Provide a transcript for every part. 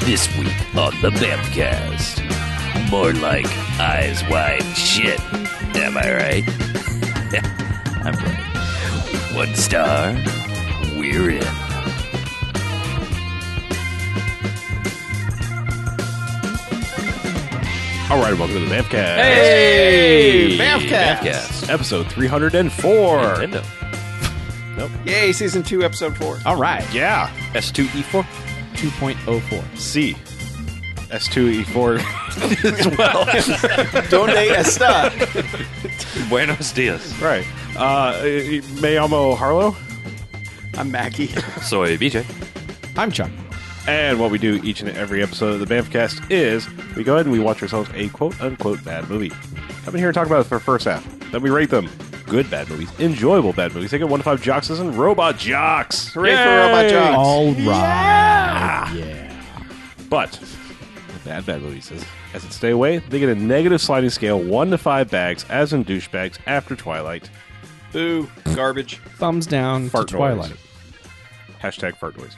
This week on the Bamcast. More like eyes wide shit. Am I right? I'm right. One star. We're in. All right, welcome to the Bamcast. Hey, Bamcast. Episode 304. Nintendo. Yay, season two, episode four. All right. Yeah. E S2E4. 2.04. C. E S2E4. as well. Donde esta? Buenos dias. right. Uh, Mayamo Harlow. I'm Mackie. Soy BJ. I'm Chuck. And what we do each and every episode of the Bamcast is we go ahead and we watch ourselves a quote unquote bad movie. Come in here and talk about it for first half. Then we rate them. Good bad movies, enjoyable bad movies. They get one to five jocks and robot jocks. Hooray for Robot Jocks. All right. Yeah. But the bad bad movie says, as it stay away, they get a negative sliding scale, one to five bags, as in douchebags after Twilight. Boo. Garbage. Thumbs down Fart to Twilight. noise. Hashtag fart noise.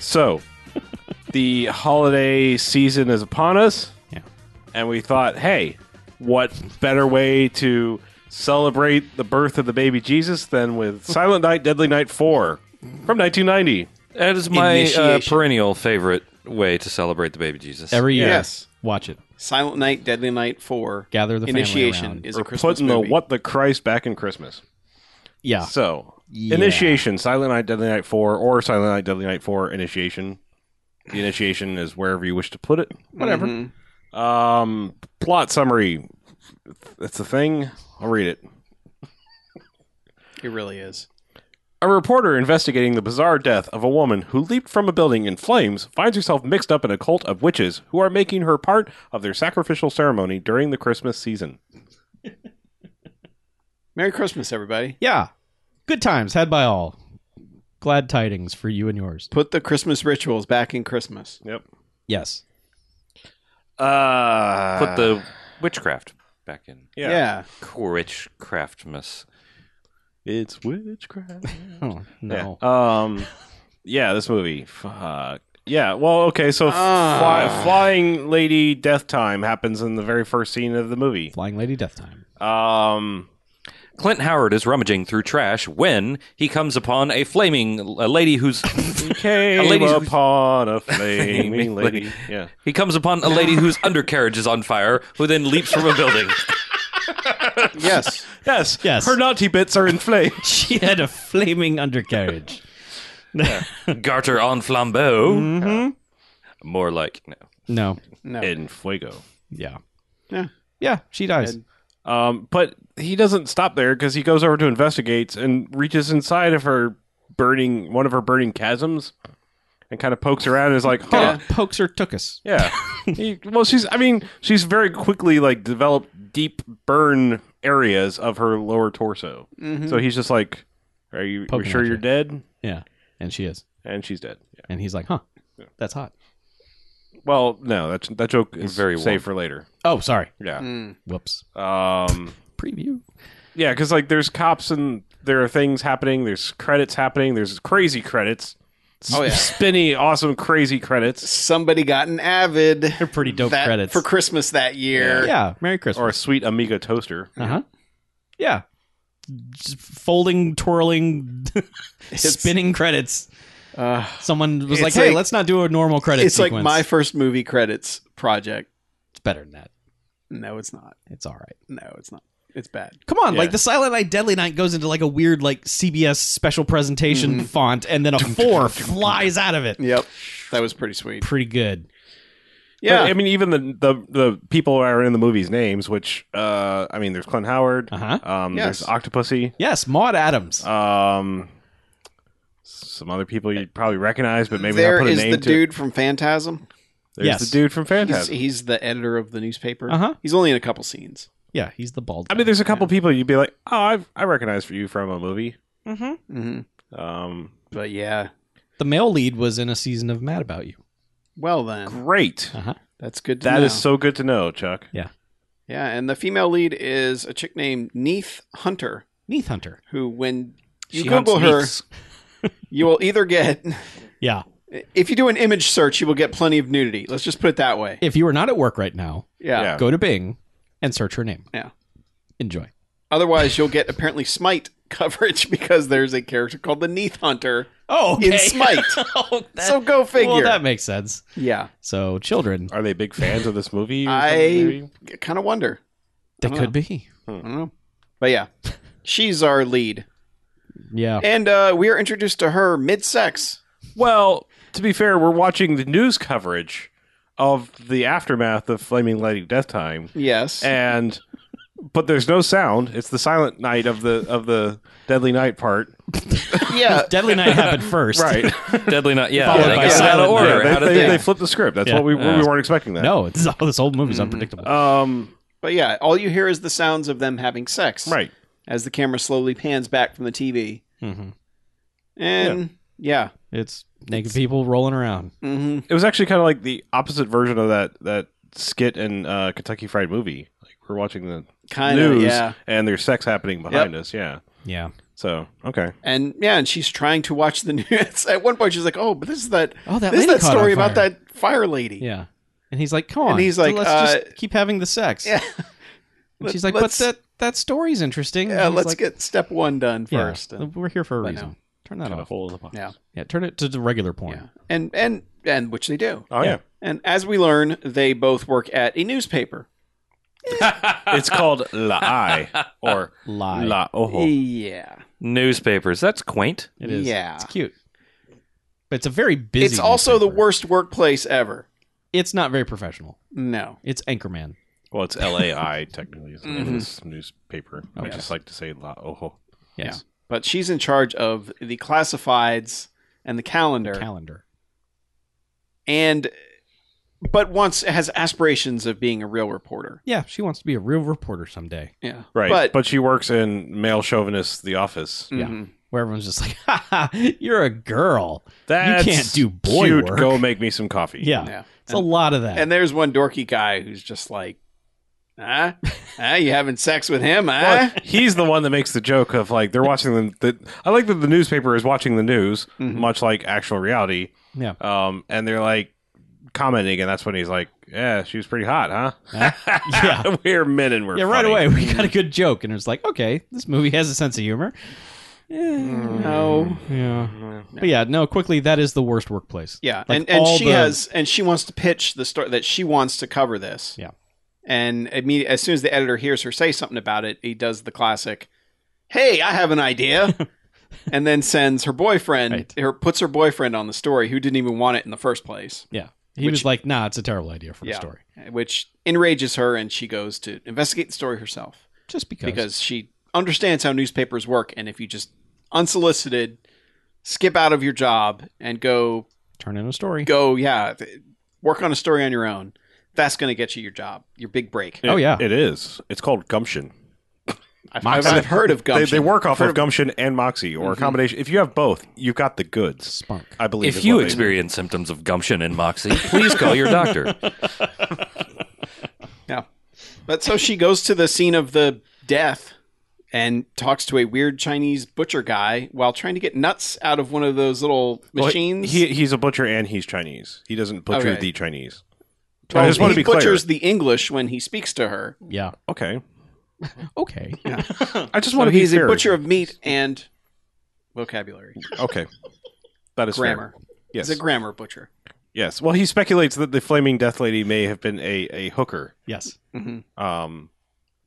So the holiday season is upon us, Yeah. and we thought, hey, what better way to celebrate the birth of the baby Jesus than with Silent Night, Deadly Night 4 from 1990. That is my uh, Initiation. perennial favorite way to celebrate the baby Jesus. Every year. Yes. Watch it. Silent Night, Deadly Night 4. Gather the family Initiation around. is We're a Christmas putting movie. the what the Christ back in Christmas. Yeah. So, Yeah. initiation, Silent Night, Deadly Night 4, or Silent Night, Deadly Night 4, initiation. The initiation is wherever you wish to put it. Whatever. Mm-hmm. Um, plot summary. That's the thing. I'll read it. It really is. A reporter investigating the bizarre death of a woman who leaped from a building in flames finds herself mixed up in a cult of witches who are making her part of their sacrificial ceremony during the Christmas season. Merry Christmas, everybody. yeah. Good times had by all. Glad tidings for you and yours. Put the Christmas rituals back in Christmas. Yep. Yes. Uh, Put the witchcraft back in. yeah. yeah. Witchcraftmas. It's witchcraft. Oh, no. Yeah. Um, yeah, this movie. Fuck. Yeah. Well, okay. So, Ah. fly, flying lady death time happens in the very first scene of the movie. Flying Lady Death Time. Um, Clint Howard is rummaging through trash when he comes upon a flaming a lady who's came lady's- upon a flaming lady. Yeah. he comes upon a lady whose undercarriage is on fire, who then leaps from a building. Yes. Yes. Yes. Her naughty bits are in flame. She had a flaming undercarriage. Garter en flambeau. More like no. No. No. in fuego. Yeah. yeah. Yeah. She dies. Um, but he doesn't stop there because he goes over to investigates and reaches inside of her burning one of her burning chasms and kind of pokes around and is like, huh. Kinda Pokes her took us. Yeah. He- well, she's. I mean, she's very quickly like developed deep burn areas of her lower torso. Mm-hmm. So he's just like, "Are you, are you Poking sure at you're you. dead?" Yeah. And she is. And she's dead. Yeah. And he's like, huh. That's hot. Well, no, that's that joke is Very safe warm. for later. Oh, sorry. Yeah. Mm. Whoops. Um. Preview. Yeah, because like there's cops and there are things happening. There's credits happening. There's crazy credits. Oh, yeah. Spinny, awesome, crazy credits. Somebody got an Avid. They're pretty dope credits. For Christmas that year. Yeah. Merry Christmas. Or a sweet Amiga toaster. Uh Uh-huh. huh. Yeah. Just folding, twirling, spinning credits. Someone was Uh, it's like, "Hey, like- let's not do a normal credit It's like sequence." my first movie credits project. it's better than that. No, it's not. It's all right. No, it's not. It's bad. Come on, Yeah. like the Silent Night Deadly Night goes into like a weird like CBS special presentation Mm-hmm. font, and then a four flies out of it. Yep. That was pretty sweet. Pretty good. Yeah. But, I mean, even the, the the people who are in the movie's names, which uh, I mean, there's Clint Howard. Uh-huh. Um, Yes. There's Octopussy. Yes, Maud Adams. Um, some other people you probably recognize, but maybe there not put a is name the to. dude from Phantasm. There's Yes. the dude from He's, Phantasm. he's the editor of the newspaper. Uh-huh. He's only in a couple scenes. yeah, he's the bald. I mean, there's a couple people you'd be like, oh, I've, I recognize you from a movie. hmm Um, But yeah. the male lead was in a season of Mad About You. Well then, great. Uh huh. that's good. To That is know. so good to know, Chuck. Yeah, and the female lead is a chick named Neith Hunter, Neath Hunter. who when you She hunts Google her, meats. you will either get Yeah. If you do an image search, you will get plenty of nudity. Let's just put it that way. If you are not at work right now, Yeah. Yeah. Yeah. go to Bing and search her name. Enjoy. Otherwise, you'll get apparently smite coverage because there's a character called the Neath Hunter Oh, in smite. oh, that, so go figure. well, that makes sense. yeah. So children, Are they big fans of this movie? or I- something, maybe? Kind of wonder. they don't could be. I don't know. But yeah, she's our lead. Yeah. And uh, we are introduced to her mid sex. Well, to be fair, we're watching the news coverage of the aftermath of Flaming Lady Death Time, Yes. and but there's no sound. It's the silent night of the of the Deadly Night part, yeah. Deadly Night happened first. right? Deadly Night. Yeah, Followed that by got out Silent of order. Night. they, How did they, they? they flipped the script. That's Yeah. what we, Yeah. we weren't expecting. That No, this, all, this whole movie's unpredictable. um, But yeah, all you hear is the sounds of them having sex. right. As the camera slowly pans back from the TV. Mhm. And yeah. It's naked people rolling around. hmm It was actually kind of like the opposite version of that that skit in uh, Kentucky Fried Movie. Like we're watching the Kind of. news, Yeah. and there's sex happening behind us. Yeah. Yeah. So okay. And yeah, and she's trying to watch the news. At one point, she's like, "Oh, but this is that. Oh, that this is lady that caught story on about fire. that fire lady." Yeah. And he's like, "Come on." And he's like, let's uh, just keep having the sex. Yeah. And she's Let- like, "But let's- that that story's interesting." And Yeah, he's let's like, get step one done yeah, first. And- we're here for a But reason. no. Turn that off. hole in the box. yeah, Yeah, turn it to the regular porn. yeah, and and and which they do. Oh yeah. And as we learn, they both work at a newspaper. it's called La I or Lie. La Ojo. Yeah, Newspapers. That's quaint. It is. Yeah. It's cute. But it's a very busy. it's also the newspaper. worst workplace ever. It's not very professional. No, It's Anchorman. Well, it's L A I technically. It's the name of this newspaper. I Okay. just like to say La Ojo. Yes. but she's in charge of the classifieds and the calendar, Calendar. and but wants has aspirations of being a real reporter. Yeah, she wants to be a real reporter someday. Yeah, Right, But, but, she works in male chauvinist The Office. Yeah. Mhm. Where everyone's just like, ha ha, you're a girl. That's can't do boy cute. work. Go make me some coffee. Yeah. yeah. It's a lot of that. And there's one dorky guy who's just like, huh? huh? You having sex with him, huh? Well, he's the one that makes the joke of like they're watching the, the I like that the newspaper is watching the news, much like actual reality. yeah. Um, and they're like commenting, and that's when he's like, "Yeah, she was pretty hot, huh?" Yeah. we're men and we're yeah, right funny. away we got a good joke and it's like, okay, this movie has a sense of humor. Eh, No. Yeah. But yeah, no, quickly that is the worst workplace. Yeah. Like, and and all she the- has and she wants to pitch the story that she wants to cover this. Yeah. And immedi- as soon as the editor hears her say something about it, he does the classic, "Hey, I have an idea." and then sends her boyfriend Right. her puts her boyfriend on the story who didn't even want it in the first place, Yeah. He was like, nah, it's a terrible idea for a Yeah. story. which enrages her and she goes to investigate the story herself. Just because. because she understands how newspapers work and if you just unsolicited skip out of your job and go turn in a story. go yeah th- work on a story on your own that's going to get you your job your big break It- Oh, yeah. it is. It's called gumption. I've, I've, I've heard of They, gumption they work off of gumption and moxie or a combination. If you have both, you've got the goods. Spunk. I believe. If is you what they- experience symptoms of gumption and moxie, please call your doctor. yeah but so she goes to the scene of the death and talks to a weird chinese butcher guy while trying to get nuts out of one of those little Well, machines he he's a butcher and he's Chinese. He doesn't butcher Okay. the Chinese. Well, I just want to he be butchers clear. the english when he speaks to her Yeah. Okay, Okay. I just so want to be he's fair. a butcher of meat and vocabulary Okay, that is fair. grammar Yes, He's a grammar butcher. yes. Well, he speculates that the flaming death lady may have been a a hooker. Yes. Mm-hmm. Um,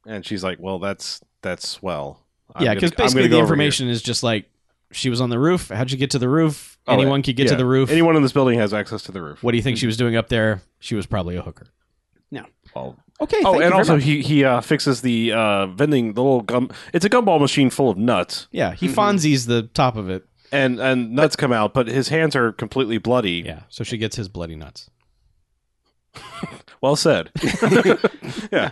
and she's like, "Well, that's that's swell." I'm yeah, gonna- because I'm gonna basically go the over information is just like she was on the roof. How'd you get to the roof? Oh, Anyone could here. get to Yeah. the roof. Anyone in this building has access to the roof. What do you think she was doing up there? She was probably a hooker. Well, Okay. oh, thank you and very also much. he he uh, fixes the uh, vending the little gum. It's a gumball machine full of nuts, yeah, he Fonzie's the top of it. and and nuts come out, but his hands are completely bloody. Yeah, so she gets his bloody nuts. Well said. yeah,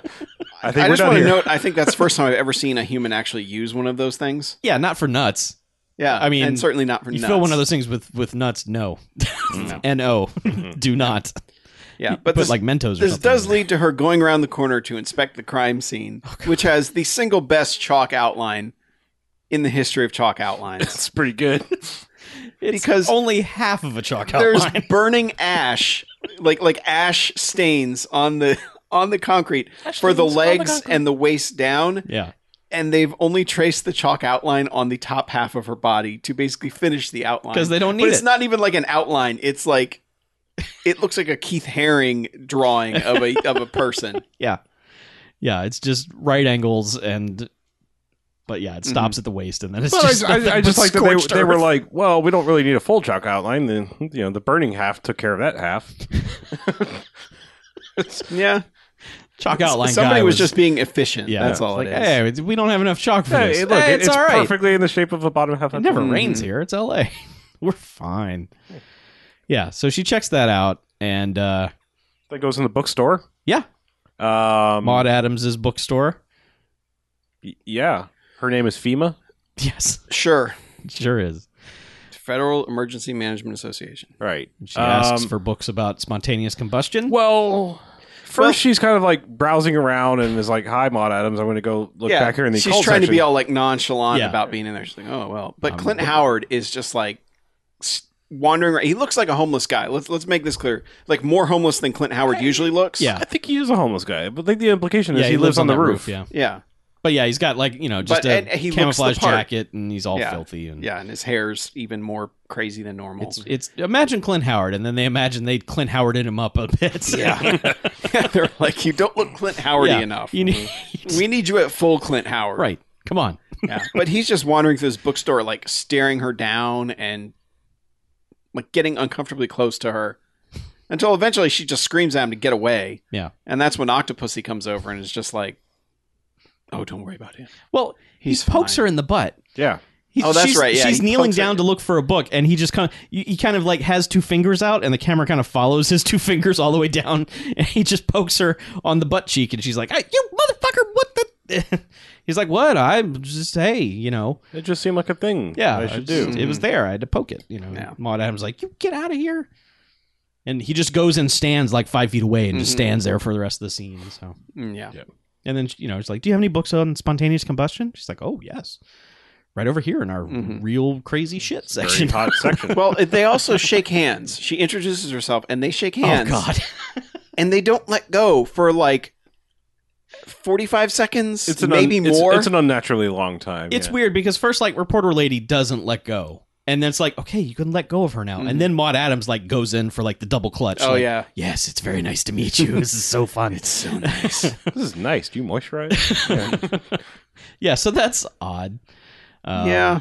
I think I we're just done want to here. note. I think that's the first time I've ever seen a human actually use one of those things. Yeah, not for nuts. Yeah, I mean, and certainly not for You nuts. fill one of those things with with nuts? No, N O, do not. Yeah, But but this, like Mentos. Or this something does in there. Oh, lead to her going around the corner to inspect the crime scene, which has the single best chalk outline in the history of chalk outlines. It's pretty good. It's Because- only half of a chalk There's outline. burning ash, like like ash stains on the on the concrete for the legs and the waist down, Yeah. and they've only traced the chalk outline on the top half of her body to basically finish the outline 'Cause they don't But need it's it. not even like an outline. It's like it looks like a Keith Haring drawing of a of a person. Yeah. Yeah, it's just right angles and but yeah, it stops at the waist and then it's Well, just I, I, I nothing just but like that they, scorched they were earth. like, well, we don't really need a full chalk outline. The you know the burning half took care of that half. Yeah, chalk outline somebody guy was, just being efficient. yeah, that's all like, it is. Hey, it's- we don't have enough chalk for Hey, this. look, mm-hmm. Hey, it's, it's, all right. perfectly in the shape of a bottom half. It never rains here. It's LA. We're fine. Yeah, so she checks that out and uh that goes in the bookstore. yeah, Um, Maud Adams's bookstore. y- yeah, her name is FEMA. Yes, Sure. it sure is. Federal Emergency Management Association. Right. She asks Um, for books about spontaneous combustion. Well, first Well- she's kind of like browsing around and is like, "Hi, Maud Adams. I'm going to go look back here in the she's occult trying to be section." all like nonchalant Yeah. about being in there. She's like, oh well. But Um, Clint but- Howard is just like s- wandering. around. He looks like a homeless guy. Let's let's make this clear. Like more homeless than Clint Howard usually looks. Yeah. I think he is a homeless guy, but like the implication is yeah, he, lives, on the that roof. Yeah, yeah, but yeah, he's got like you know just But- a and he looks the camouflage part. jacket, and he's all Yeah. filthy. And yeah. And his hair's even more crazy than normal. it's it's imagine Clint Howard, and then they imagine they Clint Howarded him up a bit. yeah, they're like you don't look Clint Howardy Yeah. enough. Mm-hmm. You need we need you at full Clint Howard. right. Come on. Yeah. But he's just wandering through this bookstore, like staring her down and like getting uncomfortably close to her until eventually she just screams at him to get away. Yeah. And that's when Octopussy comes over and is just like, oh, don't worry about him. Well, He's he pokes fine. her in the butt. Yeah. He- Oh, that's she's, right, yeah, she's he kneeling pokes her- down to look for a book, and he just kind of he he kind of like has two fingers out, and the camera kind of follows his two fingers all the way down, and he just pokes her on the butt cheek, and she's like, hey, "You motherfucker, what the?" He's like, "What? I'm just hey, you know, It just seemed like a thing. yeah, I should it's- do. It was there. I had to poke it, you know." Yeah. Maud Adams like, "You get out of here," and he just goes and stands like five feet away and just Mhm. stands there for the rest of the scene. So, Mm, yeah. and then you know, it's like, "Do you have any books on spontaneous combustion?" She's like, "Oh yes." Right over here in our Mhm. real crazy shit Very section. hot section. Well, they also shake hands. She introduces herself and they shake hands. Oh God! And they don't let go for like 45 seconds, It's an un- maybe it's- more. It's, an unnaturally long time. It's yeah. weird because first, like reporter lady doesn't let go, and then it's like, okay, you can let go of her now, and then Maud Adams like goes in for like the double clutch. oh, like, yeah. Yes, it's very nice to meet you. this is so fun. It's so nice. This is nice. Do you moisturize? yeah, so that's odd. Uh, yeah.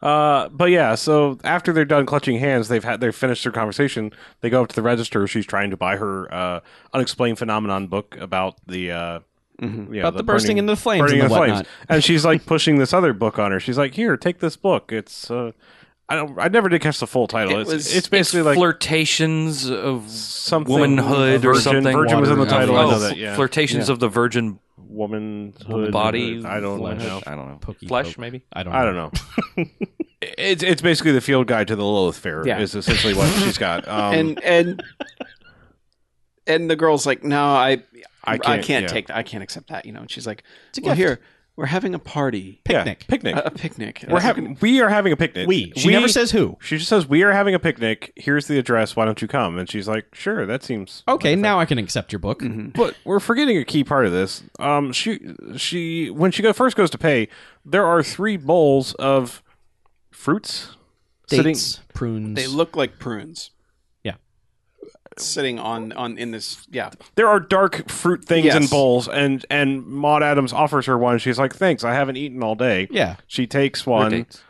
uh, but yeah, so after they're done clutching hands, they've had they've finished their conversation. They go up to the register. She's trying to buy her uh, unexplained phenomenon book about the. Uh, you know, Mm-hmm. About the bursting burning- into flames burning and the into whatnot. and she's like pushing this other book on her. She's like, "Here, take this book. It's uh, I don't, I never did catch the full title. It it's, was- it's basically like flirtations of something womanhood or virgin- something. Virgin was in the Water. title. I Oh, know that. Yeah, flirtations of the virgin womanhood body. I don't womanhood? know. I don't know. Pokey Flesh, poke. maybe. I don't. I don't know. it's it's basically the field guide to the Lilith Fair Yeah. is essentially what she's got. Um, and and and the girl's like, no, I I I can't, can't- yeah. take that. I can't accept that. You know, and she's like, It's a well, gift. here we're having a party, yeah, Picnic. Uh, picnic. a, a picnic. We're having we are having a picnic. We. She never says who. She just says we are having a picnic. Here's the address. Why don't you come? And she's like, sure, that seems Okay, now I can accept your book. Mm-hmm. But we're forgetting a key part of this. Um, she she when she go, first goes to pay, there are three bowls of fruits Dates, sitting. prunes. They look like prunes. Yeah. sitting on on in this. Yeah, There are dark fruit things in Yes. bowls, and and Maud Adams offers her one. She's like, thanks, I haven't eaten all day. Yeah, She takes one. Uh, Dates.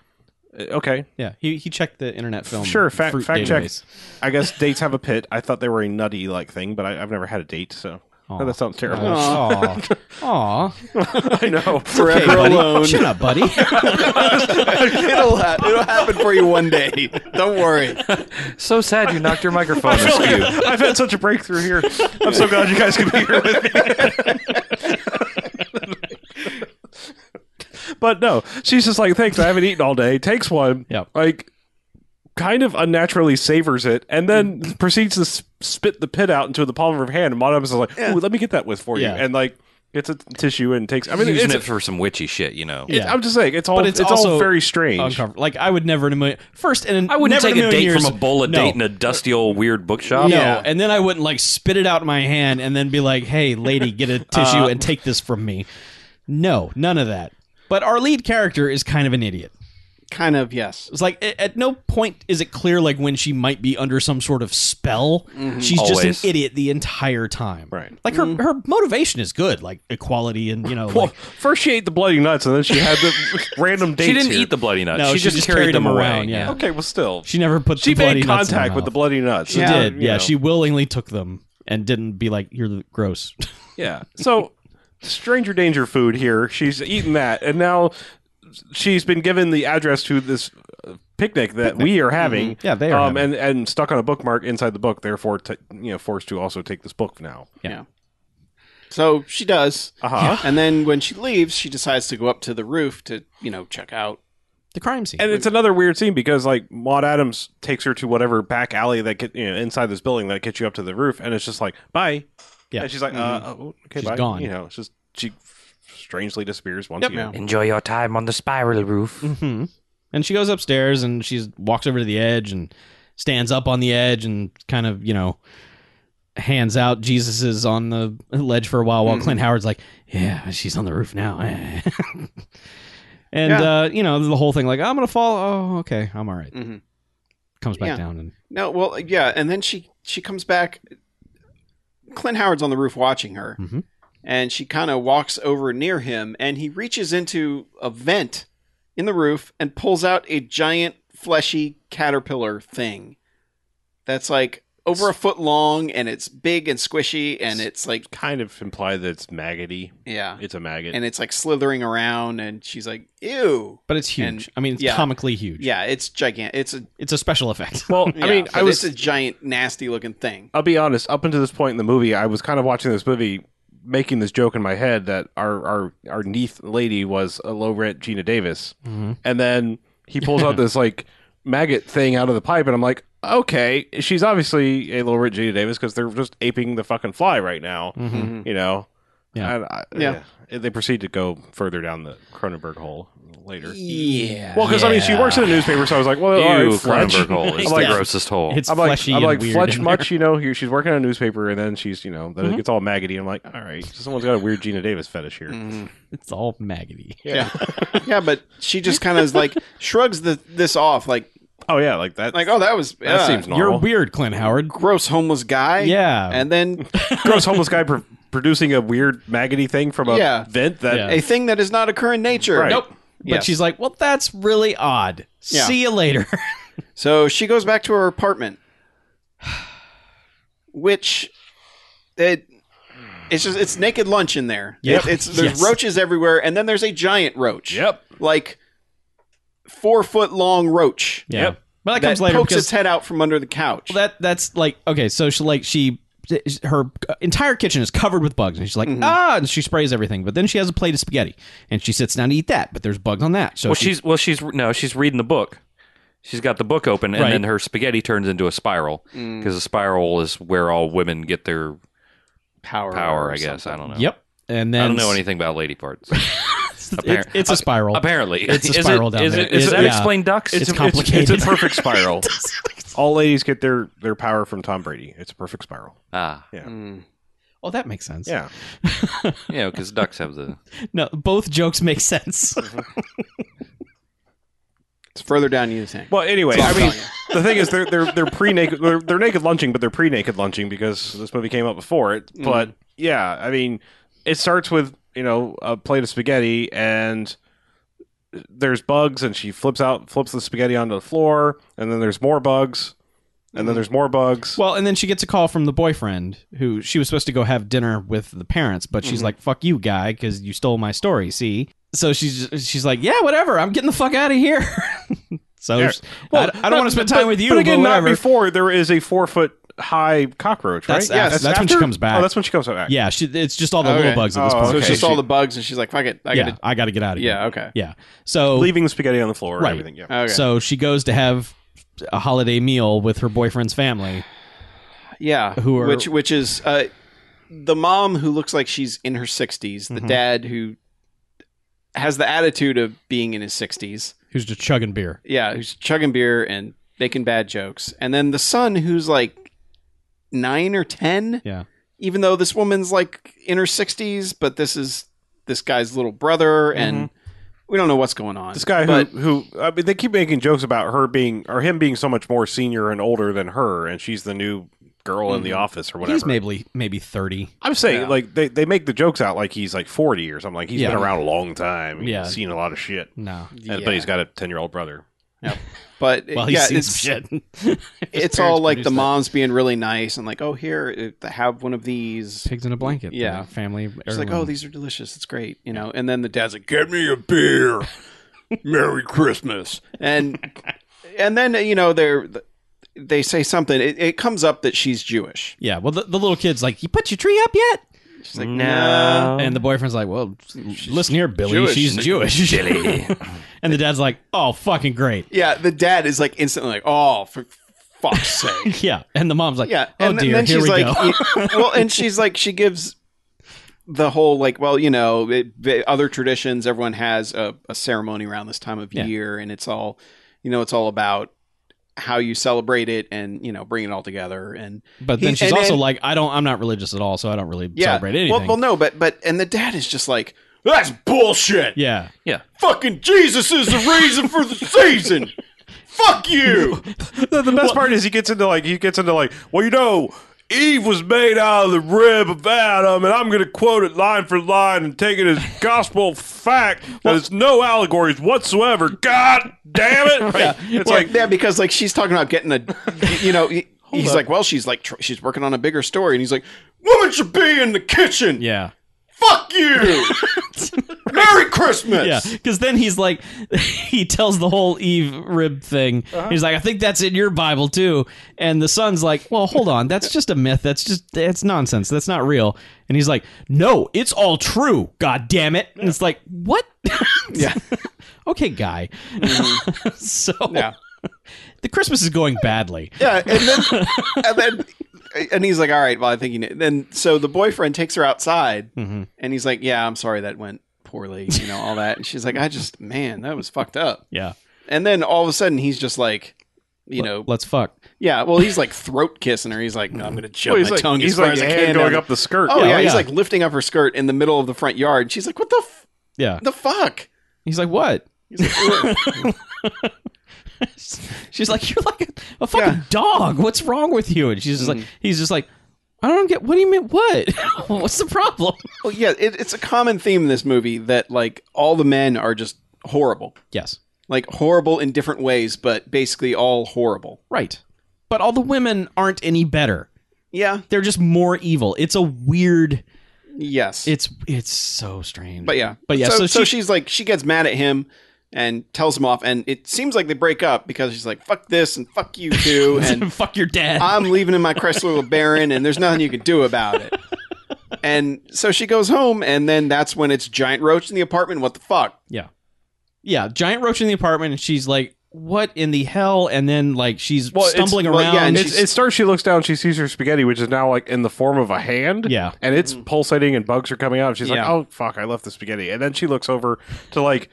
Okay, yeah. He he checked the internet film. sure. Fact fruit fact check. database. I guess dates have a pit. I thought they were a nutty like thing, but I, I've never had a date, so Aw. that sounds terrible. Aw, aw. I know. forever Hey, buddy. alone. Shut up, buddy. it'll ha- it'll happen for you one day. Don't worry. So sad you knocked your microphone askew. I've had such a breakthrough here. I'm so glad you guys could be here with me. but no, she's just like, thanks. I haven't eaten all day. Takes one. Yep. Like, kind of unnaturally savors it, and then proceeds to s- spit the pit out into the palm of her hand. And Maud Adams is like, "Ooh, let me get that with for Yeah. you," and like It's a tissue and takes. I mean, using it's, it for some witchy shit, you know. it's- I'm just saying, it's all. But it's, it's all also very strange. Uncomfortable. Like I would never in a million first and I wouldn't never take in a million date years, from a bowl of no, date in a dusty old weird bookshop. No, Yeah. and then I wouldn't like spit it out in my hand and then be like, "Hey, lady, get a tissue Uh, and take this from me." No, none of that. But our lead character is kind of an idiot. Kind of, yes. It's like at, at no point is it clear like when she might be under some sort of spell. She's Always. just an idiot the entire time. Right. Like her her motivation is good, like equality and you know. Well, like- first she ate the bloody nuts, and then she had the random dates. She didn't here. eat the bloody nuts. No, she, just, carried, them away. around, yeah. Okay, well, still, she never put she the bloody made nuts in her contact with the mouth. bloody nuts. She Yeah. did. Yeah, she willingly took them and didn't be like you're the- gross. Yeah. So, stranger danger food here. She's eaten that, and now she's been given the address to this uh, picnic that we are having. Mm-hmm. Yeah, they are Um, having. and and stuck on a bookmark inside the book, therefore, t- you know, forced to also take this book now. Yeah. Yeah. So she does. Uh-huh. And then when she leaves, she decides to go up to the roof to, you know, check out. the crime scene. And it's another weird scene because like Maud Adams takes her to whatever back alley that get, you know, inside this building that gets you up to the roof, and it's just like bye. Yeah. And she's like, uh, oh, okay, She's bye. gone. You know, it's just she strangely disappears once again. Enjoy your time on the spiral roof. hmm And she goes upstairs and she walks over to the edge and stands up on the edge and kind of, you know, hands out Jesus is on the ledge for a while Mm-hmm. while Clint Howard's like, yeah, she's on the roof now. and, Yeah. uh, you know, the whole thing like, I'm going to fall. Oh, okay. I'm all right. Mhm. Comes back Yeah. down and No, well, yeah. And then she she comes back. Clint Howard's on the roof watching her. Mm-hmm. Mhm. And she kind of walks over near him and he reaches into a vent in the roof and pulls out a giant fleshy caterpillar thing that's like over a foot long and it's big and squishy and it's like, Kind of imply that it's maggoty. yeah. It's a maggot. and it's like slithering around and she's like ew but it's huge. And- I mean, it's yeah. comically huge. yeah it's gigantic it's a It's a special effect. well, I yeah, mean, I but was it's a giant nasty looking thing I'll be honest. Up until this point in the movie, I was kind of watching this movie, making this joke in my head that our our our neath lady was a low rent Gina Davis, Mm-hmm. and then he pulls out this like maggot thing out of the pipe, and I'm like, okay, she's obviously a low rent Gina Davis because they're just aping the fucking fly right now, Mm. you know. Yeah. And I- Yeah. yeah. They proceed to go further down the Cronenberg hole later. yeah Well, because I mean, she works in a newspaper, so I was like, well, Ew, all right, Fletch. Cronenberg hole is I'm like, the grossest hole. It's I'm like, fleshy I'm and like weird. Mm-hmm. Fletch much, you know. Here she's working on a newspaper, and then she's, you know, then it gets all maggoty. I'm like, all right, so someone's got a weird Gina Davis fetish here. Mm. Mm-hmm. It's all maggoty. yeah yeah but she just kind of is like shrugs the, this off like Oh yeah, like that. like oh that was that uh, seems normal. You're weird, Clint Howard. gross homeless guy Yeah. and then gross homeless guy pro- producing a weird maggoty thing from a Yeah. vent that. Yeah. a thing that does not occur in nature Right. Nope. But Yes. she's like, well, that's really odd. Yeah. See you later. so she goes back to her apartment which it it's just it's naked lunch in there Yeah. It- it's there's Yes. roaches everywhere and then there's a giant roach Yep. like four foot long roach Yeah. Yep. But that, that comes later pokes because its head out from under the couch. that that's like okay, so she like she her uh, entire kitchen is covered with bugs and she's like Mm-hmm. ah and she sprays everything but then she has a plate of spaghetti and she sits down to eat that but there's bugs on that so well, she, she's well, she's no, she's reading the book. She's got the book open, and Right. then her spaghetti turns into a spiral Mm. because a spiral is where all women get their power, power. or I guess I something. don't know. yep and then I don't know anything about lady parts. it's, it's, it's Uh, a spiral Apparently, It's a Is it- spiral down is there. it- does It's- that yeah. explain ducks? It's It's, a- It's, complicated. a perfect spiral. all ladies get their their power from Tom Brady. It's a perfect spiral. ah, Hmm. oh that makes sense Yeah. you know, because ducks have the no both jokes make sense It's further down you think. Well, anyway, I That's all I'm mean, the thing is, they're they're they're pre naked they're, they're naked lunching, but they're pre naked lunching because this movie came out before it. Mm-hmm. But yeah, I mean, it starts with you know a plate of spaghetti and there's bugs, and she flips out flips the spaghetti onto the floor, and then there's more bugs, and then there's more bugs. Mm-hmm. Well, and then she gets a call from the boyfriend who she was supposed to go have dinner with the parents, but Mm-hmm. she's like, "Fuck you, guy, because you stole my story." See, so she's she's like, "Yeah, whatever. I'm getting the fuck out of here." so Yeah. there's- I, I don't want to spend time but- with you. But again, not whatever. before there is a four foot high cockroach. That's right? af- that's when she comes back. Oh, that's when she comes back. Yeah, she, it's just all the little Okay. bugs at this Oh, point. so it's okay, just she- all the bugs, and she's like, "Fuck it, I yeah, gotta." I got to get out of here. Yeah, okay. yeah. So leaving the spaghetti on the floor Right. and everything. Yeah. Okay. so she goes to have a holiday meal with her boyfriend's family. yeah, who are- which which is uh, the mom who looks like she's in her 60s, the Mhm. dad who has the attitude of being in his 60s. Who's just chugging beer? Yeah, who's chugging beer and making bad jokes. And then the son who's like 9 or 10, Yeah. even though this woman's like in her 60s, but this is this guy's little brother and Mm-hmm. we don't know what's going on. This guy But- who, who I mean, they keep making jokes about her being or him being so much more senior and older than her, and she's the new girl in the office or whatever. Mm-hmm. He's maybe maybe thirty. I'm saying Yeah. like they, they make the jokes out like he's like 40 or something. Like he's Yeah. been around a long time. Yeah. he's seen a lot of shit. No. And- But he's got a 10 year old brother. But Well, he yeah, sees it's, shit. it's all like the mom's being really nice and like, oh, here, uh, have one of these. pigs in a blanket. Yeah. the family. She's like, oh, these are delicious. It's great, you know. And then the dad's like, Get me a beer. Merry Christmas. and and then you know they're they say something. It, it comes up that she's Jewish. Yeah, well, the, the little kid's like, "You put your tree up yet?" She's like, no. And the boyfriend's like, "Well, listen here, Billy, Jewish. she's Jewish." Billy. and the dad's like, "Oh, fucking great." Yeah, the dad is like instantly like, oh, for fuck's sake. Yeah, and the mom's like, Yeah, "Oh and, dear, then here she's we like, go." y- well, and she's like, she gives the whole like, well, you know, it, the other traditions. Everyone has a, a ceremony around this time of Yeah. year, and it's all, you know, it's all about how you celebrate it and you know bring it all together and But then He- she's and also then- like, "I don't, I'm not religious at all, so I don't really celebrate anything." Well, well, no, but but and the dad is just like, that's bullshit. yeah, Fucking Jesus is the reason for the season. Fuck you. The, the best part is he gets into like he gets into like, well, you know, Eve was made out of the rib of Adam, and I'm going to quote it line for line and take it as gospel fact. That it's no allegories whatsoever. God damn it! It's Well, like yeah, because like she's talking about getting a, you know, he- he's like, well, she's like, tr- she's working on a bigger story, and he's like, woman should be in the kitchen. yeah. Fuck you. Merry Christmas. Yeah, because then he's like, he tells the whole Eve rib thing. He's like, I think that's in your Bible too. And the son's like, Well, hold on, that's just a myth. That's just that's nonsense. That's not real. And he's like, No, it's all true. God damn it! And it's like, What? Yeah. okay, guy. so Yeah. the Christmas is going badly. Yeah, and then and then and he's like, "All right, well, I think you." Know. Then so the boyfriend takes her outside, Mm-hmm. and he's like, "Yeah, I'm sorry that went poorly, you know, all that." And she's like, "I just, man, that was fucked up." Yeah, And then all of a sudden, he's just like, you know, let's fuck. yeah. Well, he's like throat kissing her. He's like, "No, "I'm gonna Well, shove he's my like, tongue he's as far like as I hand can." going down- up the skirt. oh Yeah, yeah, oh, he's yeah. like lifting up her skirt in the middle of the front yard. She's like, "What the f- Yeah, the fuck?" he's like, What? He's like, "Ugh." She's like, you're like a, a fucking dog. What's wrong with you? And she's just Mm. like, he's just like, I don't get. What do you mean? What? What's the problem? well, yeah, it, it's a common theme in this movie that like all the men are just horrible. Yes, like horrible in different ways, but basically all horrible. right. But all the women aren't any better. Yeah. They're just more evil. It's a weird. Yes. It's it's so strange. but yeah. but yeah. So, So, so she, she's like, she gets mad at him and tells him off, and it seems like they break up because she's like, "Fuck this" and "Fuck you too," and fuck your dad. I'm leaving in my Chrysler LeBaron, and there's nothing you can do about it. And so she goes home, and then that's when it's giant roach in the apartment. What the fuck? yeah, yeah. Giant roach in the apartment, and she's like, what in the hell? And then like she's Well, it's- stumbling well, around. yeah, and It's, she's- it starts. She looks down. She sees her spaghetti, which is now like in the form of a hand. Yeah. and it's pulsating, and bugs are coming out. She's like, Yeah. "Oh fuck, I left the spaghetti." And then she looks over to like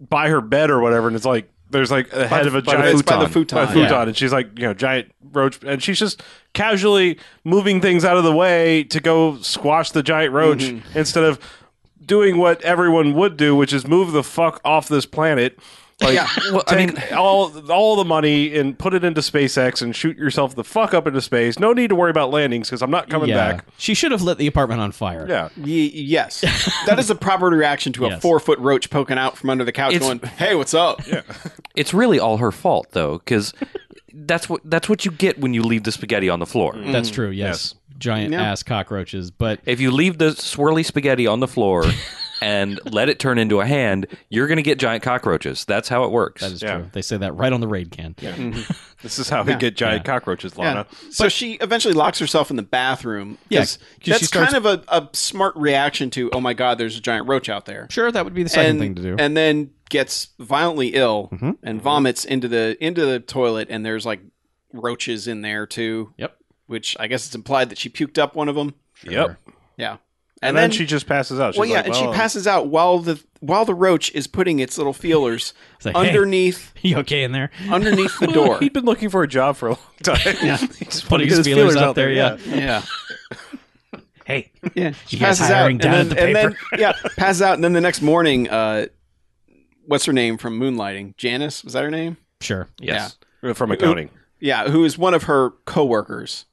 buy her bed or whatever, and it's like there's like a head the- of a by the giant It's by the by futon. the futon, Yeah. and she's like, you know, giant roach, and she's just casually moving things out of the way to go squash the giant roach instead of doing what everyone would do, which is move the fuck off this planet. Like, Yeah. Well, I take mean- all all the money and put it into SpaceX and shoot yourself the fuck up into space. No need to worry about landings because I'm not coming yeah. back. She should have lit the apartment on fire. Yeah, Y- yes, that is the proper reaction to a Yes. four foot roach poking out from under the couch, It's- going, "Hey, what's up?" Yeah. it's really all her fault though, because that's what that's what you get when you leave the spaghetti on the floor. Mm. That's true. Yes. Giant Yeah. ass cockroaches. But If you leave the swirly spaghetti on the floor and let it turn into a hand, you're going to get giant cockroaches. That's how it works. that is Yeah. true. They say that right on the raid can. this is how we get giant cockroaches, Lana. So she eventually locks herself in the bathroom. Yeah, 'cause 'cause she that's starts- kind of a, a smart reaction to, oh my God, there's a giant roach out there. Sure, that would be the second And, thing to do. Mm-hmm. and then gets violently ill and vomits into the into the toilet, and there's like roaches in there too. Yep. Which I guess it's implied that she puked up one of them. Yep. Sure. Yeah. And, then, she just passes out. She's well, yeah, like, and she "Well, passes out while the while the roach is putting its little feelers It's like, underneath hey, you okay in there? underneath the door. He'd been looking for a job for a long time. Yeah. He's Putting his feelers out there, yeah. Yeah, Hey, yeah. She You guys passes out, hiring and down then, at the and then yeah, passes out, and then the next morning, uh, what's her name from Moonlighting? Janice was that her name? sure. Yes. yeah. From accounting. Yeah, who is one of her coworkers?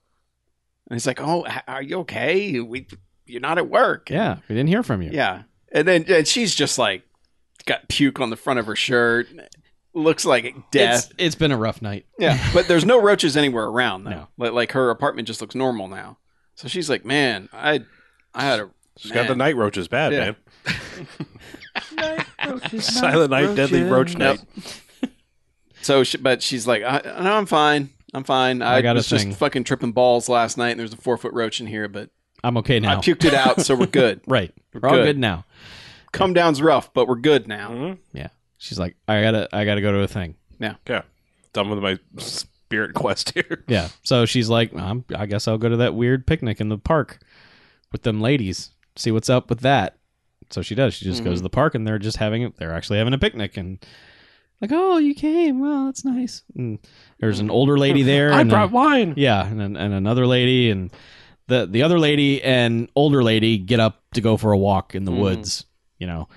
And he's like, "Oh, h- are you okay? We, you're not at work." Yeah, we didn't hear from you. Yeah. And then and she's just like got puke on the front of her shirt. Looks like death. It's, it's been a rough night. yeah. But there's no roaches anywhere around though. No. Like, like her apartment just looks normal now. So she's like, "Man, I I had a She's got the man." night roaches bad, Yeah. man. Silent night, deadly roach night. So she, but she's like, I, "No, I'm fine. I'm fine. I, I got a was thing." just fucking tripping balls last night and there's a 4-foot roach in here, but I'm okay I now. puked it out, so we're good. right. We're all good. good. now. Come down's rough, but we're good now." Yeah. She's like, I gotta, I gotta go to a thing. Yeah. Done with my spirit quest here. Yeah. So she's like, I'm, I guess I'll go to that weird picnic in the park with them ladies. See what's up with that. So she does. She just goes to the park and they're just having, they're actually having a picnic and like, oh, you came. Well, that's nice. And there's an older lady there. and a- wine. yeah, and an- and another lady and the the other lady and older lady get up to go for a walk in the woods. You know,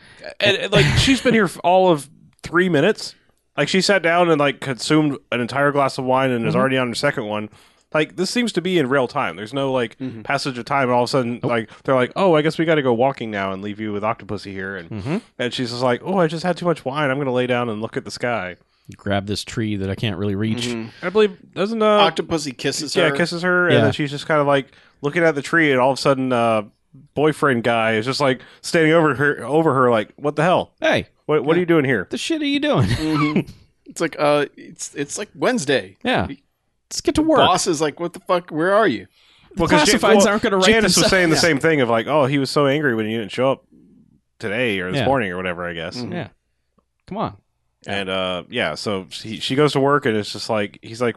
And, and, like she's been here for all of three minutes. Like she sat down and like consumed an entire glass of wine and is already on her second one. Like this seems to be in real time. There's no like passage of time. And all of a sudden, like they're like, "Oh, I guess we got to go walking now and leave you with Octopussy here." And and she's just like, "Oh, I just had too much wine. I'm gonna lay down and look at the sky." grab this tree that I can't really reach. Mm-hmm. I believe doesn't uh, Octopussy kisses yeah her. kisses her and Mm-hmm. Yeah. then she's just kind of like looking at the tree and all of a sudden, uh, boyfriend guy is just like standing over her over her like, "What the hell? Hey, What what are you doing here?" the shit are you doing? It's like uh, it's it's like Wednesday. yeah, let's get to work. Boss is like, "What the fuck? Where are you?" Well, 'cause Jan- classifieds aren't gonna write Janice was themselves. saying the same thing of like, oh, he was so angry when you didn't show up today or this Yeah. Mm-hmm. morning or whatever, I guess. Yeah, come on. And uh, yeah, so she she goes to work and it's just like he's like,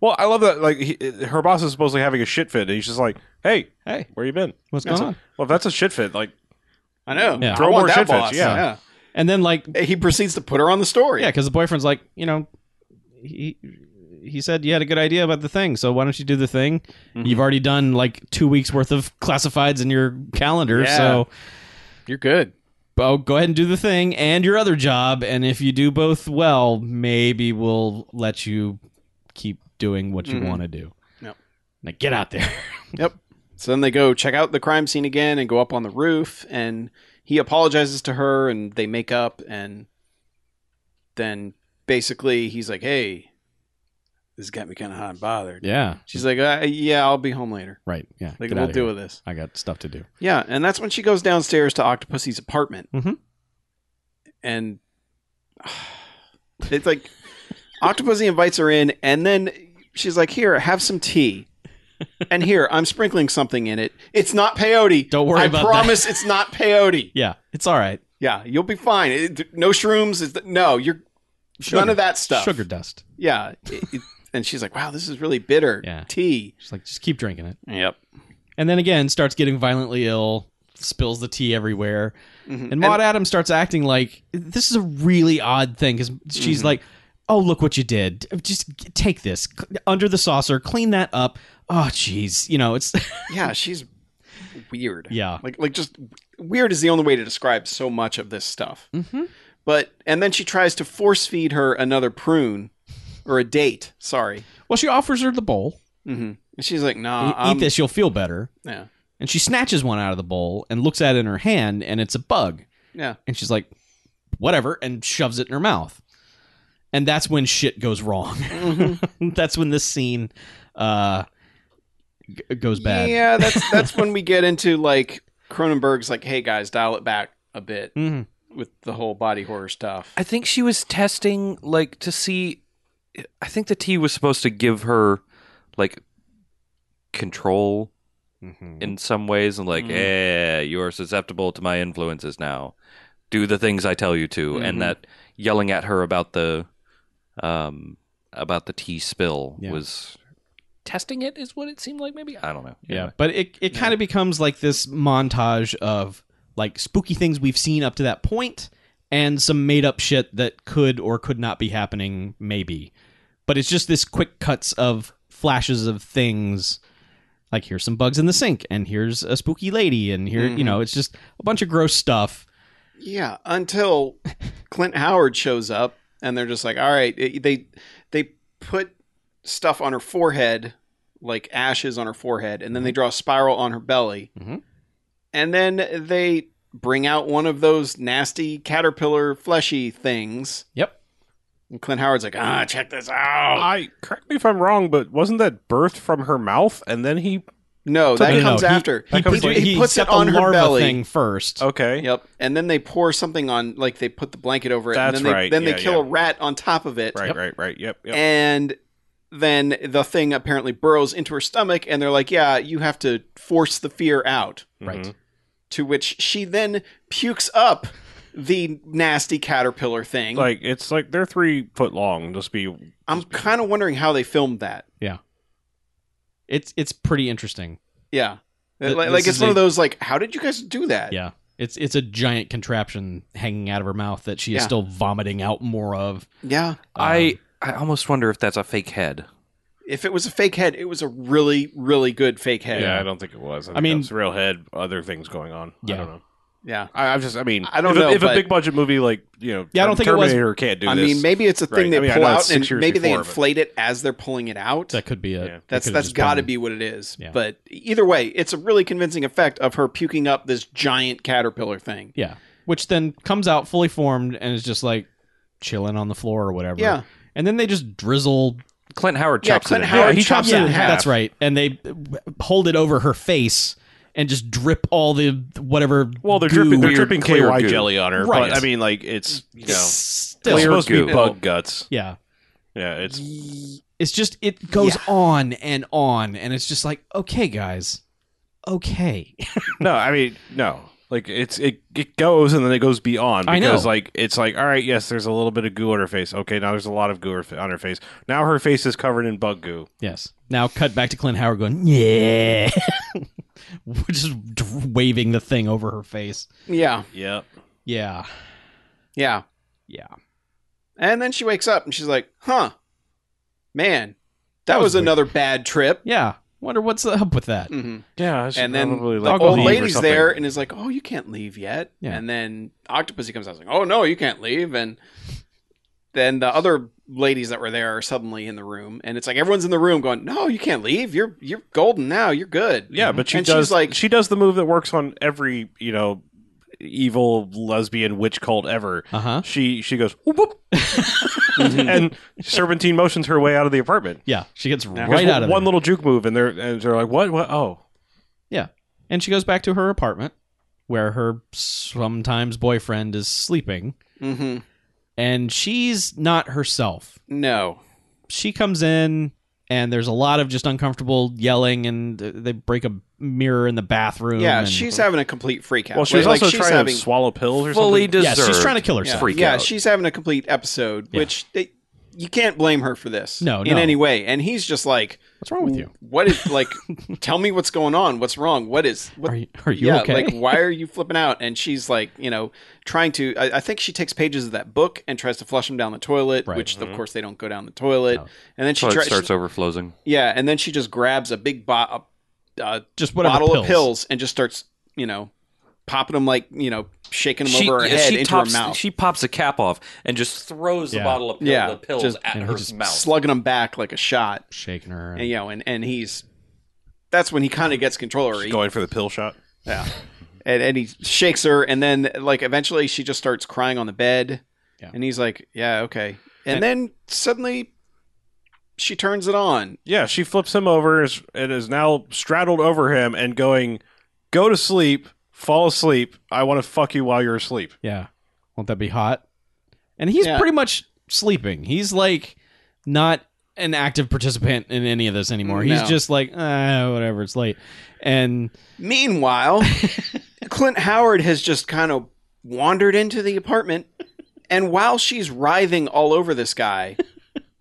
well, I love that like he, her boss is supposedly having a shit fit and he's just like, hey, Hey, where you been? what's That's going on? a- well, if that's a shit fit, like I know. Yeah. I Throw want more that shit fits, boss. yeah. And then like, Yeah. He proceeds to put her on the story. yeah, because the boyfriend's like, you know, he he said you had a good idea about the thing, so why don't you do the thing? Mm-hmm. You've already done like two weeks worth of classifieds in your calendar, Yeah. so You're good. oh, go ahead and do the thing and your other job. And if you do both well, maybe we'll let you keep doing what you Mhm. want to do. Yep. Now get out there. Yep. So then they go check out the crime scene again and go up on the roof and he apologizes to her and they make up and then basically he's like, "Hey, this got me kind of hot and bothered." yeah. She's like, uh, "Yeah, I'll be home later. Right. Yeah. Like get we'll outta here. deal with this." I got stuff to do. Yeah, and that's when she goes downstairs to Octopussy's apartment. Mhm. And it's like Octopussy invites her in, and then she's like, "Here, have some tea." And here, I'm sprinkling something in it. It's not peyote. Don't worry I about that. promise it's not peyote. Yeah. It's all right. Yeah, you'll be fine. It- no shrooms. It's, no, you're none of that stuff. Sugar dust. Yeah. It- it- and she's like, "Wow, this is really bitter Yeah. tea." She's like, just keep drinking it. Yep. And then again, starts getting violently ill, spills the tea everywhere. Mm-hmm. And Maud Adams starts acting like this is a really odd thing because she's Mm-hmm. like, "Oh, look what you did! Just g- take this c- under the saucer, clean that up." Oh, jeez, you know it's Yeah, she's weird. Yeah. Like like just weird is the only way to describe so much of this stuff. Mm-hmm. But and then she tries to force feed her another prune or a date. Sorry. well. She offers her the bowl. Mm-hmm. And she's like, nah, "E- I'm- Eat this, you'll feel better. um, Yeah. And she snatches one out of the bowl and looks at it in her hand, and it's a bug. Yeah. And she's like, "Whatever," and shoves it in her mouth. And that's when shit goes wrong. that's when this scene uh, g- goes bad. Yeah, that's that's when we get into like Cronenberg's like, hey guys, dial it back a bit Mhm. with the whole body horror stuff. I think she was testing like to see. I think the tea was supposed to give her like control in some ways, and like, yeah, you are susceptible to my influences now. Do the things I tell you to, and that yelling at her about the, um, about the tea spill Yeah. was testing it is what it seemed like maybe i don't know Yeah, but it it kind of becomes like this montage of like spooky things we've seen up to that point and some made up shit that could or could not be happening maybe. But it's just this quick cuts of flashes of things like here's some bugs in the sink and here's a spooky lady and here Mm-hmm. you know it's just a bunch of gross stuff. Yeah, until Clint Howard shows up, and they're just like, "All right," it- they they put stuff on her forehead, like ashes on her forehead, and then Mm-hmm. they draw a spiral on her belly, Mhm. and then they bring out one of those nasty caterpillar fleshy things. Yep. And Clint Howard's like, "Ah, check this Oh. out." I correct me if I'm wrong, but wasn't that birthed from her mouth and then he? No, that No, no, comes no, he- after. That comes he, later. he puts set it the on her larva belly. Oh. thing first. Okay, Yep, and then they pour something on, like they put the blanket over it, That's and then they, right, then yeah, they kill a yeah. rat on top of it, right, right, right. Yep, yep. and then the thing apparently burrows into her stomach and they're like yeah you have to force the fear out Right. Mhm. to which she then pukes up the nasty caterpillar thing Like it's like they're three foot long. Just be i'm kind of wondering how they filmed that It's it's pretty interesting. yeah Th- like, this like is it's one a- of those like how did you guys do that Yeah. It's it's a giant contraption hanging out of her mouth that she is Yeah. still vomiting out more of. yeah i i almost wonder if that's a fake head if it was a fake head it was a really really good fake yeah. head I don't think it was. I, I think mean- that was real head. Other things going on. Yeah. I don't know. yeah I, I'm just. I mean, I don't if a- know, if a but- big budget movie like you know, Yeah, I don't think it was- Terminator can't do i this. mean maybe it's a Right. thing they I mean, I pull know it's out and six years maybe they before, but- inflate it as they're pulling it out That could be it. Yeah. It That's could've that's just got to been- be what it is. Yeah. But either way, it's a really convincing effect of her puking up this giant caterpillar thing. Yeah. Which then comes out fully formed and is just like chilling on the floor or whatever. Yeah. And then they just drizzle. clint howard Yeah, chops Clint it in Howard half. he Oh, chops it in half. That's right. And they hold it over her face and just drip all the whatever. well, they're goo. dripping. They're weird dripping clear KY goo. jelly on her. Right. But I mean, like it's you know, it's Still. Clear supposed to be goo. bug guts. Yeah. Yeah, it's It's just it goes on and on and it's just like okay guys. Okay. No, I mean no. Like it's it, it goes and then it goes beyond I because know. like it's like all right yes there's a little bit of goo on her face okay now there's a lot of goo her- on her face now her face is covered in bug goo Yes. Now cut back to Clint Howard going, yeah. Just d- waving the thing over her face. Yeah, yep Yeah. yeah, Yeah. And then she wakes up and she's like, "Huh, man, that, That was was, weird." another bad trip." Yeah. Wonder what's up with that. hmm yeah I should And then probably, the like, old leave or lady's something. there and is like, "Oh, you can't leave yet." Yeah. And then Octopussy comes out and is like, "Oh no, you can't leave." And then the other ladies that were there are suddenly in the room, and it's like everyone's in the room going, "No, you can't leave. You're you're golden now. You're good." yeah but she Mm-hmm. And she's does like- like she does the move that works on every you know evil lesbian witch cult ever Uh huh. she she goes whoop, whoop. Mm-hmm. and serpentine motions her way out of the apartment Yeah. She gets There's right out of one one little juke move and they're and they're like what what oh and she goes back to her apartment where her sometimes boyfriend is sleeping, Mm-hmm. and she's not herself. No. She comes in, and there's a lot of just uncomfortable yelling, and th- they break a mirror in the bathroom. Yeah, and- she's having a complete freak out. well she was Like, also she's trying having- to swallow pills or fully something yeah, deserved she's trying to kill yeah, herself. freak yeah, out. she's having a complete episode, Yeah. which they, you can't blame her for this. No, in no. any way. And he's just like, What's wrong with you? What is like? tell me what's going on. What's wrong? What is? What, Are you, are you yeah, okay? like why are you flipping out? And she's like, you know, trying to. I, I think she takes pages of that book and tries to flush them down the toilet, Right. which of course they don't go down the toilet. No. And then she Mm-hmm. so tries. it starts overflowing yeah, and then she just grabs a big bo- a, a just whatever bottle pills. of pills and just starts, you know, popping them like you know, shaking them over her yeah, head into tops- her mouth. she pops a cap off and just throws Yeah. the bottle of pill, Yeah, the pills just- at and her he just mouth. slugging them back like a shot. shaking her. And, you know, and, and he's that's when he kind of gets control of her. going for the pill shot Yeah. And, and he shakes her, and then like eventually she just starts crying on the bed. Yeah. And he's like, "Yeah, okay." And, And- then suddenly she turns it on. Yeah, she flips him over is- and is now straddled over him and going, "Go to sleep, fall asleep. I want to fuck you while you're asleep." Yeah. Won't that be hot? And he's Yeah. pretty much sleeping. He's like not an active participant in any of this anymore. No. He's just like, ah, whatever, it's late. And Meanwhile, Clint Howard has just kind of wandered into the apartment, and while she's writhing all over this guy,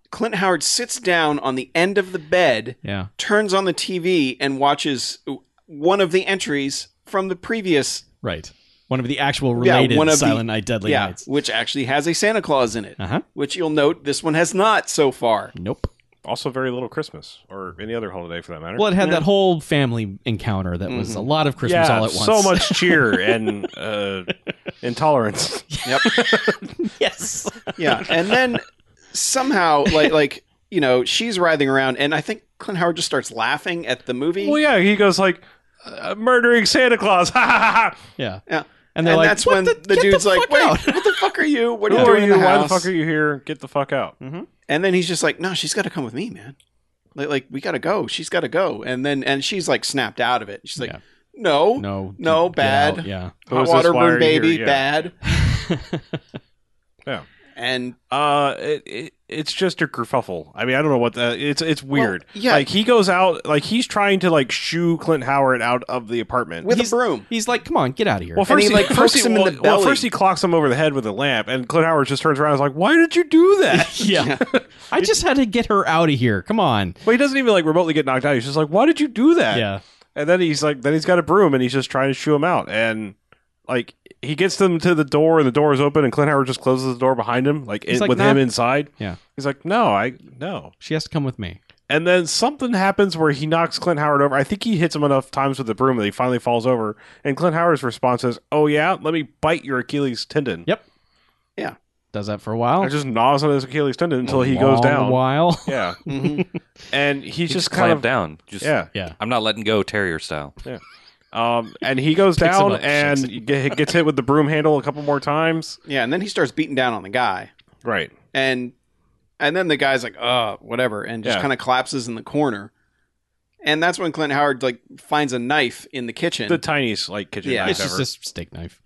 Clint Howard sits down on the end of the bed, Yeah. turns on the TV, and watches one of the entries from the previous Right. One of the actual related one of the- Silent Night Deadly yeah, Nights. which actually has a Santa Claus in it. Uh huh. Which you'll note this one has not so far. Nope. Also, very little Christmas or any other holiday for that matter. Well, it had Yeah. that whole family encounter that was a lot of Christmas yeah, all at once. so much cheer and uh, intolerance. Yep. yes. yeah, and then somehow, like, like you know, she's writhing around, and I think Clint Howard just starts laughing at the movie. Well, yeah, he goes like uh, murdering Santa Claus. Ha ha ha! Yeah. Yeah. And And, they're like, that's "What when the- the, get dude's the like, fuck "Wait, out." what the fuck are you? What are Who you are doing in you? the Why the house?" Mm-hmm. fuck are you here? Get the fuck out! And then he's just like, "No, she's got to come with me, man. Like, like we got to go. She's got to go." And then, and she's like, snapped out of it. She's like, Yeah. "No, No. No, get bad. out. Yeah. Who hot is this? water Why are burn you here? baby, Yeah. bad." Yeah. And Uh, it, it it's just a kerfuffle. I mean, I don't know what the it's it's weird. yeah. like he goes out like he's trying to like shoo Clint Howard out of the apartment with He's- a broom. He's like, come on, get out of here. Well, And first he, like, first pokes him in well- the Well, belly. first he clocks him over the head with a lamp, and Clint Howard just turns around and is like, "Why did you do that?" yeah. I just had to get her out of here. Come on. well, he doesn't even like remotely get knocked out. He's just like, "Why did you do that?" Yeah. And then he's like, then he's got a broom, and he's just trying to shoo him out, and like he gets them to the door, and the door is open, and Clint Howard just closes the door behind him, like, He's in, like, with "Nah." him inside. Yeah. He's like, "No, I no." She has to come with me. And then something happens where he knocks Clint Howard over. I think he hits him enough times with the broom that he finally falls over. And Clint Howard's response is, "Oh yeah, let me bite your Achilles tendon." Yep. Does that for a while. And just gnaws on his Achilles tendon until he Long goes down. while. Yeah, Mhm. and he's He just, just clamped kind of down. Just, yeah. Yeah. I'm not letting go, terrier style. Um, and he goes Picks him down up, and shakes g- gets hit with the broom handle a couple more times. yeah, and then he starts beating down on the guy, Right. and and then the guy's like, "Uh, whatever," and just Yeah. kind of collapses in the corner. And that's when Clint Howard like finds a knife in the kitchen The tiniest like kitchen Yeah. knife It's ever. just a steak knife.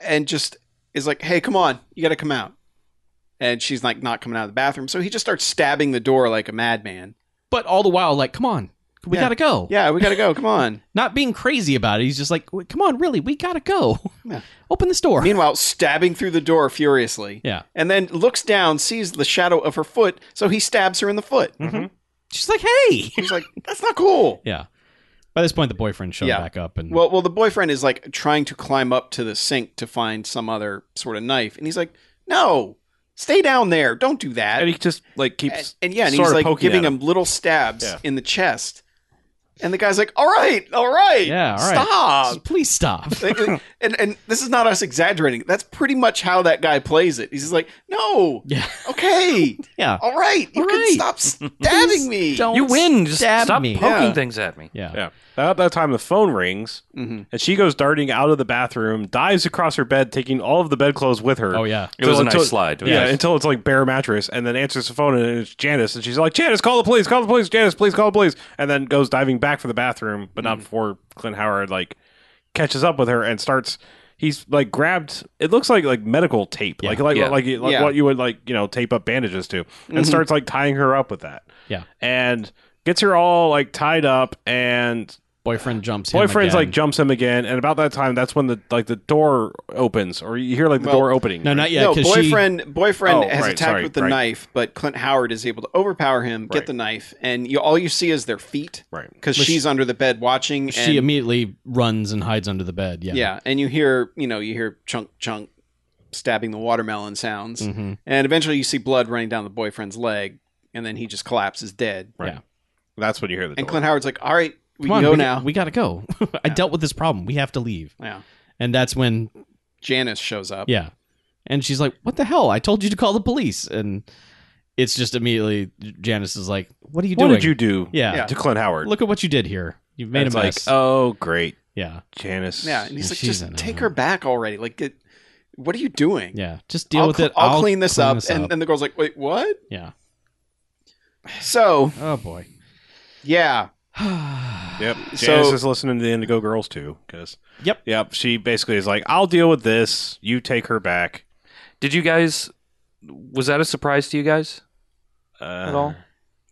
and just is like, "Hey, come on, you got to come out." And she's like, not coming out of the bathroom, so he just starts stabbing the door like a madman. But all the while, like, come on. We Yeah. gotta go. Yeah, we got to go. Come on. Not being crazy about it. He's just like, "W- come on, really, we gotta go. Yeah. Open this door. Meanwhile, stabbing through the door furiously, yeah. and then looks down, sees the shadow of her foot, so he stabs her in the foot. She's like, hey. He's like, "That's not cool." Yeah. By this point, the boyfriend showed Yeah. back up, and Well, well, the boyfriend is like trying to climb up to the sink to find some other sort of knife, and he's like, "No, stay down there. Don't do that." and he just like and, keeps and yeah, and sort he's of like poking giving at him. little stabs Yeah. in the chest, and the guy's like, "All right, all right, Yeah, all right. stop." please stop. and, and this is not us exaggerating. That's pretty much how that guy plays it. He's just like, "No, yeah. okay, Yeah. all right, you All can right. stop stabbing me." Don't You win. Just stab stop me. poking Yeah. things at me. Yeah. Yeah. About that time, the phone rings, Mm-hmm. Mhm. and she goes darting out of the bathroom, dives across her bed, taking all of the bedclothes with her. Oh yeah. It was a nice until- slide. It was Yeah, nice. until it's like bare mattress, and then answers the phone, and it's Janice, and she's like, "Janice, call the police, call the police, Janice, please call the police," and then goes diving back for the bathroom, but Mm-hmm. not before Clint Howard like catches up with her and starts. He's like grabbed. It looks like like medical tape, like like Yeah. Mm-hmm. like, like Yeah. what you would like you know tape up bandages to, and starts like tying her up with that. Yeah. and gets her all like tied up and Boyfriend jumps. him boyfriend's again. like jumps him again and about that time that's when the like the door opens or you hear like the Well, door opening No, right? not yet. no, 'cause boyfriend boyfriend Oh, has right, attacked sorry, with the right. knife, but Clint Howard is able to overpower him, Right. get the knife, and you, all you see is their feet right because she's under the bed watching. She, and, she immediately runs and hides under the bed. Yeah. yeah. and you hear you know you hear chunk chunk stabbing the watermelon sounds, Mhm. and eventually you see blood running down the boyfriend's leg, and then he just collapses dead. Right. that's when you hear the And door Clint Howard's like, "All right, we Come on, can go we, now." we gotta go. I dealt with this problem. We have to leave. yeah, And that's when Janice shows up. yeah, and she's like, "What the hell? I told you to call the police." And it's just immediately Janice is like, "What are you what doing? did you do Yeah. to clint howard Look at what you did here. You've made it's a like mess." oh great yeah. janice yeah, and he's like, She's in "Just on take it. her back already. Like, get, what are you doing?" Yeah. Just deal I'll with cl- it. I'll, clean this up. this and then the girl's like, "Wait, what?" yeah. So Oh boy. yeah, yep janice So- is listening to the indigo girls too because Yep. yep she basically is like i'll deal with this you take her back Did you guys? Was that a surprise to you guys uh, at all?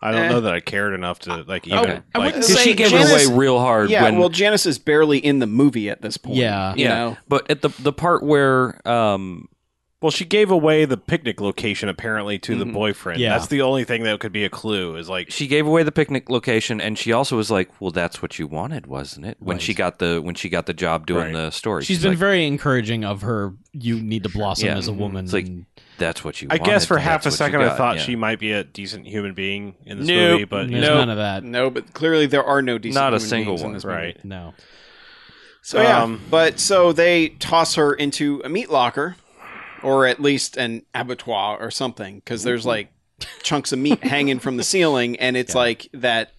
i don't Eh. know that i cared enough to like even Okay. Oh, I like, wouldn't Because say she gave Janice- it away real hard. yeah. when, well, Janice is barely in the movie at this point. Yeah. you Yeah. know? But at the the part where um Well, she gave away the picnic location apparently to the Mhm. boyfriend. Yeah. That's the only thing that could be a clue is like Mm-hmm. She gave away the picnic location, and she also was like, "Well, that's what you wanted, wasn't it?" When Right. she got the when she got the job doing Right. the story, She's been like, very encouraging of her. You need to blossom Yeah. as a woman. It's like, and- "That's what you." I guess wanted, for and half a that's what you second I got." thought Yeah. she might be a decent human being in this Nope. movie, but there's no. none of that. No, but clearly there are no decent Not a human single beings in one. this movie. Right. No. So yeah, Um, but so they toss her into a meat locker, or at least an abattoir or something, because there's like chunks of meat hanging from the ceiling, and it's like that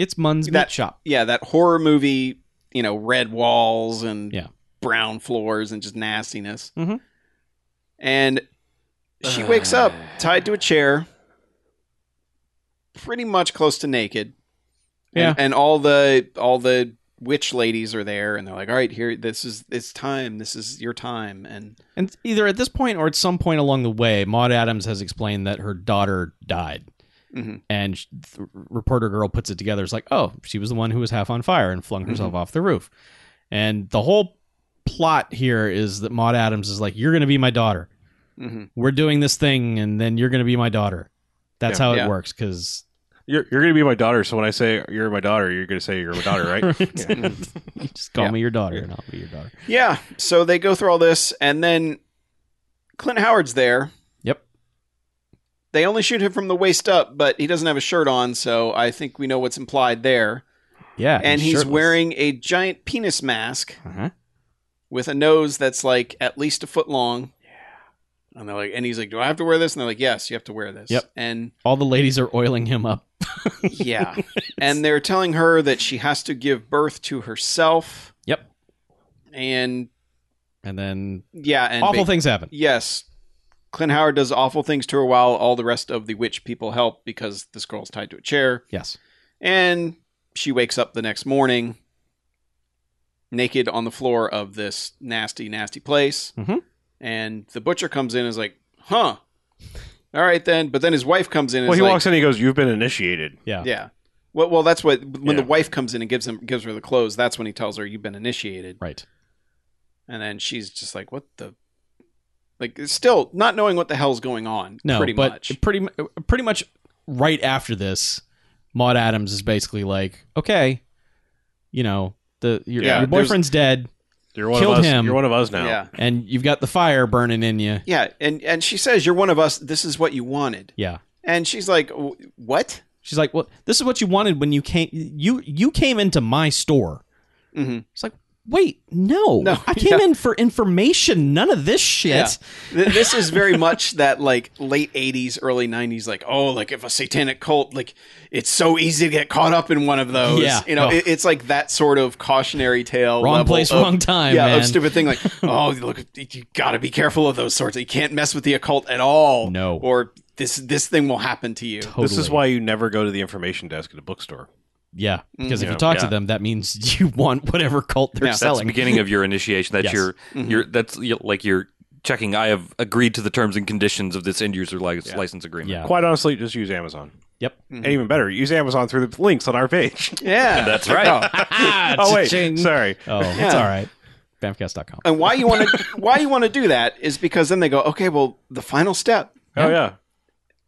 It's Munn's meat That- shop. yeah that horror movie you know red walls and Yeah. brown floors and just nastiness. Mhm. And she wakes up tied to a chair, pretty much close to naked. Yeah. And, and all the all the witch ladies are there, and they're like, "All right, here, this is it's time. This is your time." And And either at this point or at some point along the way, Maud Adams has explained that her daughter died. Mhm. And sh- the reporter girl puts it together. It's like, oh, she was the one who was half on fire and flung Mm-hmm. herself off the roof. And the whole plot here is that Maud Adams is like, you're going to be my daughter. mhm. We're doing this thing, and then you're going to be my daughter. That's how it Yeah. works. Because You're, you're going to be my daughter, so when I say you're my daughter, you're going to say you're my daughter, right? Yeah. you just call Yeah. me your daughter, and I'll be your daughter. yeah, so they go through all this, and then Clint Howard's there. Yep. They only shoot him from the waist up, but he doesn't have a shirt on, so I think we know what's implied there. Yeah. and he's shirtless. wearing a giant penis mask Uh-huh. with a nose that's like at least a foot long. Yeah. And they're like, and he's like, "Do I have to wear this?" And they're like, "Yes, you have to wear this." Yep. And All the ladies are oiling him up. yeah, and they're telling her that she has to give birth to herself. Yep. And And then yeah, and awful ba- things happen. Yes, Clint Howard does awful things to her while all the rest of the witch people help because this girl's tied to a chair, Yes. and she wakes up the next morning naked on the floor of this nasty, nasty place. Mm-hmm. Mhm. And the butcher comes in and is like, huh. All right, then. But then his wife comes in and well, is he like, walks in and he goes, You've been initiated. Yeah. Yeah. Well, well, that's what when Yeah. the wife comes in and gives him gives her the clothes. That's when he tells her you've been initiated, Right. and then she's just like, "What the?" Like, still not knowing what the hell's going on. No, pretty but much. pretty mu- pretty much right after this, Maud Adams is basically like, okay, you know, the your, Yeah, your there's- boyfriend's dead, You're one Killed of us. him. You're one of us now. Yeah, and you've got the fire burning in you. yeah, and and she says you're one of us. This is what you wanted, Yeah. and she's like, "W- "What?" She's like, well, this is what you wanted when you came. You you came into my store. Mm-hmm. It's like, wait, no, No, I came yeah. in for information. None of this shit. Yeah. Th- this is very much that like late 80s early 90s like oh like if a satanic cult like it's so easy to get caught up in one of those Yeah. you know Oh. it, it's like that sort of cautionary tale Wrong level place, of- wrong time, yeah man. of stupid thing like oh look you gotta be careful of those sorts you can't mess with the occult at all No. or this this thing will happen to you Totally. This is why you never go to the information desk at a bookstore. Yeah, because if Yeah. you talk to Yeah. them, that means you want whatever cult they're Yeah. That's That's selling. the beginning of your initiation. That's Yes. Mm-hmm. your your that's your, like your checking. I have agreed to the terms and conditions of this end user li- license agreement. Yeah. Quite honestly, just use Amazon. Yep. Mm-hmm. And even better, use Amazon through the links on our page. yeah That's right. Ah, oh, wait. cha-ching. Sorry. Oh, it's all right. Bamcast.com. and why you want to why you want to do that is because then they go okay well the final step Oh, yeah.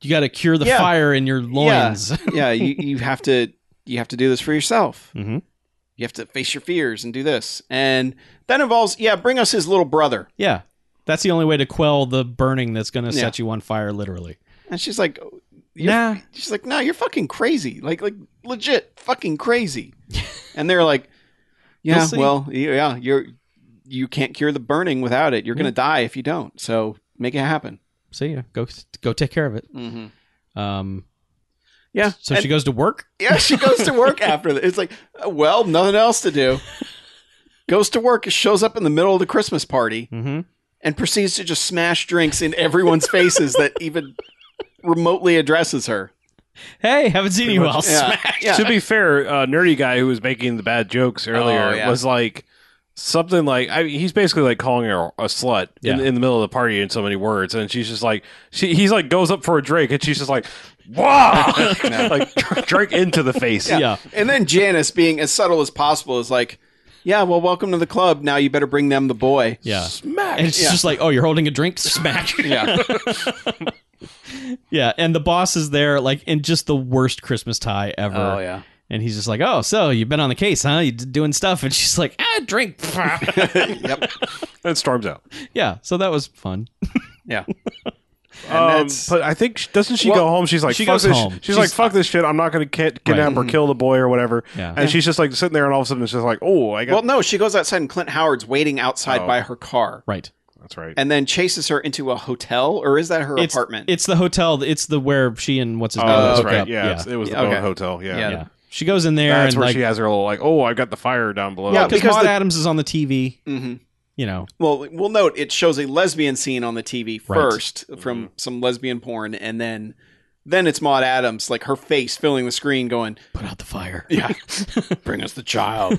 You got to cure the Yeah. fire in your loins. Yeah, yeah you, you have to you have to do this for yourself. Mhm. You have to face your fears and do this, and that involves yeah, bring us his little brother. Yeah. That's the only way to quell the burning that's going to Yeah. set you on fire, literally. And she's like, "Oh, you're- Nah. she's like, no, you're fucking crazy, like like legit fucking crazy. and they're like, yeah, You'll see. well, yeah, you're you can't cure the burning without it. You're gonna die if you don't. So make it happen. So yeah, go go take care of it. Mm-hmm. Um, Yeah. so and- she goes to work. Yeah, she goes to work after that. It's like, uh, well, nothing else to do. Goes to work, shows up in the middle of the Christmas party, Mhm. and proceeds to just smash drinks in everyone's faces that even remotely addresses her. Hey, haven't seen you all. Yeah, yeah. to be fair, uh, nerdy guy who was making the bad jokes earlier Oh, yeah. was like something like I mean, he's basically like calling her a slut in, Yeah. in the middle of the party in so many words, and she's just like she he's like goes up for a drink, and she's just like wow, like dr- drink into the face. Yeah. And then Janice, being as subtle as possible, is like, Yeah, well, welcome to the club. Now you better bring them the boy. Yeah. Smack. And it's Yeah. just like, oh, you're holding a drink? Smack. Yeah. yeah. And the boss is there, like, in just the worst Christmas tie ever. oh yeah. And he's just like, oh, so you've been on the case, huh? You d- doing stuff? And she's like, ah, drink. Yep. And storms out. yeah. So that was fun. Yeah. And Um, that's- but I think she- doesn't she Well, go home? She's like, she fuck goes this. home. She's, She's- like, fuck this shit. I'm not going to kidnap Mm-hmm. or kill the boy or whatever. Yeah. And she's just like sitting there, and all of a sudden it's just like, oh, I got. well, no, she goes outside and Clint Howard's waiting outside Oh. by her car Right. that's right. and then chases her into a hotel or is that her It's- apartment? It's the hotel. It's the where she and what's his oh, name that's hook right. up. Yeah, it's- it was the Yeah, Bowen okay. hotel. Yeah. Yeah. Yeah. She goes in there That's and where like she has her little like, oh, I've got the fire down below. Yeah, because because Maud the- Adams is on the TV, Mhm. you know. Well, we'll note it shows a lesbian scene on the TV Right. Mm-hmm. first from some lesbian porn and then then it's Maud Adams like her face filling the screen going, Put out the fire. "Yeah, bring us the child."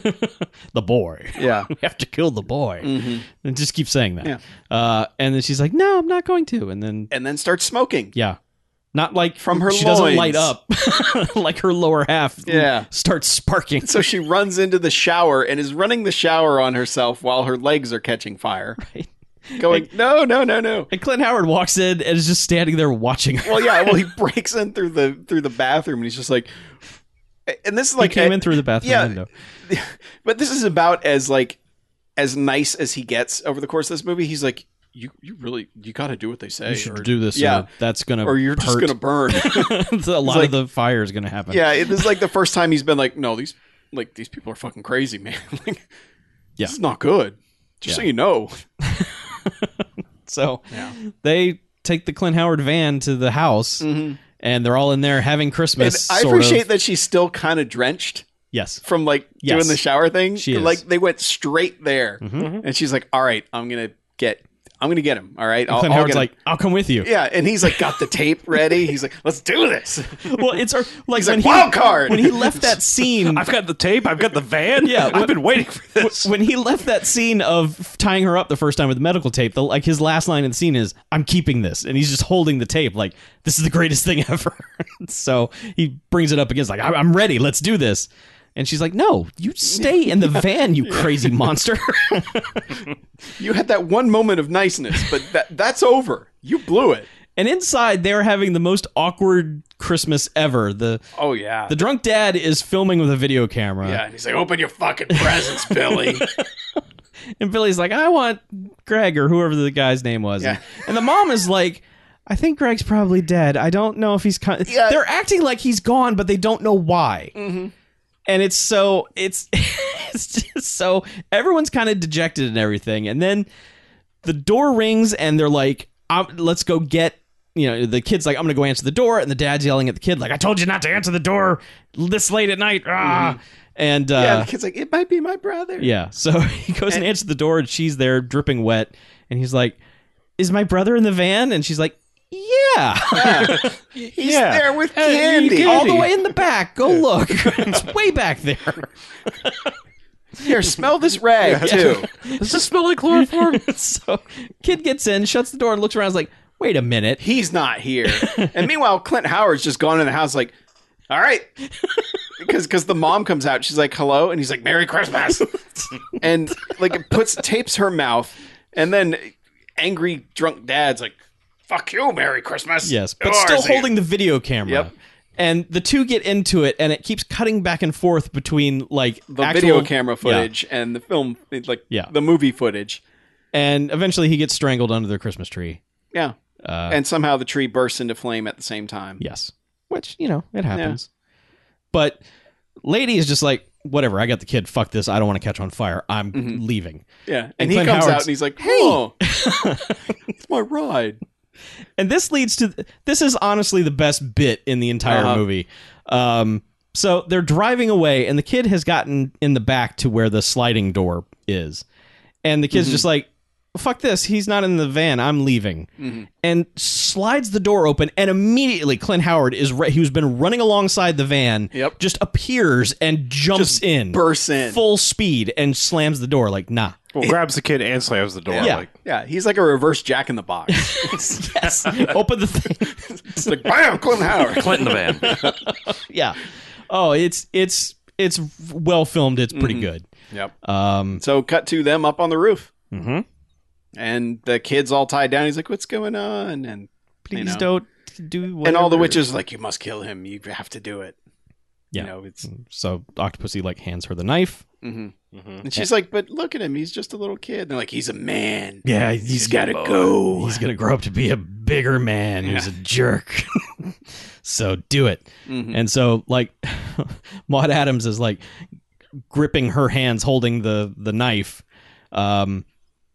the boy. Yeah. We have to kill the boy. Mhm. And just keep saying that. Yeah. Uh, and then she's like, no, I'm not going to. And then, And then starts smoking. yeah. Not like From her she doesn't light loins. up. like her lower half Yeah. starts sparking. So she runs into the shower and is running the shower on herself while her legs are catching fire. Right. Going, "No, no, no, no." And Clint Howard walks in and is just standing there watching her. Well, yeah. Well, he breaks in through the through the bathroom, and he's just like, and this is like, he came in through the bathroom yeah. window. but this is about as like as nice as he gets over the course of this movie. He's like, you you really you got to do what they say. You should or, do this. yeah. Or that's going to or you're just gonna burn. a lot like- of the fire is going to happen. yeah, it, this is like the first time he's been like, no, these like these people are fucking crazy, man. like, Yeah. this is not good. Just so you know, So they take the Clint Howard van to the house, and they're all in there Mm-hmm. having and Christmas. I sort of. appreciate that she's still kind of drenched. Yes. from like Yes. doing the shower thing. She is. Like they went straight there, Mhm. and she's like, "All right, I'm gonna get, I'm gonna get him. All right, I'll, Clint I'll Howard's get him." like, I'll come with you. yeah." And he's like, got the tape ready. He's like, "Let's do this." Well, it's our, like He's when like, he "Wild card!" when he left that scene. I've got the tape. I've got the van. Yeah, I've been waiting for this. When he left that scene of tying her up the first time with the medical tape, the, like his last line in the scene is, "I'm keeping this," and he's just holding the tape, like this is the greatest thing ever. so he brings it up again, he's like, "I- "I'm ready, let's do this," and she's like, "No, you stay in the van, you crazy monster." You had that one moment of niceness, but that that's over. You blew it. And inside, they're having the most awkward Christmas ever. The Oh yeah, the drunk dad is filming with a video camera, yeah. And he's like, "Open your fucking presents, Billy." and Billy's like, "I want Greg or whoever the guy's name was," Yeah. and the mom is like. I think Greg's probably dead. I don't know if he's. Con- Yeah. They're acting like he's gone, but they don't know why. Mm-hmm. And it's so it's, it's just so everyone's kind of dejected and everything. And then the door rings and they're like, i let's go get, you know, the kid's like, I'm going to go answer the door. And the dad's yelling at the kid, like, I told you not to answer the door this late at night. Ah. And uh, Mm-hmm. yeah, the kid's like, "It might be my brother." yeah. So he goes and, answers the door, and she's there, dripping wet. And he's like, "Is my brother in the van?" And she's like, "Yeah, he's Yeah. there with Hey, you candy. get- all the way in the back. Go look. it's way back there." Here, smell this rag too. Does this smell like chloroform? so kid gets in, shuts the door, and looks around. Is like, "Wait a minute." he's not here. and meanwhile, Clint Howard's just gone in the house like, all right. Because because the mom comes out, she's like, hello. And he's like, Merry Christmas. and like it puts tapes her mouth. And then angry drunk dad's like, fuck you, Merry Christmas. Yes, but Yours still is- holding the video camera. Yep. And the two get into it, and it keeps cutting back and forth between like the actual- video camera Yeah. footage and the film, like Yeah. the movie footage. And eventually, he gets strangled under the Christmas tree. Yeah. Uh, and somehow the tree bursts into flame at the same time. Yes. Which, you know, it happens. But Lady is just like, whatever, I got the kid. Fuck this. I don't want to catch on fire. I'm leaving. Yeah. And, And he Clint comes out Howard's- and he's like, oh, it's my ride. And this leads to this is honestly the best bit in the entire Uh-huh. movie. Um, so they're driving away, and the kid has gotten in the back to where the sliding door is. And the Mm-hmm. kid's just like, fuck this. He's not in the van. I'm leaving. Mm-hmm. And slides the door open, and immediately Clint Howard is re- who's been running alongside the van, Yep. just appears and jumps in. Bursts in. full speed and slams the door like nah Well, grabs the kid and slams the door. Yeah. Like, Yeah, he's like a reverse Jack in the Box. yes open the thing it's like bam, Clinton Howard. Clint in the van. yeah oh it's it's it's well filmed it's pretty good Mm-hmm. Yep. Um, So cut to them up on the roof, mhm. mm-hmm. and the kids all tied down. He's like, "What's going on?" And Please know. don't do. Whatever. and all the witches are like, "You must kill him. You have to do it." Yeah. Mm-hmm. You know, it's. So Octopussy like hands her the knife. hmm Mm-hmm. And she's like, "But look at him. He's just a little kid." And they're like, "He's a man. Yeah, He's got to go." He's gonna grow up to be a bigger man who's a jerk. so do it. Mhm. And so like Maud Adams is like gripping her hands holding the the knife. Um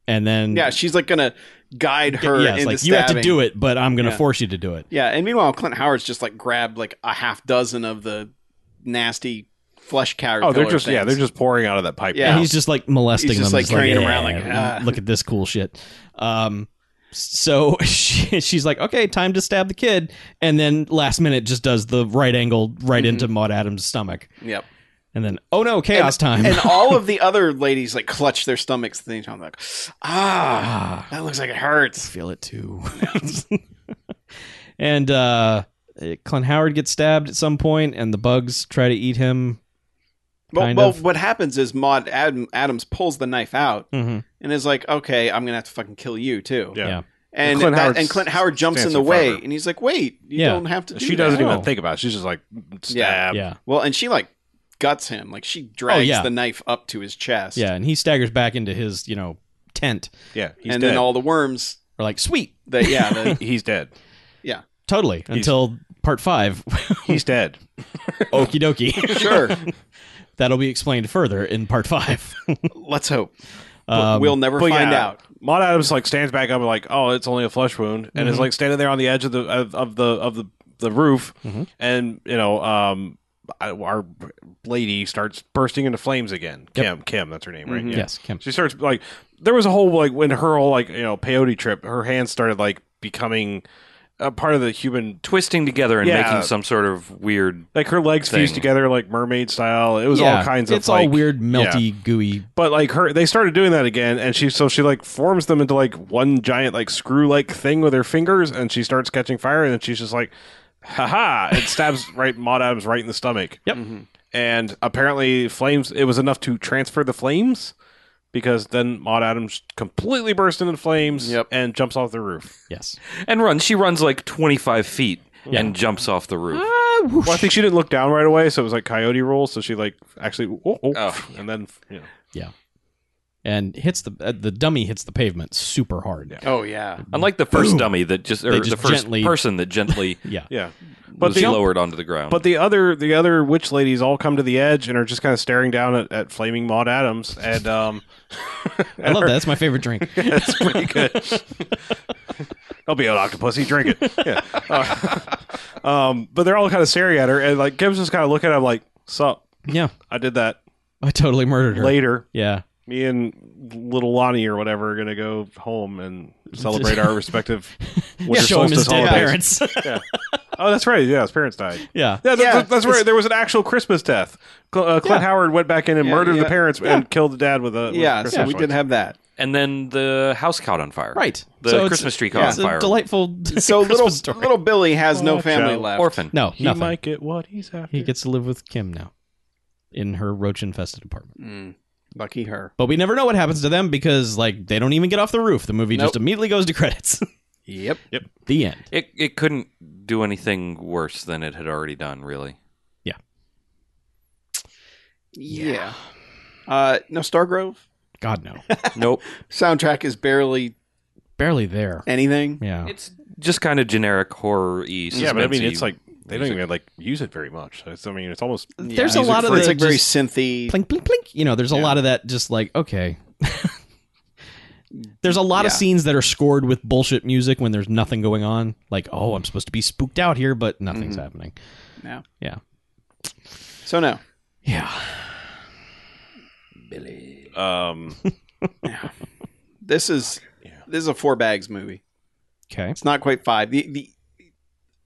and then Yeah, she's like gonna guide her. yeah, it's into like you have to stabbing. do it, but I'm gonna Yeah. force you to do it. Yeah, and meanwhile, Clint Howard's just like grabbed like a half dozen of the nasty flesh carrot. Oh, they're pillar just yeah, things. they're just pouring out of that pipe. Yeah. And he's just like molesting He's just, them. like, carrying around, like, "Yeah, ah." look at this cool shit. Um, so she, she's like, okay, time to stab the kid, and then last minute just does the right angle right into Maud Adams' stomach, yep. and then oh no, chaos time. Mm-hmm. and all of the other ladies like clutch their stomachs at the same time, like, ah, ah, that looks like it hurts. feel it too. and uh, Clint Howard gets stabbed at some point, and the bugs try to eat him. Well, Kind well of. what happens is Maud Adam, Adams pulls the knife out Mm-hmm. and is like, okay, I'm gonna have to fucking kill you too. Yeah. Yeah. And Clint that- Howard and Clint Howard jumps in stands the in way, front of her. and he's like, "Wait, you Yeah. don't have to." Do she that. doesn't Oh. even think about. it. She's just like "Mm, stab. Yeah, Well, and she like guts him, like she drags Oh, yeah. the knife up to his chest. yeah, and he staggers back into his you know tent. Yeah, he's and dead. then all the worms We're like, sweet, that yeah, the, he's dead. Totally. Until part five. He's dead. Okie dokie. sure. That'll be explained further in part five. Let's hope. Um, we'll never But find yeah, out. Maud Adams like stands back up and like, oh, it's only a flesh wound, and Mm-hmm. is like standing there on the edge of the of, of the of the the roof, Mm-hmm. and you know, um, I- our lady starts bursting into flames again. Kim, Kim, that's her name, right? Mhm. Mm-hmm. Yes, Kim. She starts like there was a whole like when her whole like you know peyote trip, her hands started like becoming a part of the human. Twisting together and Yeah. making some sort of weird. Like her legs fused Thing. together like mermaid style. It was all kinds of It's all like- weird, yeah. melty, gooey. But like her, they started doing that again, and she so she like forms them into like one giant like screw like thing with her fingers, and she starts catching fire, and then she's just like, haha, and stabs right Maud Adams right in the stomach. Yep. And apparently flames. It was enough to transfer the flames because then Maud Adams completely bursts into flames Yep. and jumps off the roof. Yes. And runs. She runs like 25 feet and jumps off the roof. Ah. Well, I think she didn't look down right away, so it was like coyote roll. So she like actually, oh, oh, Oh. and then you know, And hits the uh, the dummy hits the pavement super hard. Yeah. Oh yeah. Unlike the first dummy that just, or They just the first gently- person that gently Yeah. yeah. was the- lowered onto the ground. But the other the other witch ladies all come to the edge and are just kind of staring down at, at flaming Maud Adams and um I love that. That's my favorite drink. that's pretty good. I'll be an octopus, drink it. Yeah. Uh, um but they're all kind of staring at her and like Kim's just kind of looking at him like, Sup, yeah. I did that I totally murdered her. later. Yeah. Me and little Lonnie or whatever are gonna go home and celebrate our respective winter Show him his solstice dead holidays. parents. Oh, that's right. Yeah, his parents died. yeah. Yeah, that's, Yeah, that's right. There was an actual Christmas death. Cl- uh, Clint Howard went back in and Yeah, murdered yeah, the parents and killed the dad with a with Yeah, Christmas so we lights. did have that. and then the house caught on fire. Right. The it's- Christmas tree caught it's on fire. A delightful. So Christmas little story. little Billy has no Watch family out. left. Orphan. No, He nothing. might get what he's after. He gets to live with Kim now, in her roach infested apartment. Mm, lucky her. But we never know what happens to them because, like, they don't even get off the roof. The movie just Nope. immediately goes to credits. Yep. the end. It it couldn't do anything worse than it had already done, really. Yeah. Uh, no Stargrove God no, Nope. soundtrack is barely barely there. anything. Yeah, It's just kind of generic horror y Oh. yeah, but I mean, it's like they don't even like use it very much. It's, I mean, it's almost There's a Music lot of for- the it's like very just synthy. plink plink plink. You know, there's a lot of that. Just like okay, there's a lot of Yeah. scenes that are scored with bullshit music when there's nothing going on. Like oh, I'm supposed to be spooked out here, but nothing's Mhm. happening. Yeah. Yeah. So no. Yeah, um This is Yeah. this is a four bags movie. okay. It's not quite five. The the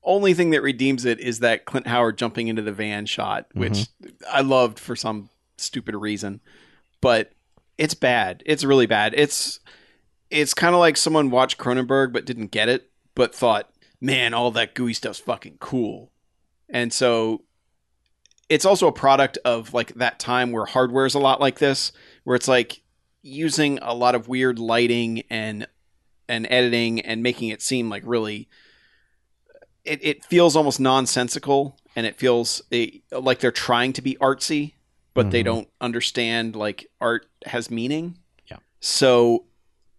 only thing that redeems it is that Clint Howard jumping into the van shot, which I loved for some stupid reason. But it's bad. It's really bad. It's it's kind of like someone watched Cronenberg but didn't get it, but thought, "Man, all that gooey stuff's fucking cool," and so it's also a product of like that time where hardware is a lot like this, where it's like using a lot of weird lighting and and editing and making it seem like really it, it feels almost nonsensical and it feels eh, like they're trying to be artsy but they Mhm. don't understand like art has meaning Yeah. so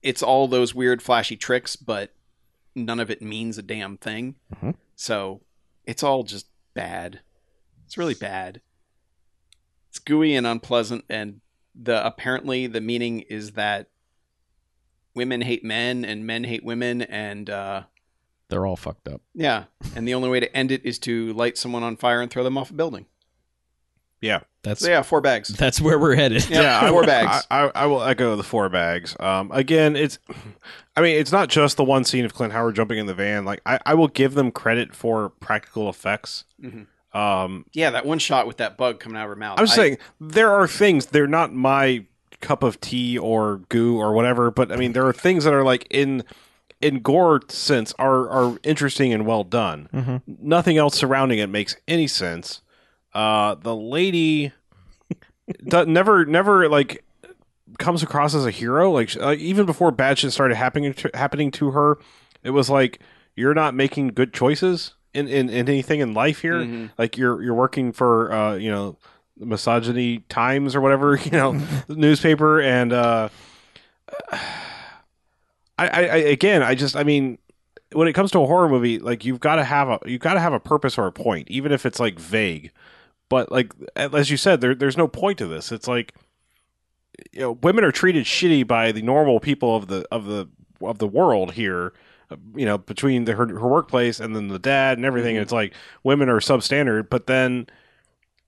it's all those weird flashy tricks but none of it means a damn thing Mhm. so it's all just bad it's really bad it's gooey and unpleasant and the apparently the meaning is that women hate men and men hate women and uh They're all fucked up. yeah, and the only way to end it is to light someone on fire and throw them off a building. That's So yeah, four bags. that's where we're headed. Yeah, I four will- bags. I, I, I will echo the four bags. Um, again, it's, I mean, it's not just the one scene of Clint Howard jumping in the van. Like, I, I will give them credit for practical effects. Mhm. Um, yeah, that one shot with that bug coming out of her mouth. I'm just I- saying there are things they're not my cup of tea or goo or whatever, but I mean, there are things that are like in in gore sense are are interesting and well done. Mhm. Nothing else surrounding it makes any sense. Uh, the lady do- never never like comes across as a hero. Like sh- uh, even before bad shit started happening to, happening to her, it was like you're not making good choices in in, in anything in life here. Mhm. Like you're you're working for uh, you know misogyny times or whatever you know the newspaper and uh I, I i again i just i mean when it comes to a horror movie like you've got to have a you've got to have a purpose or a point even if it's like vague but like as you said there, there's no point to this it's like you know women are treated shitty by the normal people of the of the of the world here uh, you know between the, her, her workplace and then the dad and everything it's like women are substandard but then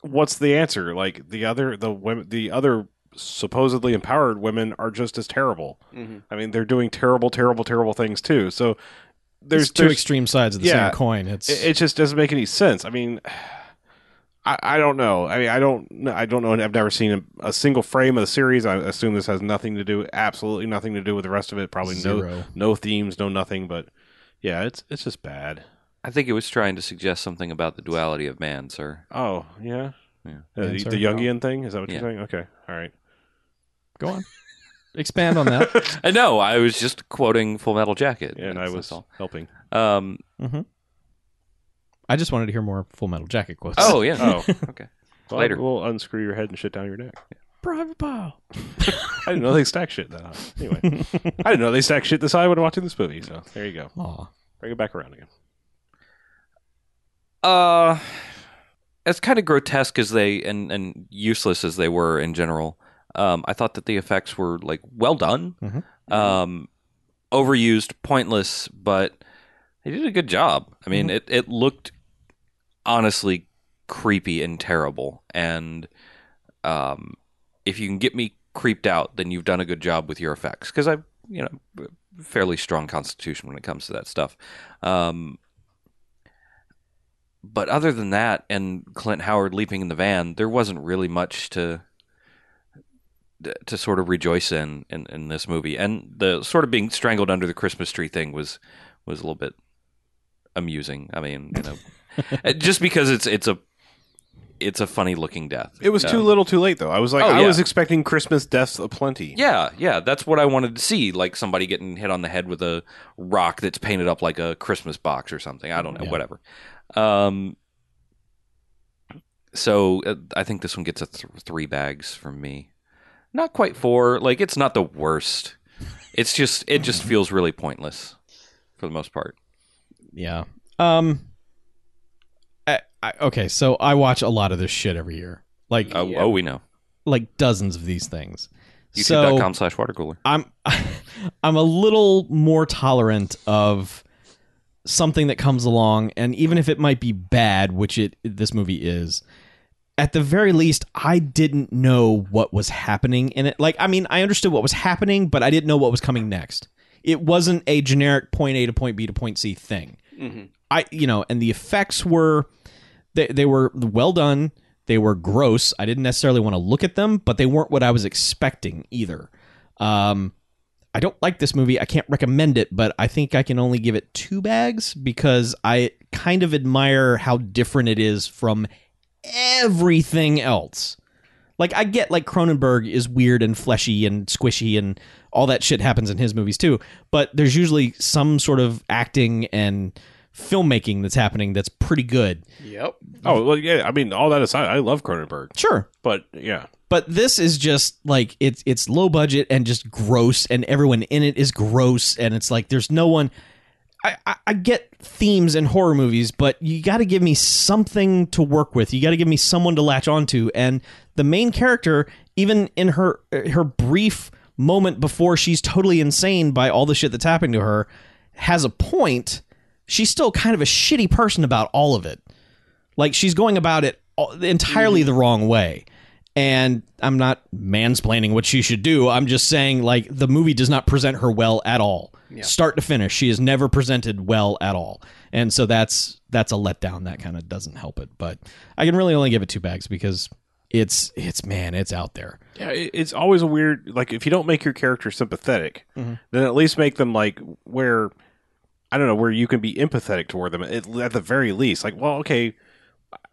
what's the answer like the other the women the other supposedly empowered women are just as terrible Mhm. i mean they're doing terrible terrible terrible things too so there's There's two there's- extreme sides of the yeah, same coin. It's it, it just doesn't make any sense. I mean, I, I don't know. I mean, I don't kn- I don't know. I've never seen a, a single frame of the series. I assume this has nothing to do, absolutely nothing to do with the rest of it. Probably no zero. no themes, no nothing. But yeah, it's it's just bad. I think it was trying to suggest something about the duality of man, sir. Oh yeah, Yeah. Uh, the, Answer? the Jungian thing is that what Yeah. you're saying? Okay, all right. Go on. Expand on that. I know. Uh, I was just quoting Full Metal Jacket. Yeah, and I That's- was that's all. helping. Um, I just wanted to hear more Full Metal Jacket quotes. oh yeah. Oh, okay. Well, Later. we'll unscrew your head and shit down your neck. Private Pile. I didn't know they stack shit that high. Anyway, I didn't know they stack shit this high when watching this movie. So there you go. Aw. Bring it back around again. Uh, as kind of grotesque as they and and useless as they were in general, um, I thought that the effects were like well done, Mhm. um, overused, pointless, but they did a good job. I mean, it it looked honestly creepy and terrible, and um, if you can get me creeped out, then you've done a good job with your effects because I, you know, fairly strong constitution when it comes to that stuff. Um, but other than that, and Clint Howard leaping in the van, there wasn't really much to to sort of rejoice in, in in this movie. And the sort of being strangled under the Christmas tree thing was was a little bit amusing. I mean, you know, just because it's it's a it's a funny looking death. It was Um, too little, too late, though. I was like, Oh, I yeah. was expecting Christmas deaths aplenty. Yeah, yeah, that's what I wanted to see, like somebody getting hit on the head with a rock that's painted up like a Christmas box or something. I don't know, Yeah. whatever. Um, so uh, I think this one gets a th- three bags from me. Not quite four. Like it's not the worst. It's just it just feels really pointless for the most part. Yeah. Um. I, I, okay, so I watch a lot of this shit every year, like Oh, oh we know. like dozens of these things. so YouTube.com slash water cooler. I'm I'm a little more tolerant of something that comes along and even if it might be bad, which it this movie is, at the very least I didn't know what was happening in it. Like I mean, I understood what was happening, but I didn't know what was coming next. It wasn't a generic point A to point B to point C thing. Mhm. I you know, and the effects were they they were well done. They were gross. I didn't necessarily want to look at them, but they weren't what I was expecting either. Um, I don't like this movie. I can't recommend it, but I think I can only give it two bags because I kind of admire how different it is from everything else. Like I get like Cronenberg is weird and fleshy and squishy and all that shit happens in his movies too, but there's usually some sort of acting and filmmaking that's happening that's pretty good. Yep. Oh well, yeah. I mean, all that aside, I love Cronenberg, Sure. but yeah, But this is just like it's it's low budget and just gross and everyone in it is gross and it's like there's no one I, I, I get themes in horror movies, but you got to give me something to work with. You got to give me someone to latch onto. And the main character, even in her her brief moment before she's totally insane by all the shit that's happening to her, has a point. She's still kind of a shitty person about all of it. Like she's going about it all- entirely the wrong way. And I'm not mansplaining what she should do. I'm just saying, like, the movie does not present her well at all, start to finish. She is never presented well at all, and so that's that's a letdown. That kind of doesn't help it. But I can really only give it two bags because it's it's man, it's out there. yeah. It, it's always a weird like if you don't make your character sympathetic, then at least make them like where I don't know where you can be empathetic toward them at, at the very least. Like, well, okay,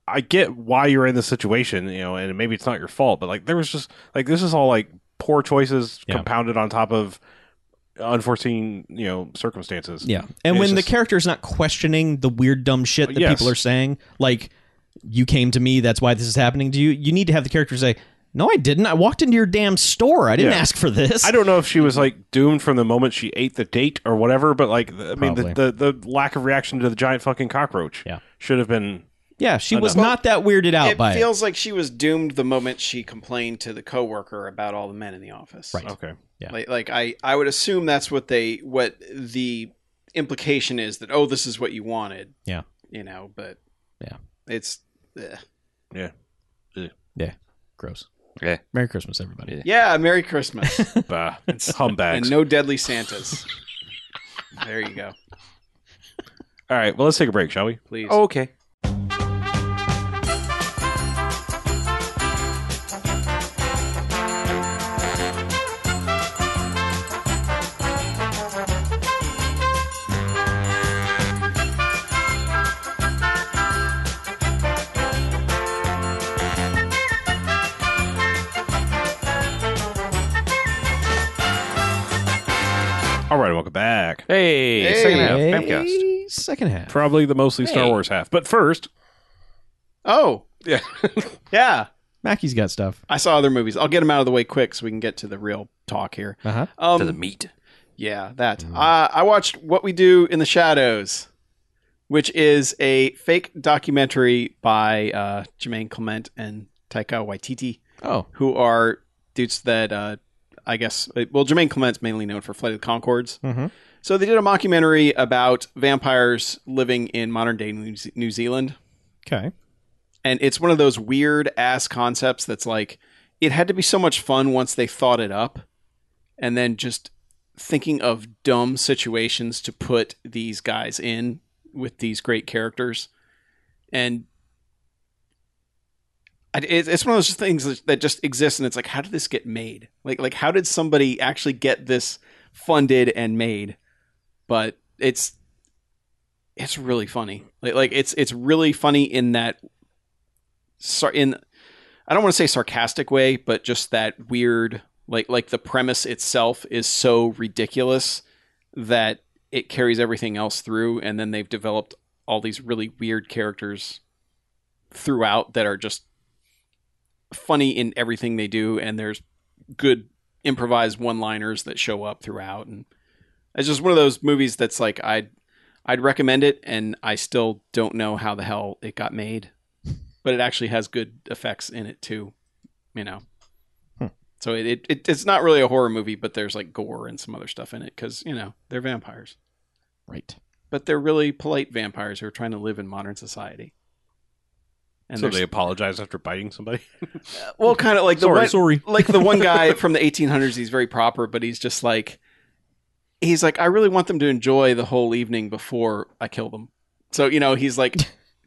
I get why you're in this situation, you know, and maybe it's not your fault, but like there was just like this is all like poor choices Yeah. compounded on top of unforeseen you know circumstances. Yeah. And It's when the just- character is not questioning the weird dumb shit that Yes. people are saying, like you came to me, that's why this is happening to you. You need to have the character say, "No, I didn't. I walked into your damn store. I didn't Yeah. ask for this." I don't know if she was like doomed from the moment she ate the date or whatever, but like, the, I mean, Probably. the, the the lack of reaction to the giant fucking cockroach Yeah. should have been. Yeah, she was know. not that weirded out it by feels like she was doomed the moment she complained to the coworker about all the men in the office. Right. Okay. Yeah. Like, like I, I would assume that's what they, what the implication is that oh, this is what you wanted. Yeah. You know, but Yeah. it's eh. it. Gross. Yeah. Merry Christmas, everybody. yeah. Merry Christmas Bah. and Humbags. no deadly Santas. there you go. All right. Well, let's take a break, shall we? Please. Oh, okay. All right. Welcome back. Hey, second half, Hey, Bamcast. second half. Probably the mostly Star Hey. Wars half, but first, Oh. Yeah. yeah. Mackey's got stuff. I saw other movies. I'll get them out of the way quick so we can get to the real talk here. Uh huh. Um, to the meat. Yeah, that. Uh, I watched What We Do in the Shadows, which is a fake documentary by uh, Jermaine Clement and Taika Waititi, Oh, who are dudes that uh, I guess, uh, well, Jermaine Clement's mainly known for Flight of the Concords. Mhm. So they did a mockumentary about vampires living in modern day New, Ze- New Zealand. okay. And it's one of those weird ass concepts that's like, it had to be so much fun once they thought it up. And then just thinking of dumb situations to put these guys in with these great characters. And I- it- it's one of those things that- that just exists. And it's like, how did this get made? Like, like how did somebody actually get this funded and made? But it's, it's really funny. Like, like it's, it's really funny in that sar- in I don't want to say sarcastic way, but just that weird like like the premise itself is so ridiculous that it carries everything else through and then they've developed all these really weird characters throughout that are just funny in everything they do and there's good improvised one-liners that show up throughout and it's just one of those movies that's like I'd I'd recommend it and I still don't know how the hell it got made but it actually has good effects in it too, you know. Hmm. So it, it, it it's not really a horror movie, but there's like gore and some other stuff in it because you know they're vampires, Right. but they're really polite vampires who are trying to live in modern society. And so there's- they apologize after biting somebody. well, kind of like the sorry, one- sorry. like the one guy from the 1800s he's very proper but he's just like he's like i really want them to enjoy the whole evening before i kill them so you know he's like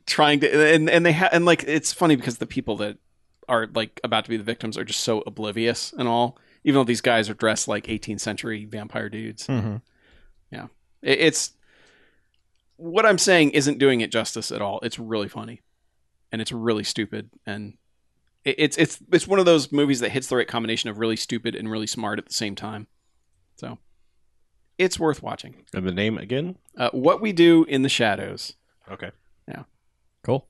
trying to and and they ha- and like it's funny because the people that are like about to be the victims are just so oblivious and all even though these guys are dressed like 18th century vampire dudes Mm-hmm. It- it's what i'm saying isn't doing it justice at all it's really funny and it's really stupid and it, it's it's it's one of those movies that hits the right combination of really stupid and really smart at the same time. So it's worth watching. And the name again? Uh, what we do in the shadows. Okay. Cool.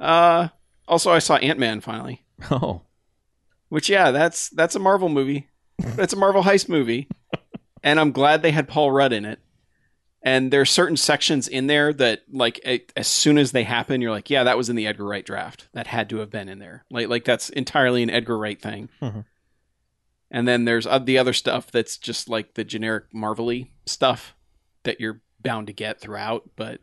Uh, also, I saw Ant Man finally, Oh, which yeah, that's that's a Marvel movie. That's a Marvel heist movie, and I'm glad they had Paul Rudd in it. And there are certain sections in there that, like, a- as soon as they happen, you're like, yeah, that was in the Edgar Wright draft. That had to have been in there. Like, like that's entirely an Edgar Wright thing. Mhm. And then there's uh, the other stuff that's just like the generic Marvelly stuff that you're bound to get throughout. But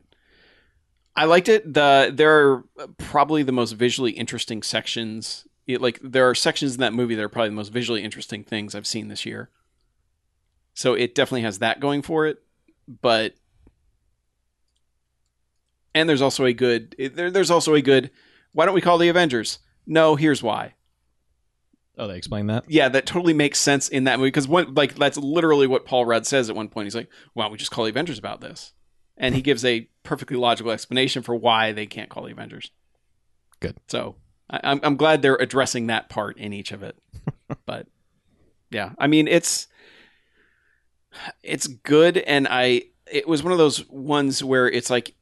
I liked it. The there are probably the most visually interesting sections. It, like there are sections in that movie that are probably the most visually interesting things I've seen this year. So it definitely has that going for it, but and there's also a good it- there, there's also a good why don't we call the Avengers? No, here's why. oh, they explained that. Yeah, that totally makes sense in that movie because one like that's literally what Paul Rudd says at one point. He's like, "Why don't we just call the Avengers about this?" And he gives a perfectly logical explanation for why they can't call the Avengers. Good. So I, I'm I'm glad they're addressing that part in each of it. but yeah, I mean it's it's good, and I it was one of those ones where it's like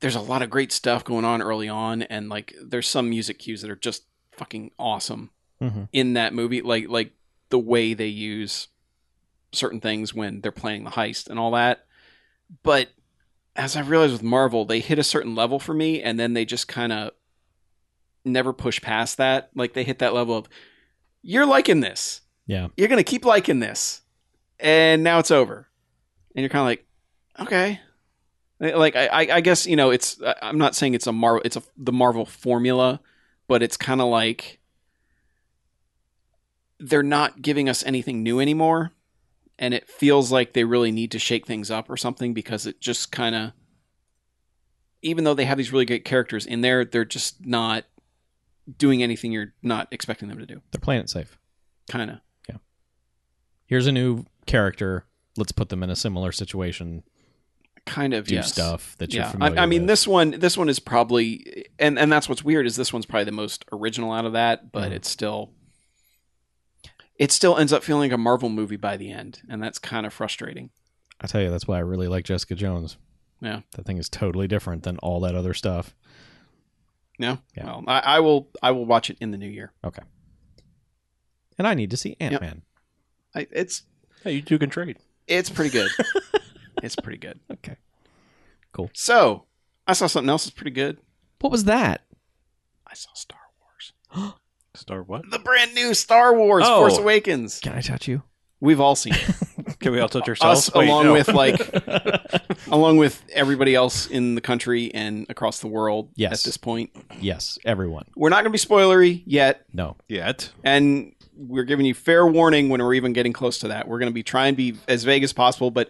there's a lot of great stuff going on early on, and like there's some music cues that are just fucking awesome Mhm. in that movie like like the way they use certain things when they're planning the heist and all that but as i realized with marvel they hit a certain level for me and then they just kind of never push past that like they hit that level of you're liking this Yeah. you're gonna keep liking this and now it's over and you're kind of like okay Eh, like I, I I guess you know it's I- i'm not saying it's a marvel it's a the marvel formula but it's kind of like they're not giving us anything new anymore and it feels like they really need to shake things up or something because it just kind of even though they have these really great characters in there they're just not doing anything you're not expecting them to do They're playing it safe. kind of Here's a new character. Let's put them in a similar situation. kind of Do yes. stuff that you're yeah, I, familiar I mean with. this one. This one is probably, and and that's what's weird is this one's probably the most original out of that, but Mhm. it's still, it still ends up feeling like a Marvel movie by the end, and that's kind of frustrating. I tell you, that's why I really like Jessica Jones. Yeah. That thing is totally different than all that other stuff. No, Yeah. well, I, I will, I will watch it in the new year. And I need to see Ant Man. I, it's Hey, you two can trade. it's pretty good. it's pretty good. Okay. Cool. So I saw something else that's pretty good. What was that? I saw Star Wars, Star what? the brand new Star Wars: Oh. Force Awakens. Can I touch you? We've all seen it. Can we all touch ourselves? us, along no. with like along with everybody else in the country and across the world Yes. at this point. Yes, everyone. We're not going to be spoilery yet, No. yet. and we're giving you fair warning when we're even getting close to that. We're going to be trying to be as vague as possible, but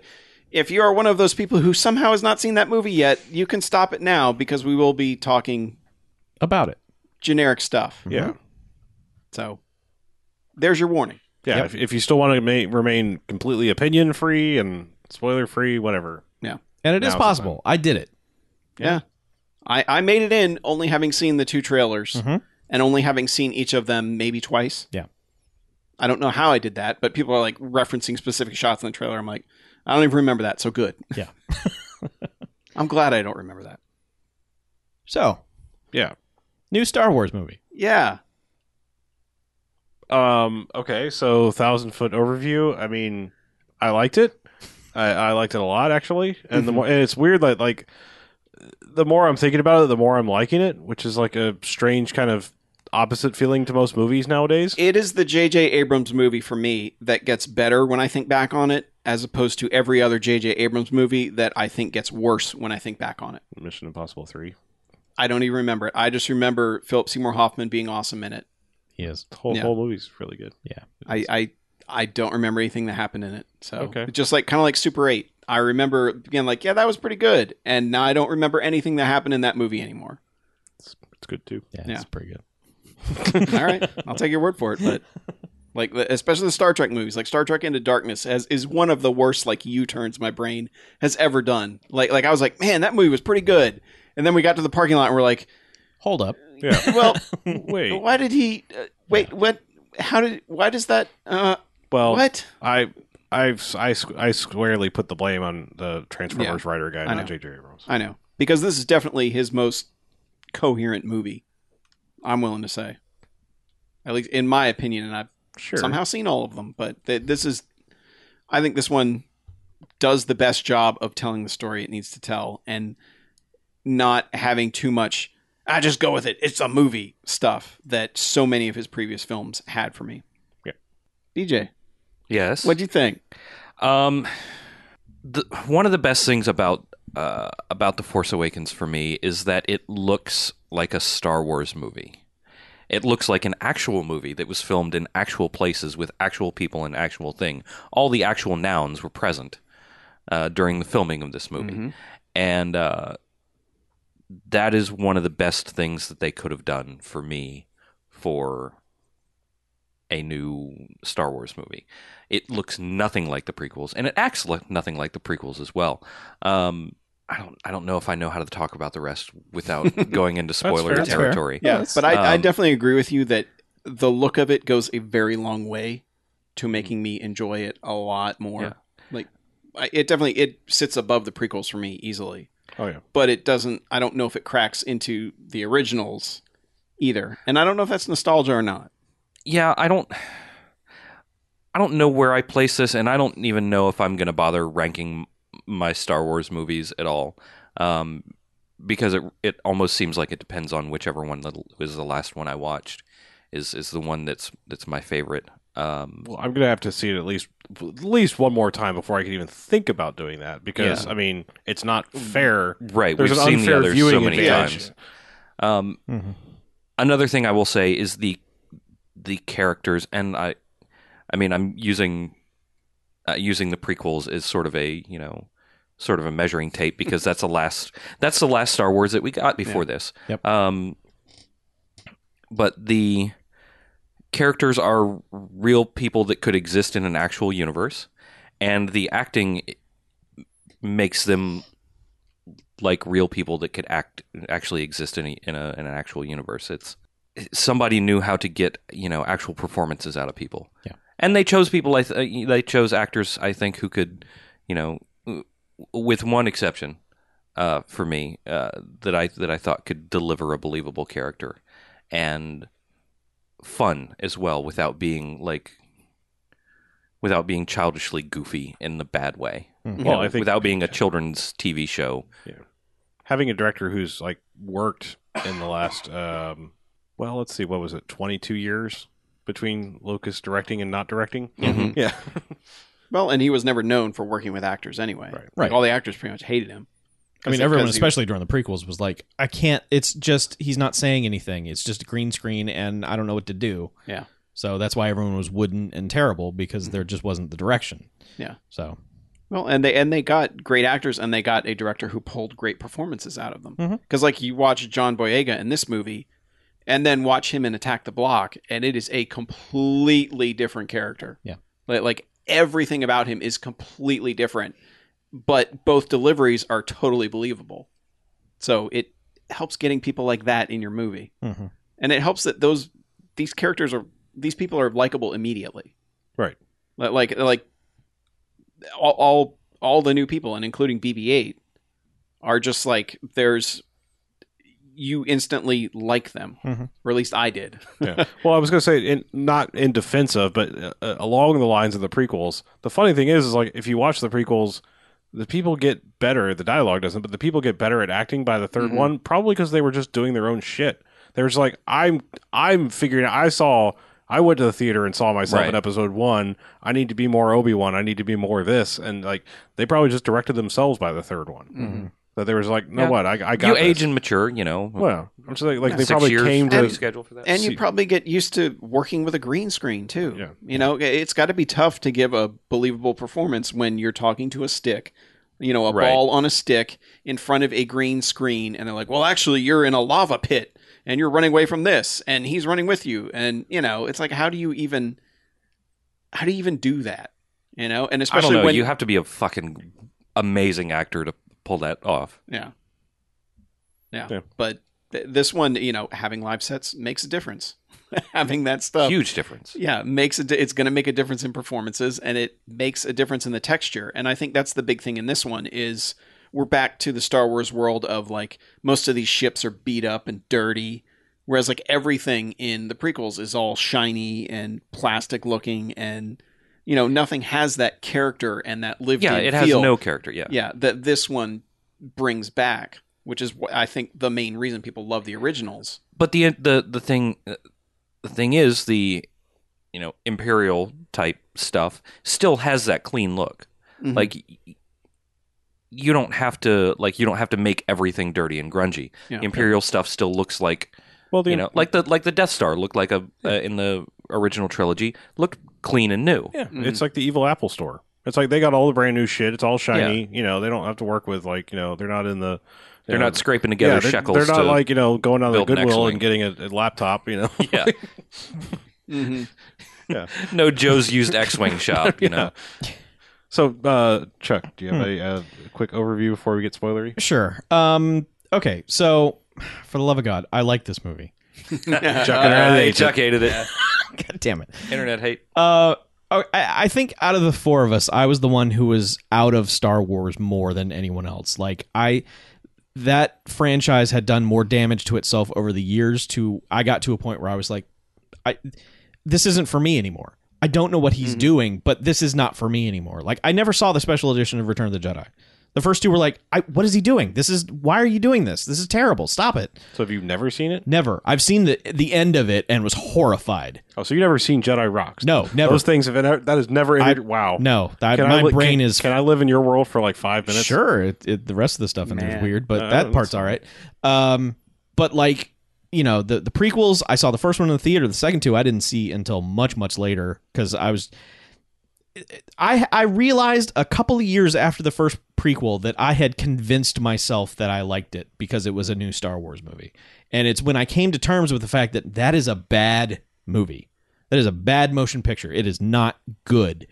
if you are one of those people who somehow has not seen that movie yet, you can stop it now because we will be talking About it. generic stuff. Yeah. So there's your warning. Yeah, Yep. if, if you still want to ma- remain completely opinion free and spoiler free, whatever. And it is Now's the possible. I did it. I, I made it in only having seen the two trailers Mhm. and only having seen each of them maybe twice. Yeah. I don't know how I did that, but people are like referencing specific shots in the trailer. I'm like, I don't even remember that. So good. Yeah. I'm glad I don't remember that. So, Yeah. New Star Wars movie. Yeah. Um. Okay. So thousand foot overview. I mean, I liked it. I, I liked it a lot actually. And Mhm. the more and it's weird that like the more I'm thinking about it, the more I'm liking it, which is like a strange kind of opposite feeling to most movies nowadays. It is the J.J. Abrams movie for me that gets better when I think back on it, as opposed to every other J.J. Abrams movie that I think gets worse when I think back on it. Mission Impossible Three. I don't even remember it. I just remember Philip Seymour Hoffman being awesome in it. He is. The whole Yeah. whole movie's really good. I, I I don't remember anything that happened in it. So Okay. just like kind of like Super Eight, I remember being like, yeah, that was pretty good, and now I don't remember anything that happened in that movie anymore. It's, it's good too. Yeah, Yeah. it's pretty good. All right, I'll take your word for it, but like the- especially the Star Trek movies, like Star Trek Into Darkness, has, is one of the worst like U turns my brain has ever done. Like like I was like, man, that movie was pretty good. And then we got to the parking lot and we're like, Hold up. Yeah. well, Wait. why did he? Uh, wait, what? How did? Why does that? Uh, Well, what? I I've I, squ- I squarely put the blame on the Transformers writer guy, I not know. J.J. Abrams. I know because this is definitely his most coherent movie. I'm willing to say, at least in my opinion, and I've Sure. somehow seen all of them, but th- this is, I think this one does the best job of telling the story it needs to tell and not having too much. I just go with it. It's a movie stuff that so many of his previous films had for me. Yeah. DJ, Yes. what'd you think? Um, the, one of the best things about uh, about the Force Awakens for me is that it looks like a Star Wars movie. It looks like an actual movie that was filmed in actual places with actual people and actual thing. All the actual nouns were present uh, during the filming of this Mm-hmm. movie, and uh, that is one of the best things that they could have done for me for a new Star Wars movie. It looks nothing like the prequels, and it acts like nothing like the prequels as well. Um, I don't, I don't know if I know how to talk about the rest without going into spoiler fair. That's fair. territory. Yeah, Yes. but I, I Um, definitely agree with you that the look of it goes a very long way to making me enjoy it a lot more. Yeah. Like, I, it definitely it sits above the prequels for me easily, Oh yeah. but it doesn't. I don't know if it cracks into the originals either, and I don't know if that's nostalgia or not. yeah i don't i don't know where i place this and i don't even know if i'm going to bother ranking m- my star wars movies at all um, because it it almost seems like it depends on whichever one that was the last one i watched is is the one that's that's my favorite um, Well, I'm gonna have to see it at least at least one more time before I can even think about doing that because Yeah. I mean it's not fair. right There's we've an seen the unfair others viewing so many advantage. times um, Mm-hmm. another thing I will say is the the characters, and I, I mean, I'm using uh, using the prequels as sort of a you know sort of a measuring tape because that's the last that's the last Star Wars that we got before this. Yep. Um, but the characters are real people that could exist in an actual universe, and the acting makes them like real people that could act actually exist in a, in, a, in an actual universe. It's somebody knew how to get you know actual performances out of people. Yeah. and they chose people. I th- uh, they chose actors. I think who could, you know, w- with one exception, uh, for me uh, that I that I thought could deliver a believable character and fun as well without being like without being childishly goofy in the bad way. Well, you know, I think without being a children's TV show having a director who's like worked in the last um well let's see what was it 22 years between locust directing and not directing Mhm. yeah Well, and he was never known for working with actors anyway. Right. Like, Right. all the actors pretty much hated him. I mean, 'Cause- everyone, 'cause he- especially during the prequels, was like, I can't. It's just, he's not saying anything. It's just a green screen, and I don't know what to do. Yeah. So that's why everyone was wooden and terrible because there just wasn't the direction. Yeah. So, Well, and they and they got great actors, and they got a director who pulled great performances out of them. Because Mhm. like you watch John Boyega in this movie, and then watch him in Attack the Block, and it is a completely different character. Yeah. like, like everything about him is completely different, but both deliveries are totally believable. So it helps getting people like that in your movie, Mhm. and it helps that those these characters are these people are likable immediately. Right. Like like, like all, all all the new people and including BB-8 are just like there's you instantly like them, Mhm. or at least I did. yeah. well i was gonna say in, not in defense of but uh, uh, along the lines of the prequels the funny thing is is like if you watch the prequels the people get better the dialogue doesn't but the people get better at acting by the 3rd Mm-hmm. Mhm. one probably because they were just doing their own shit they were just like i'm i'm figuring out i saw i went to the theater and saw myself Right. in episode one i need to be more obi-wan i need to be more this and like they probably just directed themselves by the third one that they were just like no Mm-hmm. Yeah. what i, I got you this. age and mature, you know. well i'm just like, like they six probably years came on to the schedule for that. And See- you probably get used to working with a green screen too. Yeah. You know, it's got to be tough to give a believable performance when you're talking to a stick, you know, a Right. ball on a stick in front of a green screen, and they're like, "Well, actually, you're in a lava pit, and you're running away from this, and he's running with you, and you know, it's like, how do you even, how do you even do that? You know, and I especially don't know. when you have to be a fucking amazing actor to pull that off. yeah, Yeah. Yeah. But th- this one, you know, having live sets makes a difference. having that stuff. Huge difference. Yeah, makes a di- it's going to make a difference in performances and it makes a difference in the texture. And I think that's the big thing in this one is we're back to the Star Wars world of like most of these ships are beat up and dirty whereas like everything in the prequels is all shiny and plastic looking and you know, nothing has that character and that lived Yeah, in it has feel no character. Yeah. yeah that this one brings back which is wh- i think the main reason people love the originals But the the the thing the thing is the you know imperial type stuff still has that clean look. Mm-hmm. Mhm. Like y- you don't have to like you don't have to make everything dirty and grungy. Mm-hmm. Yeah. Imperial stuff still looks like Well, the, you know like the like the Death Star looked like a uh, in the original trilogy looked clean and new. yeah, Mhm. it's like the evil Apple store. It's like they got all the brand new shit. It's all shiny. You know, they don't have to work with like you know they're not in the They're you know, not scraping together yeah, they're, shekels. They're not to, like you know going out of the build an Goodwill X-Wing. and getting a, a laptop. You know, yeah. Mhm. no Joe's used X-wing shop. You know, So, uh, Chuck, do you have Hmm. a, uh quick overview before we get spoilery? Sure. Um. Okay. So, for the love of God, I like this movie. Chuck and I hate it. Ah, Chuck hated it. God damn it. Internet hate. Uh. I, I think out of the four of us, I was the one who was out of Star Wars more than anyone else. Like I, that franchise had done more damage to itself over the years. To I got to a point where I was like, I, this isn't for me anymore. I don't know what he's doing, but this is not for me anymore. Like I never saw the special edition of Return of the Jedi. The first two were like, I, what is he doing? This is why are you doing this? This is terrible. Stop it. So, have you never seen it? Never. I've seen the the end of it and was horrified. Oh, so you never seen Jedi Rocks? No, never. Those things have ener- that has never entered. I- wow. No, I, Oh. Can I my li- brain can- is Can I live in your world for like five minutes? Sure, it, it, the rest of the stuff in there is Man. weird, but Uh, that part's all right. Um, but like you know, the the prequels, I saw the first one in the theater. The second two, I didn't see until much much later because I was. I I realized a couple of years after the first prequel that I had convinced myself that I liked it because it was a new Star Wars movie, and it's when I came to terms with the fact that that is a bad movie. That is a bad motion picture. It is not good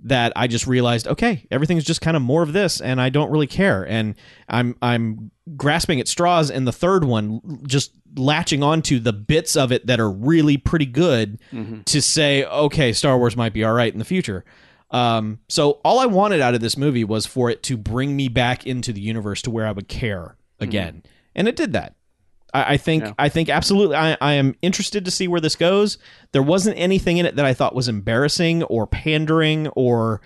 that I just realized, okay, everything's just kind of more of this, and I don't really care. And I'm I'm grasping at straws in the third one, just latching onto the bits of it that are really pretty good to say, okay, Star Wars might be all right in the future. Um, so all I wanted out of this movie was for it to bring me back into the universe to where I would care again, and it did that. I, I think Yeah. I think absolutely I, I am interested to see where this goes. There wasn't anything in it that I thought was embarrassing or pandering or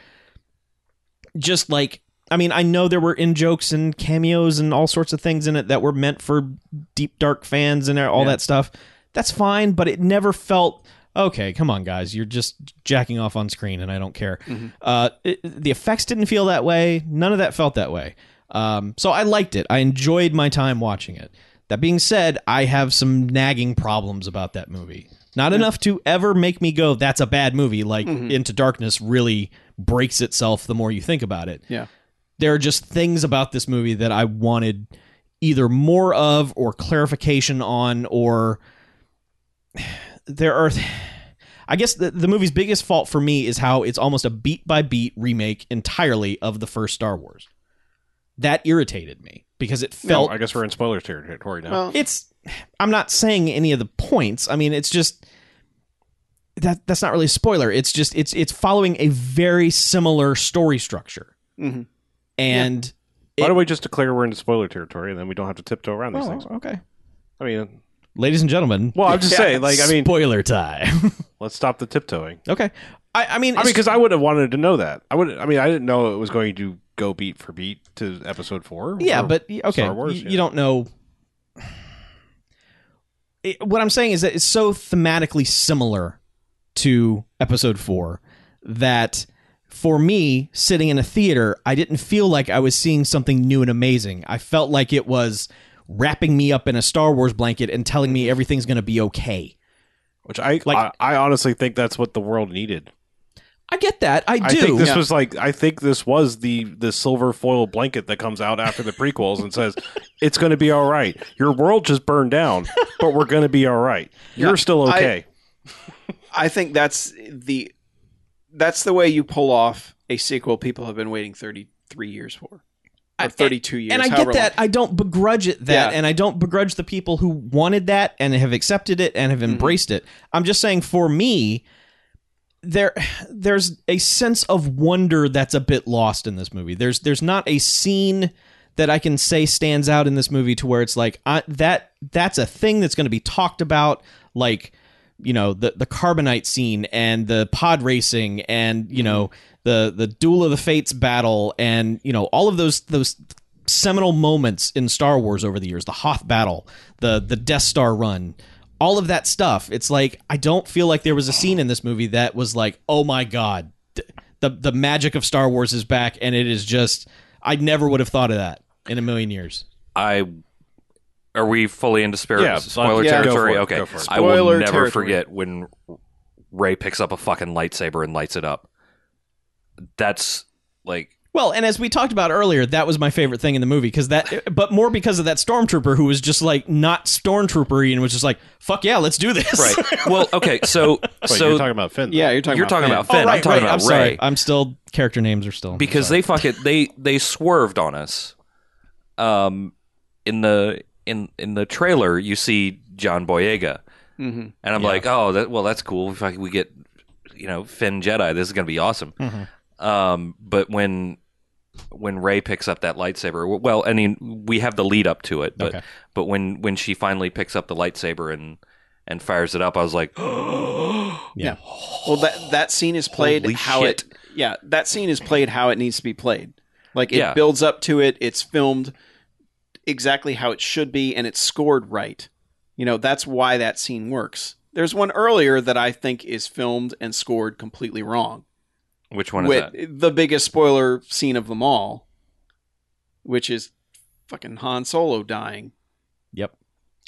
just like I mean, I know there were in jokes and cameos and all sorts of things in it that were meant for deep dark fans and all Yeah. that stuff. That's fine, but it never felt okay. Come on, guys, you're just jacking off on screen, and I don't care. Uh, it- the effects didn't feel that way. None of that felt that way. Um, so I liked it. I enjoyed my time watching it. That being said, I have some nagging problems about that movie. Not enough to ever make me go, "That's a bad movie." Like Mm-hmm. Into Darkness really breaks itself the more you think about it yeah there are just things about this movie that I wanted either more of or clarification on or there are I guess the, the movie's biggest fault for me is how it's almost a beat by beat remake entirely of the first Star Wars. That irritated me because it No, felt I guess we're in spoiler territory now. well it's I'm not saying any of the points. I mean, it's just that that's not really a spoiler. It's just it's it's following a very similar story structure. Mm-hmm. Mhm. And Why it- don't we just declare we're in spoiler territory and then we don't have to tiptoe around these Oh, things? okay. I mean, Ladies and gentlemen, well, I'm just saying, like, I mean, spoiler time. let's stop the tiptoeing. okay. I, I mean, I mean, it's- because I would have wanted to know that. I would. I mean, I didn't know it was going to go beat for beat to episode four. yeah, or- but y- okay, Star Wars, y- yeah. you don't know. It- what I'm saying is that it's so thematically similar to episode four that for me, sitting in a theater, I didn't feel like I was seeing something new and amazing. I felt like it was wrapping me up in a Star Wars blanket and telling me everything's going to be okay. which I, like- I I honestly think that's what the world needed. I get that. I do. I think this Yeah. was like I think this was the the silver foil blanket that comes out after the prequels and says it's going to be all right. Your world just burned down, but we're going to be all right. You're still I- okay. i think that's the that's the way you pull off a sequel people have been waiting 33 years for or 32 years. and I however get that. I don't begrudge it that, Yeah. and I don't begrudge the people who wanted that and have accepted it and have Mm-hmm. embraced it. I'm just saying, for me, there there's a sense of wonder that's a bit lost in this movie. There's there's not a scene that I can say stands out in this movie to where it's like I, that that's a thing that's going to be talked about, like you know the the carbonite scene and the pod racing and you know the the duel of the fates battle and you know all of those those seminal moments in Star Wars over the years the Hoth battle the the Death Star run all of that stuff it's like I don't feel like there was a scene in this movie that was like oh my god th- the the magic of Star Wars is back and it is just I never would have thought of that in a million years I are we fully into spirit Yeah, spoiler yeah. Go territory? for it, okay, go for it. I will Spoiler never territory. forget when Ray picks up a fucking lightsaber and lights it up. That's like Well, and as we talked about earlier, that was my favorite thing in the movie because that, but more because of that stormtrooper who was just like not stormtrooper and was just like, "Fuck yeah, let's do this." right. well, okay, so Wait, so you're talking about Finn. though. yeah, you're talking. about Finn. oh, Finn. right, I'm talking right. about I'm Ray. sorry. I'm still character names are still because they fucking they they swerved on us. Um, in the in in the trailer, you see John Boyega, Mhm. and I'm like, oh, that well, that's cool. If I, we get you know Finn Jedi, this is gonna be awesome. Um, but when when Ray picks up that lightsaber, well, I mean, we have the lead up to it, but Okay. but when when she finally picks up the lightsaber and and fires it up, I was like, yeah. Well, that that scene is played Holy how shit. it. Yeah, that scene is played how it needs to be played. Like it Yeah. builds up to it. It's filmed exactly how it should be, and it's scored right. You know that's why that scene works. There's one earlier that I think is filmed and scored completely wrong. which one is with that? the biggest spoiler scene of them all, which is fucking Han Solo dying. Yep.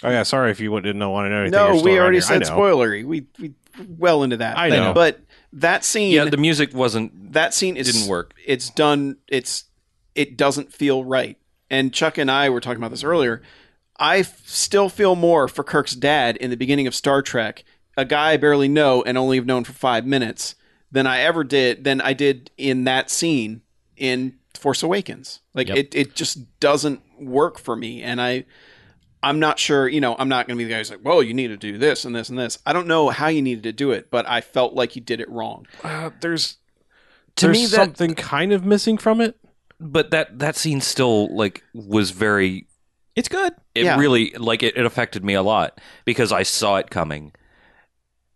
Oh yeah. Sorry if you didn't know, want to know anything. you're no, still we around already here. I said know. spoilery. We we well into that. I know. but that scene, Yeah, the music wasn't that scene is didn't work. It's done. It's it doesn't feel right. And Chuck and I were talking about this earlier. I f- still feel more for Kirk's dad in the beginning of Star Trek, a guy I barely know and only have known for five minutes, than I ever did than I did in that scene in Force Awakens. Like Yep. it, it just doesn't work for me, and I. I'm not sure, you know, I'm not going to be the guy who's like, well, you need to do this and this and this. I don't know how you needed to do it, but I felt like you did it wrong. Uh, there's to there's me that something kind of missing from it. but that that scene still like was very It's good. it Yeah. really like it, it affected me a lot because i saw it coming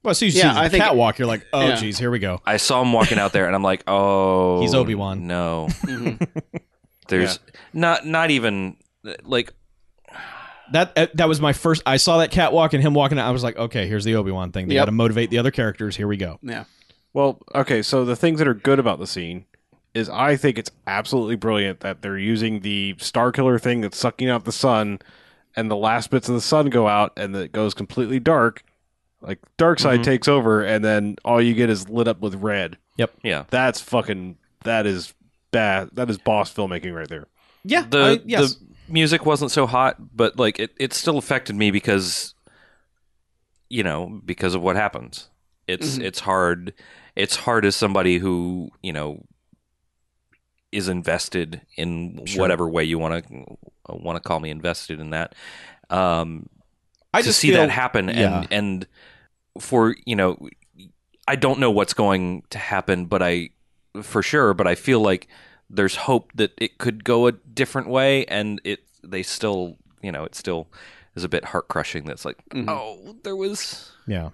Well, as soon as Yeah, you see I the think- catwalk, you're like, "Oh, Yeah. jeez, here we go." i saw him walking out there and i'm like oh He's Obi-Wan. no Mhm. there's not not even like That uh, that was my first. I saw that catwalk and him walking out. I was like, "Okay, here's the Obi Wan thing. They Yep. got to motivate the other characters. Here we go." Yeah. Well, okay, so the things that are good about the scene is I think it's absolutely brilliant that they're using the star killer thing that's sucking out the sun and the last bits of the sun go out and it goes completely dark. Like dark side takes over and then all you get is lit up with red. yeah That's fucking that is bad that is boss filmmaking right there. Yeah. the I- yes. the music wasn't so hot but like it, it still affected me because you know because of what happens it's Mm-hmm. Mhm. it's hard it's hard as somebody who you know is invested in Sure. whatever way you want to want to call me invested in that um I to just see feel- that happen yeah. and and for you know I don't know what's going to happen but I for sure but I feel like there's hope that it could go a different way and it they still you know it still is a bit heart crushing that's like Mm. Mhm. oh there was Yeah.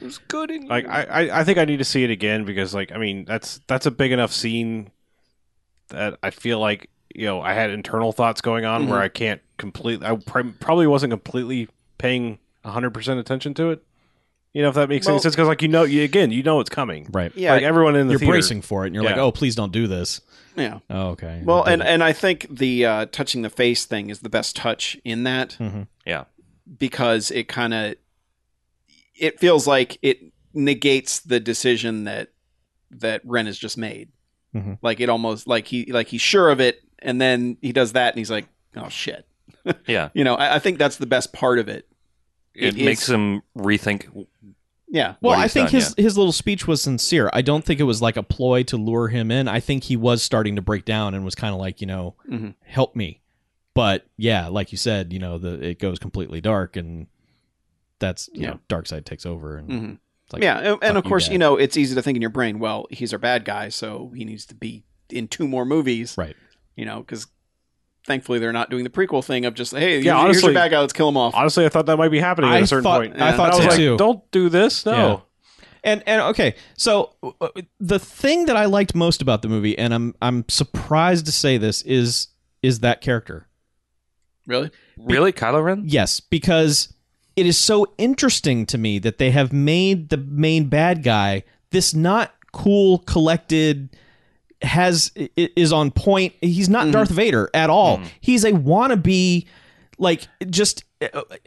there was good in Like I, I, I think I need to see it again because like I mean that's that's a big enough scene that I feel like you know I had internal thoughts going on Mm-hmm. where I can't complete I pr- probably wasn't completely paying hundred percent attention to it. You know if that makes Well- any sense because like you know you, again you know it's coming Right. Yeah. like everyone in the you're theater bracing for it, and you're like, Yeah. "Oh, please don't do this." Yeah. Oh, okay. Well, They and, did. and I think the uh, touching the face thing is the best touch in that Mm-hmm. yeah because it kind of it feels like it negates the decision that that Ren has just made. Mhm. Like it almost like he like he's sure of it, and then he does that, and he's like, "Oh shit!" yeah You know, I, I think that's the best part of it. it, It makes is- them rethink Yeah. What Well, I he's think done, his his little speech was sincere. I don't think it was like a ploy to lure him in. I think he was starting to break down and was kind of like, you know, Mm-hmm. Mhm. help me. But yeah, like you said, you know, the it goes completely dark and that's you Yeah. know, dark side takes over and Mm-hmm. Mhm. it's like, yeah, and, and of fuck you, course, you, Dad. know, it's easy to think in your brain, well, he's our bad guy, so he needs to be in two more movies. Right. You know, because thankfully they're not doing the prequel thing of just, hey, Yeah, here's, here's honestly- your bad guy, let's kill him off. Honestly, I thought that might be happening at I a certain thought- point. I And thought I was so like, too. don't do this. No. And and okay, so uh, uh, the thing that I liked most about the movie, and I'm I'm surprised to say this, is is that character. really? Really, Kylo Ren? Yes, because it is so interesting to me that they have made the main bad guy this not cool, collected, has i- is on point. He's not Mm-hmm. Mhm. Darth Vader at all. Mm. He's a wannabe, like just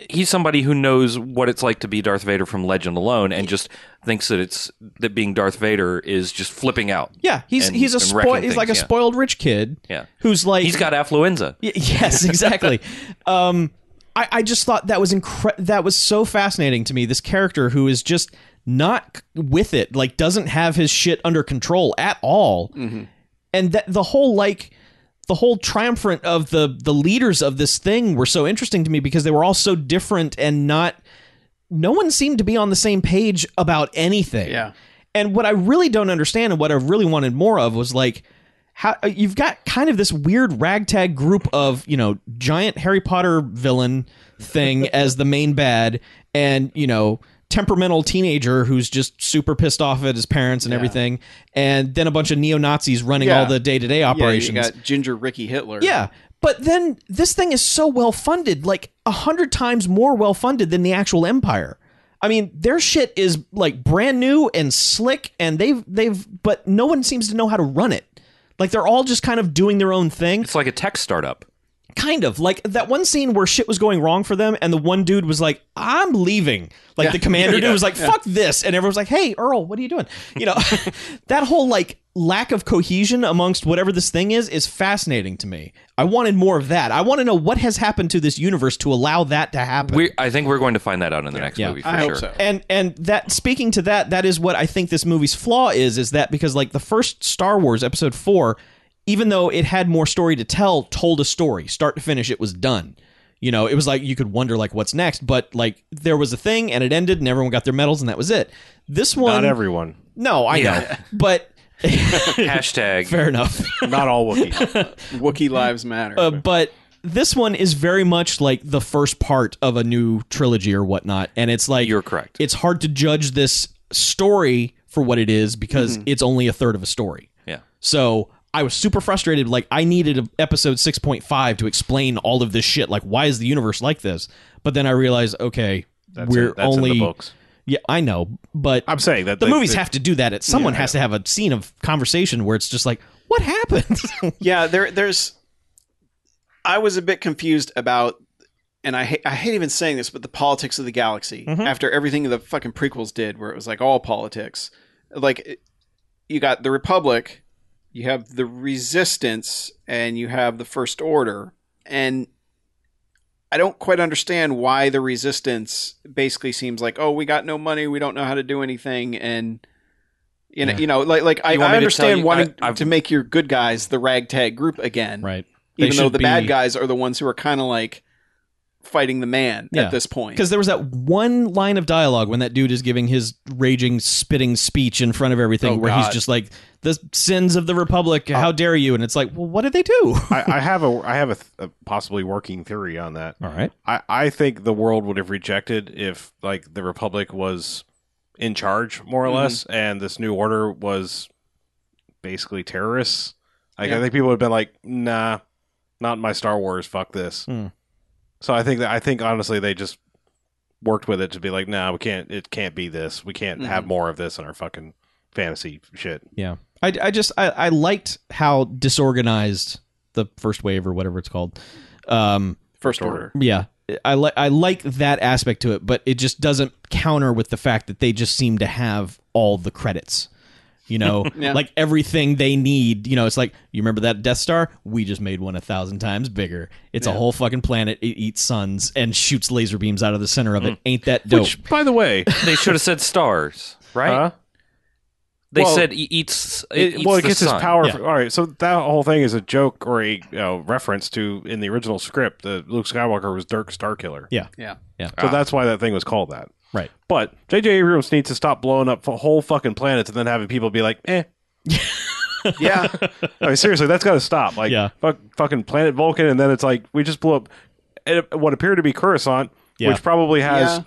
He's somebody who knows what it's like to be Darth Vader from Legend alone, and just thinks that it's that being Darth Vader is just flipping out. yeah. He's And- he's a and spoil. wrecking He's like a things, yeah. spoiled rich kid Yeah, who's like he's got affluenza. Y- yes, exactly. um, I, I just thought that was incre- that was so fascinating to me. This character who is just not c- with it, like doesn't have his shit under control at all, and that the whole like the whole triumvirate of the the leaders of this thing were so interesting to me because they were all so different and not. No one seemed to be on the same page about anything. Yeah. And what I really don't understand and what I really wanted more of was like how uh, you've got kind of this weird ragtag group of, you know, giant Harry Potter villain thing as the main bad and, you know, temperamental teenager who's just super pissed off at his parents and everything and then a bunch of neo-Nazis running Yeah. all the day-to-day operations. Yeah, you got Ginger Ricky Hitler. Yeah. But then this thing is so well funded, like a hundred times more well funded than the actual Empire. I mean, their shit is like brand new and slick, and they've they've but no one seems to know how to run it. Like they're all just kind of doing their own thing. It's like a tech startup. Kind of like that one scene where shit was going wrong for them, and the one dude was like, "I'm leaving." Like the commander dude was like, "Fuck this," and everyone was like, "Hey, Earl, what are you doing?" You know, that whole like lack of cohesion amongst whatever this thing is is fascinating to me. I wanted more of that. I want to know what has happened to this universe to allow that to happen. We, I think we're going to find that out in the next Yeah. movie for I sure. hope so. and and that speaking to that that is what i think this movie's flaw is is that because like the first star wars episode 4 even though it had more story to tell told a story start to finish it was done you know it was like you could wonder like what's next but like there was a thing and it ended and everyone got their medals and that was it this one Not everyone. no i know Yeah. but Hashtag fair enough Not all Wookiees. Wookiee Lives Matter. Uh, but this one is very much like the first part of a new trilogy or whatnot, and it's like You're correct. It's hard to judge this story for what it is because Mm-hmm. it's only a third of a story. Yeah. So I was super frustrated. Like I needed a, episode six point five to explain all of this shit. Like why is the universe like this? But then I realized, okay, That's we're in, that's only in the books. yeah, I know, but I'm saying that the they- movies they- have to do that. It someone has to have a scene of conversation where it's just like, what happened? yeah, there, there's. I was a bit confused about, and I hate, I hate even saying this, but the politics of the galaxy Mm-hmm. after everything the fucking prequels did, where it was like all politics. Like, it- you got the Republic, you have the Resistance, and you have the First Order, and. I don't quite understand why the resistance basically seems like, oh, we got no money, we don't know how to do anything, and you know, Yeah. you know, like like I, You want I me to tell understand you- wanting I- I've- to make your good guys the ragtag group again, right. They even though should the be- bad guys are the ones who are kind of like fighting the man Yeah. at this point. because there was that one line of dialogue when that dude is giving his raging spitting speech in front of everything Oh, where he's God. just like the sins of the republic how dare you and it's like well what did they do I, I have a I have a, th- a possibly working theory on that. all right I, I think the world would have rejected if like the Republic was in charge more or Mhm. less, and this new order was basically terrorists. Like Yeah. I think people would have been like, "Nah, not in my Star Wars. Fuck this." Hmm. So I think that I think honestly they just worked with it to be like, "Nah, we can't. It can't be this. We can't have more of this in our fucking fantasy shit." yeah i, I just I, I liked how disorganized the first wave or whatever it's called um First order. yeah I, li- I like that aspect to it but it just doesn't counter with the fact that they just seem to have all the credits You know, Yeah. like everything they need. You know, it's like you remember that Death Star? We just made one a thousand times bigger. It's a whole fucking planet. It eats suns and shoots laser beams out of the center of it. Ain't that dope? Which, by the way, They should have said stars, right? huh? They Well, said he eats. It, It, eats well, it the gets sun. his power. Yeah. From, all right, so that whole thing is a joke or a you know, reference to in the original script. Uh, Luke Skywalker was Dirk Starkiller. Yeah. Yeah. Yeah. So that's why that thing was called that. Right. But J.J. Abrams needs to stop blowing up f- whole fucking planets and then having people be like, eh. Yeah. I mean, seriously, that's got to stop. Like, Yeah. fuck, fucking planet Vulcan, and then it's like we just blew up it- what appeared to be Coruscant, Yeah. which probably has Yeah.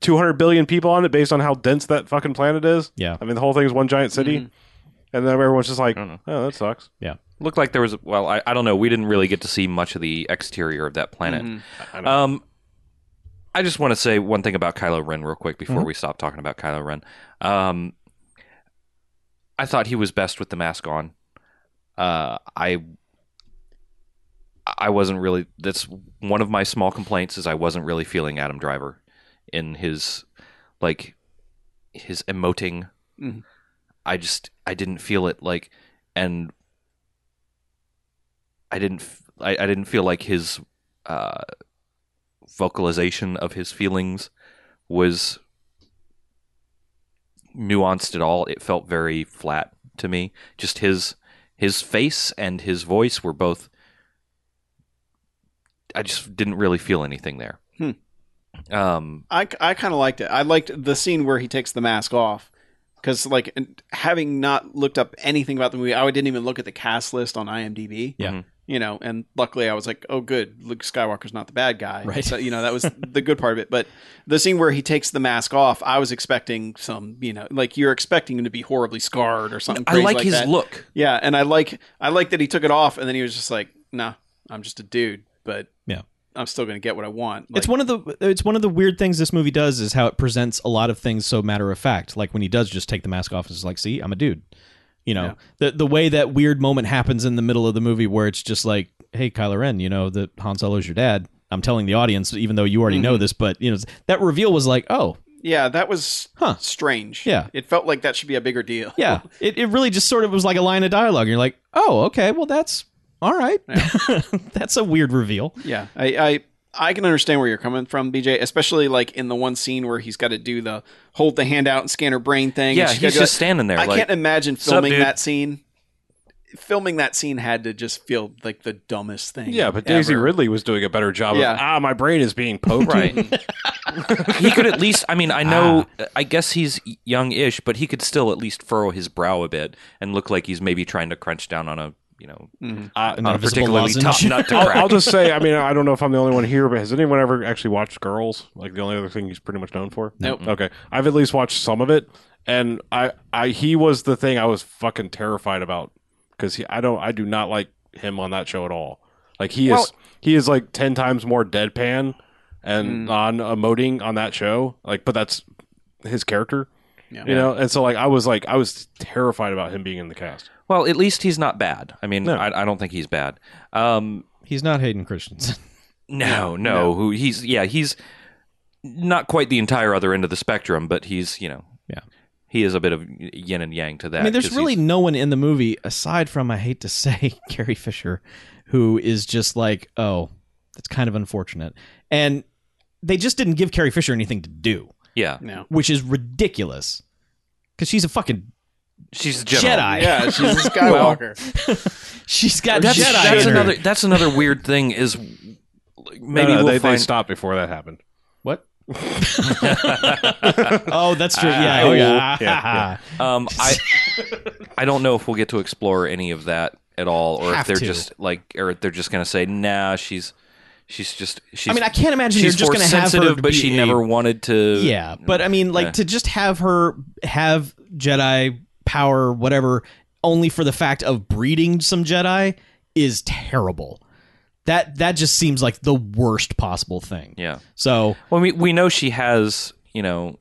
200 billion people on it based on how dense that fucking planet is. Yeah. I mean, the whole thing is one giant city. And then everyone's just like, oh, that sucks. Looked like there was. Well, I, I don't know. We didn't really get to see much of the exterior of that Mm-hmm. planet. Mm-hmm. I know. um, I just want to say one thing about Kylo Ren real quick Mm-hmm. before we stop talking about Kylo Ren. Um, I thought he was best with the mask on. Uh, I I wasn't really. That's one of my small complaints is I wasn't really feeling Adam Driver in his like his emoting. Mm-hmm. Mhm. I just I didn't feel it like, and I didn't f- I, I didn't feel like his uh, vocalization of his feelings was nuanced at all. It felt very flat to me. Just his his face and his voice were both. I just didn't really feel anything there. Hmm. Um, I, I kind of liked it. I liked the scene where he takes the mask off because, like, and having not looked up anything about the movie, I didn't even look at the cast list on IMDb. Yeah. Mhm. You know, and luckily I was like, oh, good, Luke Skywalker's not the bad guy. Right. So, you know, that was the good part of it. But the scene where he takes the mask off, I was expecting some, you know, like you're expecting him to be horribly scarred or something. I crazy like, his that. look. Yeah, and I like I like that he took it off, and then he was just like, "Nah, I'm just a dude, but Yeah. I'm still gonna get what I want." it's one of the it's one of the weird things this movie does is how it presents a lot of things so matter of fact. Like when he does just take the mask off, it's like, see, I'm a dude. You know, the the way that weird moment happens in the middle of the movie where it's just like, hey, Kylo Ren, you know that Han Solo's your dad. I'm telling the audience, even though you already know this, but you know that reveal was like, oh, yeah, that was Huh. strange. Yeah. it felt like that should be a bigger deal. yeah. it it really just sort of was like a line of dialogue. You're like, oh, okay, well that's all right. that's a weird reveal. yeah. I, I I can understand where you're coming from, BJ, especially like in the one scene where he's got to do the hold the hand out and scan her brain thing. and Yeah, she's gotta he's do just that. standing there. I like, can't imagine up, filming dude?" that scene. Filming that scene had to just feel like the dumbest thing. yeah, but Daisy ever. Ridley was doing a better job Yeah. of, ah, my brain is being poked. oh, right. he could at least. I mean, I know. Ah. I guess he's young-ish, but he could still at least furrow his brow a bit and look like he's maybe trying to crunch down on a you know An on a invisible particularly tough lozenge. nut to I'll, crack. I'll just say, I mean, I don't know if I'm the only one here, but has anyone ever actually watched Girls? Like the only other thing he's pretty much known for. Nope. Okay, I've at least watched some of it, and I, I he was the thing I was fucking terrified about because I don't, I do not like him on that show at all. Like he Well- is, he is like ten times more deadpan and Mm. non emoting on that show. Like, but that's his character. Yeah. You know, and so like I was like I was terrified about him being in the cast. Well, at least he's not bad. I mean, No. I, I don't think he's bad. Um, He's not Hayden Christensen. no, no, Who he's? Yeah, he's not quite the entire other end of the spectrum, but he's you know, Yeah. he is a bit of yin and yang to that. I mean, there's 'cause really he's- no one in the movie aside from I hate to say Carrie Fisher, who is just like, oh, that's kind of unfortunate, and they just didn't give Carrie Fisher anything to do, yeah, No. which is ridiculous, because she's a fucking she's a general. Jedi. Yeah, she's a Skywalker. she's got That's, Jedi. that's in her. another. That's another weird thing. Is like, No, maybe no, we'll they, they find. stopped before that happened. What? oh, that's true. Yeah, Oh, oh, yeah. yeah, Um, I I don't know if we'll get to explore any of that at all, or Have if they're to. just like, or if they're just gonna say, nah, she's she's just. She's, I mean, I can't imagine she's you're just force going to have her sensitive, to but be she a- never wanted to. Yeah, but I mean, like Yeah. to just have her have Jedi power, whatever, only for the fact of breeding some Jedi is terrible. That that just seems like the worst possible thing. yeah. So Well, we we know she has, you know,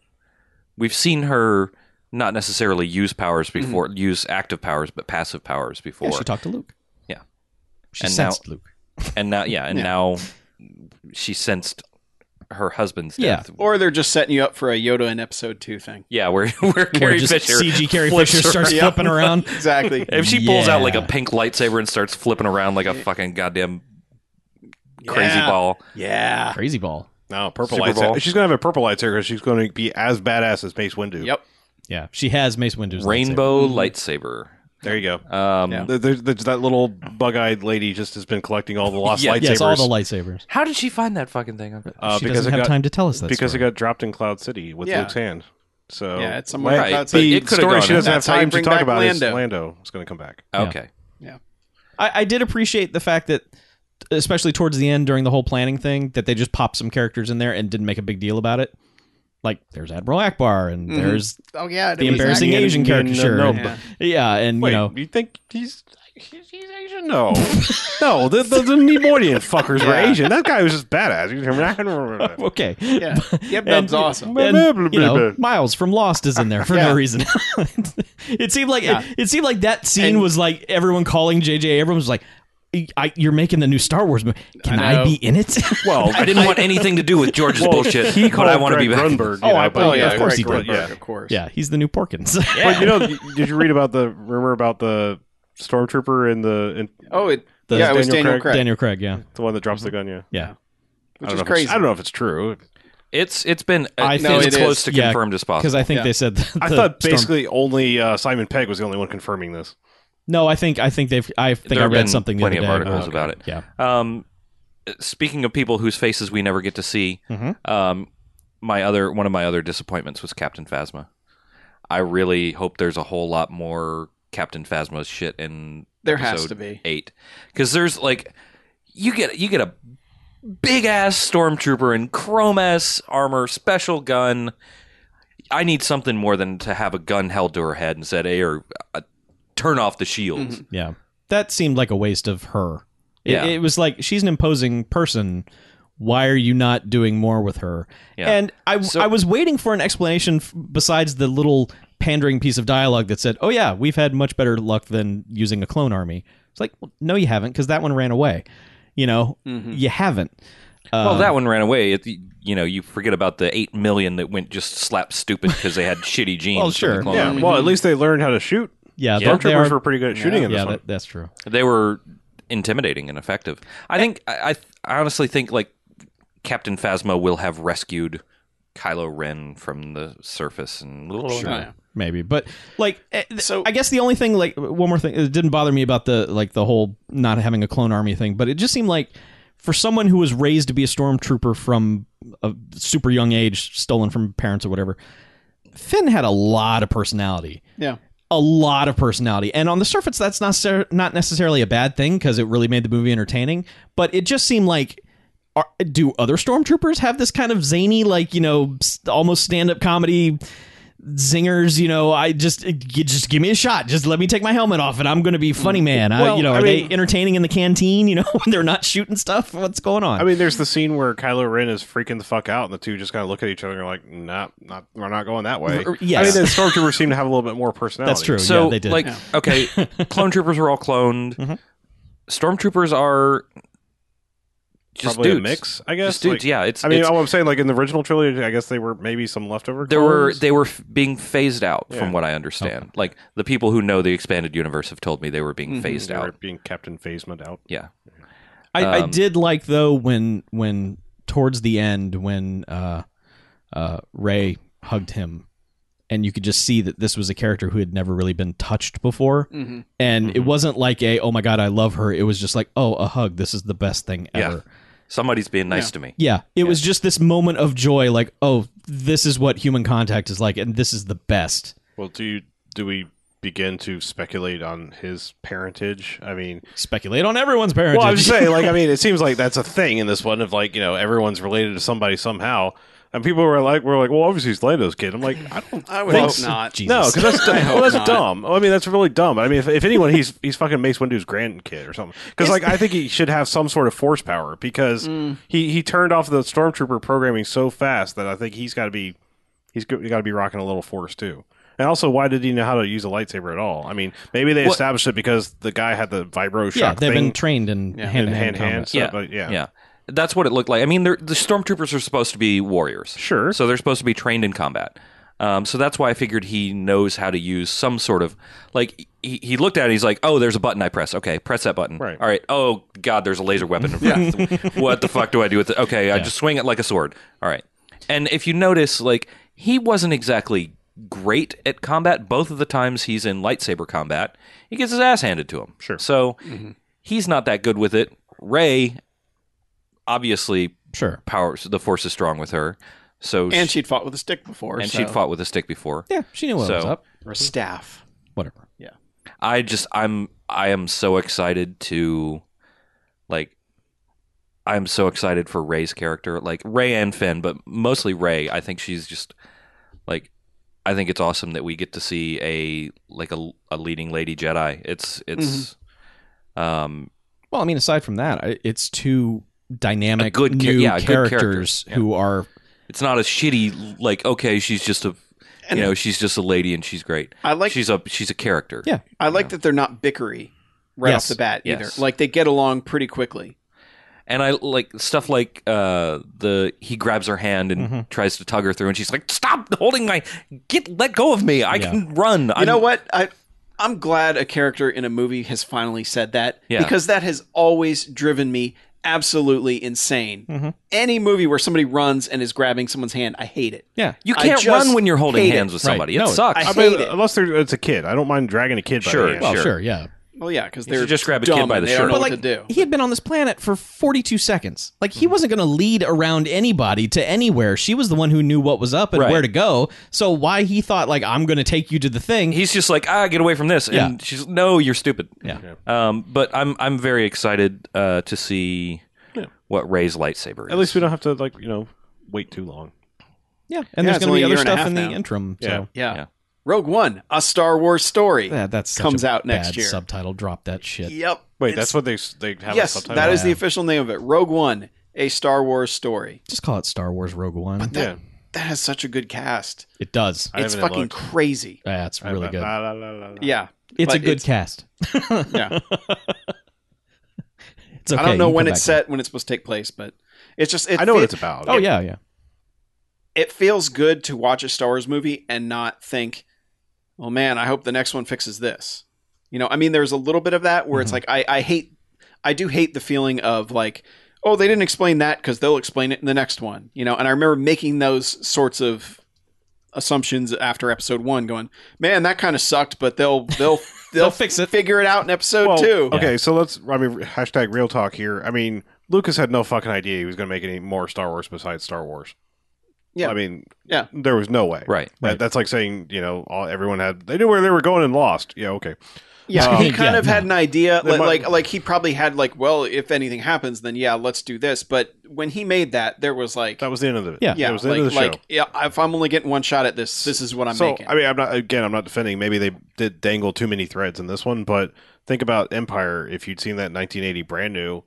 we've seen her not necessarily use powers before, use active powers, but passive powers before. Mm-hmm. yeah, she talked to Luke. Yeah. she And now- sensed Luke. and now, yeah, and Yeah. now she sensed her husband's Yeah. death. Or they're just setting you up for a Yoda in episode two thing. yeah, where where Carrie just Fisher CG Carrie flips Fisher her- starts Yeah. flipping around. Exactly. If she pulls out like a Yeah. pink lightsaber and starts flipping around like a fucking goddamn crazy Yeah. ball, Yeah. Crazy ball. No, purple Super lights. Bowl. She's gonna have a purple lightsaber because she's going to be as badass as Mace Windu. Yep. Yeah, she has Mace Windu's rainbow Mm-hmm. lightsaber. There you go. Um, Yeah. There- There's, there's that little bug-eyed lady just has been collecting all the lost Yeah. lightsabers. lightsaber. Yes, all the lightsabers. How did she find that fucking thing? uh, she because doesn't it have got time to tell us that. because story. it got dropped in Cloud City with Yeah. Luke's hand. So Yeah, it's somewhere in Right. Cloud City. The It could've story gone she in. doesn't have That's how you time to bring talk back about is Lando. Lando is going to come back. Okay, I, I did appreciate the fact that, especially towards the end during the whole planning thing, that they just popped some characters in there and didn't make a big deal about it. Like there's Admiral Akbar and Mhm. there's Oh yeah. the embarrassing Akbar. Asian Yeah, character. no, sure. no, and- but- Yeah. yeah, and Wait, you know, think he's he's, he's Asian? No, no, the, the, the Nemoidian fuckers were Yeah. Asian. That guy was just badass. He's like, okay, Yeah. Yep. And- That's awesome. and, you know, Miles from Lost is in there for Yeah. no reason. it seemed like Yeah. it, it seemed like that scene And- was like everyone calling JJ Abrams was like, I, "You're making the new Star Wars movie. Can I I, know. be in it?" well, I didn't want anything to do with George's well, bullshit, He but called I want to Greg be back. Grunberg. Oh, you know, I, but- oh yeah. of course he Greg did. Grunberg, Yeah. Of course. yeah, he's the new Porkins. But you know, y- did you read about the rumor about the stormtrooper and the and Oh, it, The- yeah. It was Daniel Daniel Craig. Craig, Daniel Craig. Yeah, the one that drops the gun? Yeah, yeah. I which don't know if is it's- crazy. I don't know if it's true. It's it's been uh, I it's think as it is. close to Yeah, confirmed as possible. Because I think Yeah. they said. The, I the thought storm- basically only uh, Simon Pegg was the only one confirming this. No, I think I think they've. I think There I have been read something the plenty other of day. articles Oh, about it. Yeah. Um, speaking of people whose faces we never get to see, um, my other one of my other disappointments was Captain Phasma. I really hope there's a whole lot more Captain Phasma shit in There has episode to be. eight because there's like you get you get a big ass stormtrooper in chrome ass armor, special gun. I need something more than to have a gun held to her head and said, "Hey, or uh, turn off the shields." Mm-hmm. Yeah. That seemed like a waste of her. It, Yeah. it was like she's an imposing person. Why are you not doing more with her? Yeah. And I, So- I was waiting for an explanation f- besides the little pandering piece of dialogue that said, "Oh yeah, we've had much better luck than using a clone army." It's like, well, no, you haven't, because that one ran away. You know, you haven't. Mm-hmm. Uh-huh. Um, Well, that one ran away. It, you know, you forget about the eight million that went just slap stupid because they had shitty genes. Well, from sure. the clone Yeah, army. well, at least they learned how to shoot. Yeah, Yeah. yeah they are, Stormtroopers were pretty good at shooting in this yeah one. that, that's true. they were intimidating and effective. I think. I, I honestly think like Captain Phasma will have rescued Kylo Ren from the surface and Oh, Yeah. maybe but like eh, th- So- i guess the only thing like one more thing it didn't bother me about the like the whole not having a clone army thing but it just seemed like for someone who was raised to be a stormtrooper from a super young age stolen from parents or whatever finn had a lot of personality Yeah. a lot of personality and on the surface that's not ser- not necessarily a bad thing because it really made the movie entertaining but it just seemed like are, do other stormtroopers have this kind of zany like you know s- almost stand-up comedy zingers you know i just eh, g- just give me a shot just let me take my helmet off and i'm gonna be funny man I, Well, you know I are mean- they entertaining in the canteen you know when they're not shooting stuff what's going on I mean, there's the scene where Kylo Ren is freaking the fuck out, and the two just kind of look at each other and are like, "Nah, not we're not going that way." R- yes. I mean, the stormtroopers seem to have a little bit more personality. that's true So yeah, Mm-hmm. they did like okay, clone troopers are all cloned. Stormtroopers are just Probably dudes. a mix, I guess. Just Like, dudes. yeah, it's. I mean, it's- oh, I'm saying like in the original trilogy, I guess they were maybe some leftover. there were clones. they were f- being phased out Yeah. from what i understand like the people who know the expanded universe have told me they were being Mm-hmm. phased They were out being Captain Phasma out. yeah I, I Um, did like though when when towards the end when uh, uh, Ray hugged him, and you could just see that this was a character who had never really been touched before, Mm-hmm. Mhm. and it Mm-hmm. wasn't like a oh my god I love her. It was just like oh a hug. This is the best thing Yeah. ever. somebody's being nice to me Yeah, it was just this moment of joy. Like oh this is what human contact is like, and this is the best. Well, do you, do we begin to speculate on his parentage? I mean, Speculate on everyone's parentage. well, I'm just saying, like, I mean, it seems like that's a thing in this one of like, you know, everyone's related to somebody somehow. And people were like, we're like, well, obviously he's Lando's kid. I'm like, I don't I would Thanks. hope not. Jesus. No, because that's, dumb. well, that's not. dumb. I mean, that's really dumb. I mean, if, if anyone, he's he's fucking Mace Windu's grandkid or something. Because like, I think he should have some sort of force power because Mm. he he turned off the stormtrooper programming so fast that I think he's got to be he's got to be rocking a little force too. And also, why did he know how to use a lightsaber at all? I mean, maybe they Well- established it because the guy had the vibro shock yeah, they've thing been trained in Yeah. hand in to hand hand hand combat. stuff. but yeah, yeah That's what it looked like. I mean, they're, the stormtroopers are supposed to be warriors. Sure. So they're supposed to be trained in combat. Um, so that's why I figured he knows how to use some sort of like he, he looked at it. He's like, oh, there's a button I press. Okay, press that button. Right. All right. Oh God, there's a laser weapon. In front. what the fuck do I do with it? Okay, I just swing it like a sword. All right. And if you notice, like he wasn't exactly great at combat. Both of the times he's in lightsaber combat, he gets his ass handed to him. Sure. So he's not that good with it. Ray, obviously, Sure. powers the force is strong with her. So And she'd fought with a stick before. and so- she'd fought with a stick before. Yeah, she knew what was So- up. or a staff. Whatever. I just I'm I am so excited to like I'm so excited for Ray's character, like Ray and Finn, but mostly Ray. I think she's just like I think it's awesome that we get to see a like a, a leading lady Jedi. It's it's Mm-hmm. um Well, I mean, aside from that, I- it's two dynamic, good cha- new yeah, good characters, characters, yeah. who are it's not a shitty like okay, she's just a And- you know, she's just a lady and she's great. I like she's a she's a character. Yeah. I like that they're not bickery right Yes. off the bat either. Yes. Like they get along pretty quickly. and I like stuff like uh, the he grabs her hand and Mm-hmm. tries to tug her through, and she's like, "Stop holding my get let go of me! I Yeah. can run." You know what? I I'm glad a character in a movie has finally said that Yeah. because that has always driven me absolutely insane. Any movie where somebody runs and is grabbing someone's hand, I hate it. yeah. You I can't just run when you're holding hate hands it. with Right. somebody. It No, suckes. I- I mean, hate it. unless they're, it's a kid, I don't mind dragging a kid. by Sure, the hand. Well, sure. sure, yeah. Well, yeah, because should they're just grab a kid dumb by and the they don't shirt. know But, what like to do. he had been on this planet for 42 seconds. Like he wasn't going to lead around anybody to anywhere. She was the one who knew what was up and Right. where to go. So why he thought like I'm going to take you to the thing? He's just like, "Ah, get away from this!" Yeah. And she's, "No, you're stupid." yeah. Um, but I'm I'm very excited uh, to see Yeah. what Ray's lightsaber. Is. At least we don't have to like you know wait too long. Yeah, Yeah, and it's there's going only to be a other year and a stuff half in now. the interim. So Yeah. yeah. Yeah. Rogue One, a Star Wars story. Yeah, that's such Comes a out next bad year. Subtitle drop that shit. Yep. Wait, It's- that's what they s- they have. yes, a that is subtitle. the official name of it. Rogue One, a Star Wars story. Just call it Star Wars Rogue One. yeah. That has such a good cast. it does. I it's haven't fucking looked. crazy. Yeah, it's I- really good. la, la, la, la, la. Yeah, It's a but good cast. yeah. It's okay. I don't know you can when come it's back to it. set, when it's supposed to take place, but it's just it I know what fe- it's about. Oh yeah, yeah. It feels good to watch a Star Wars movie and not think, "Oh man, I hope the next one fixes this." You know, I mean, there's a little bit of that where it's like I I hate, I do hate the feeling of like, oh, they didn't explain that because they'll explain it in the next one. You know, and I remember making those sorts of assumptions after episode one, going, "Man, that kind of sucked," but they'll they'll they'll, fix it. figure it out in episode Well, two. Okay, so let's. I mean, hashtag real talk here. I mean, Lucas had no fucking idea he was going to make any more Star Wars besides Star Wars. Yeah. I mean, Yeah. there was no way. Right. That- that's like saying you know all, everyone had they knew where they were going and lost. Yeah. Okay. Yeah, Um, he kind yeah, of no. had an idea, They like, might- like like he probably had like, well, if anything happens, then yeah, let's do this. But when he made that, there was like, That was the end of it. Yeah. yeah, That was the like, end of the show. like yeah, if I'm only getting one shot at this, this is what I'm so making. I mean, I'm not again. I'm not defending. Maybe they did dangle too many threads in this one, but think about Empire. If you'd seen that in 1980 brand new,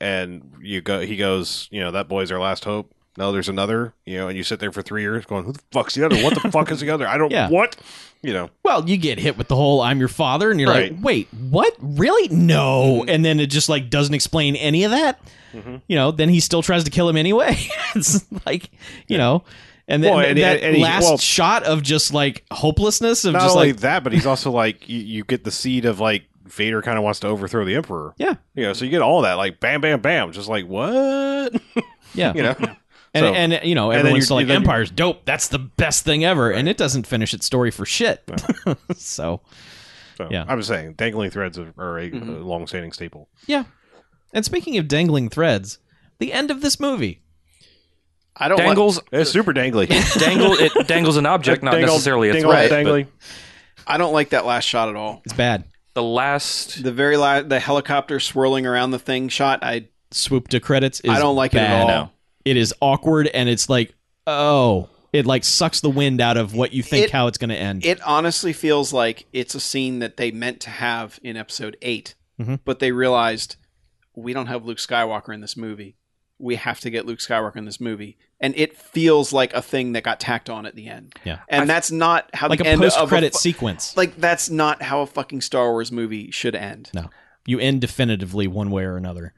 and you go, he goes, you know, that boy's our last hope. No, there's another, you know, and you sit there for three years going, who the fuck's the other? What the fuck is the other? I don't Yeah. what, you know. Well, you get hit with the whole "I'm your father," and you're Right. Mm-hmm. like, "Wait, what? Really? No!" And then it just like doesn't explain any of that. You know, then he still tries to kill him anyway. it's like you know, and then Well, and- that and- and he- last well- shot of just like hopelessness of Not just only like that, but he's also like, you, you get the seed of like Vader kind of wants to overthrow the Emperor. yeah, You know, so you get all that, like bam, bam, bam, just like what, yeah, you know. and So- and you know and then everyone's you're- still like then you're- Empire's dope. That's the best thing ever, and it doesn't finish its story for shit. so So, Yeah. Mm-hmm. I'm just saying, dangling threads are, are a, a long-standing staple. yeah. And speaking of dangling threads, the end of this movie. I don't like, dangles It's super dangly. dangle it dangles an object, not Dangle- necessarily a dangle, threat. but dangly. I don't like that last shot at all. It's bad. The last The very la- the helicopter swirling around the thing shot. I swoop to credits is I don't like it at bad. all. No. It is awkward and it's like, oh, it like sucks the wind out of what you think It- how it's going to end. it honestly feels like it's a scene that they meant to have in episode 8 Mhm. but they realized we don't have Luke Skywalker in this movie. We have to get Luke Skywalker in this movie, and it feels like a thing that got tacked on at the end. Yeah. and that's not how like the a end of post credit fu- sequence. like that's not how a fucking Star Wars movie should end. no. You end definitively one way or another.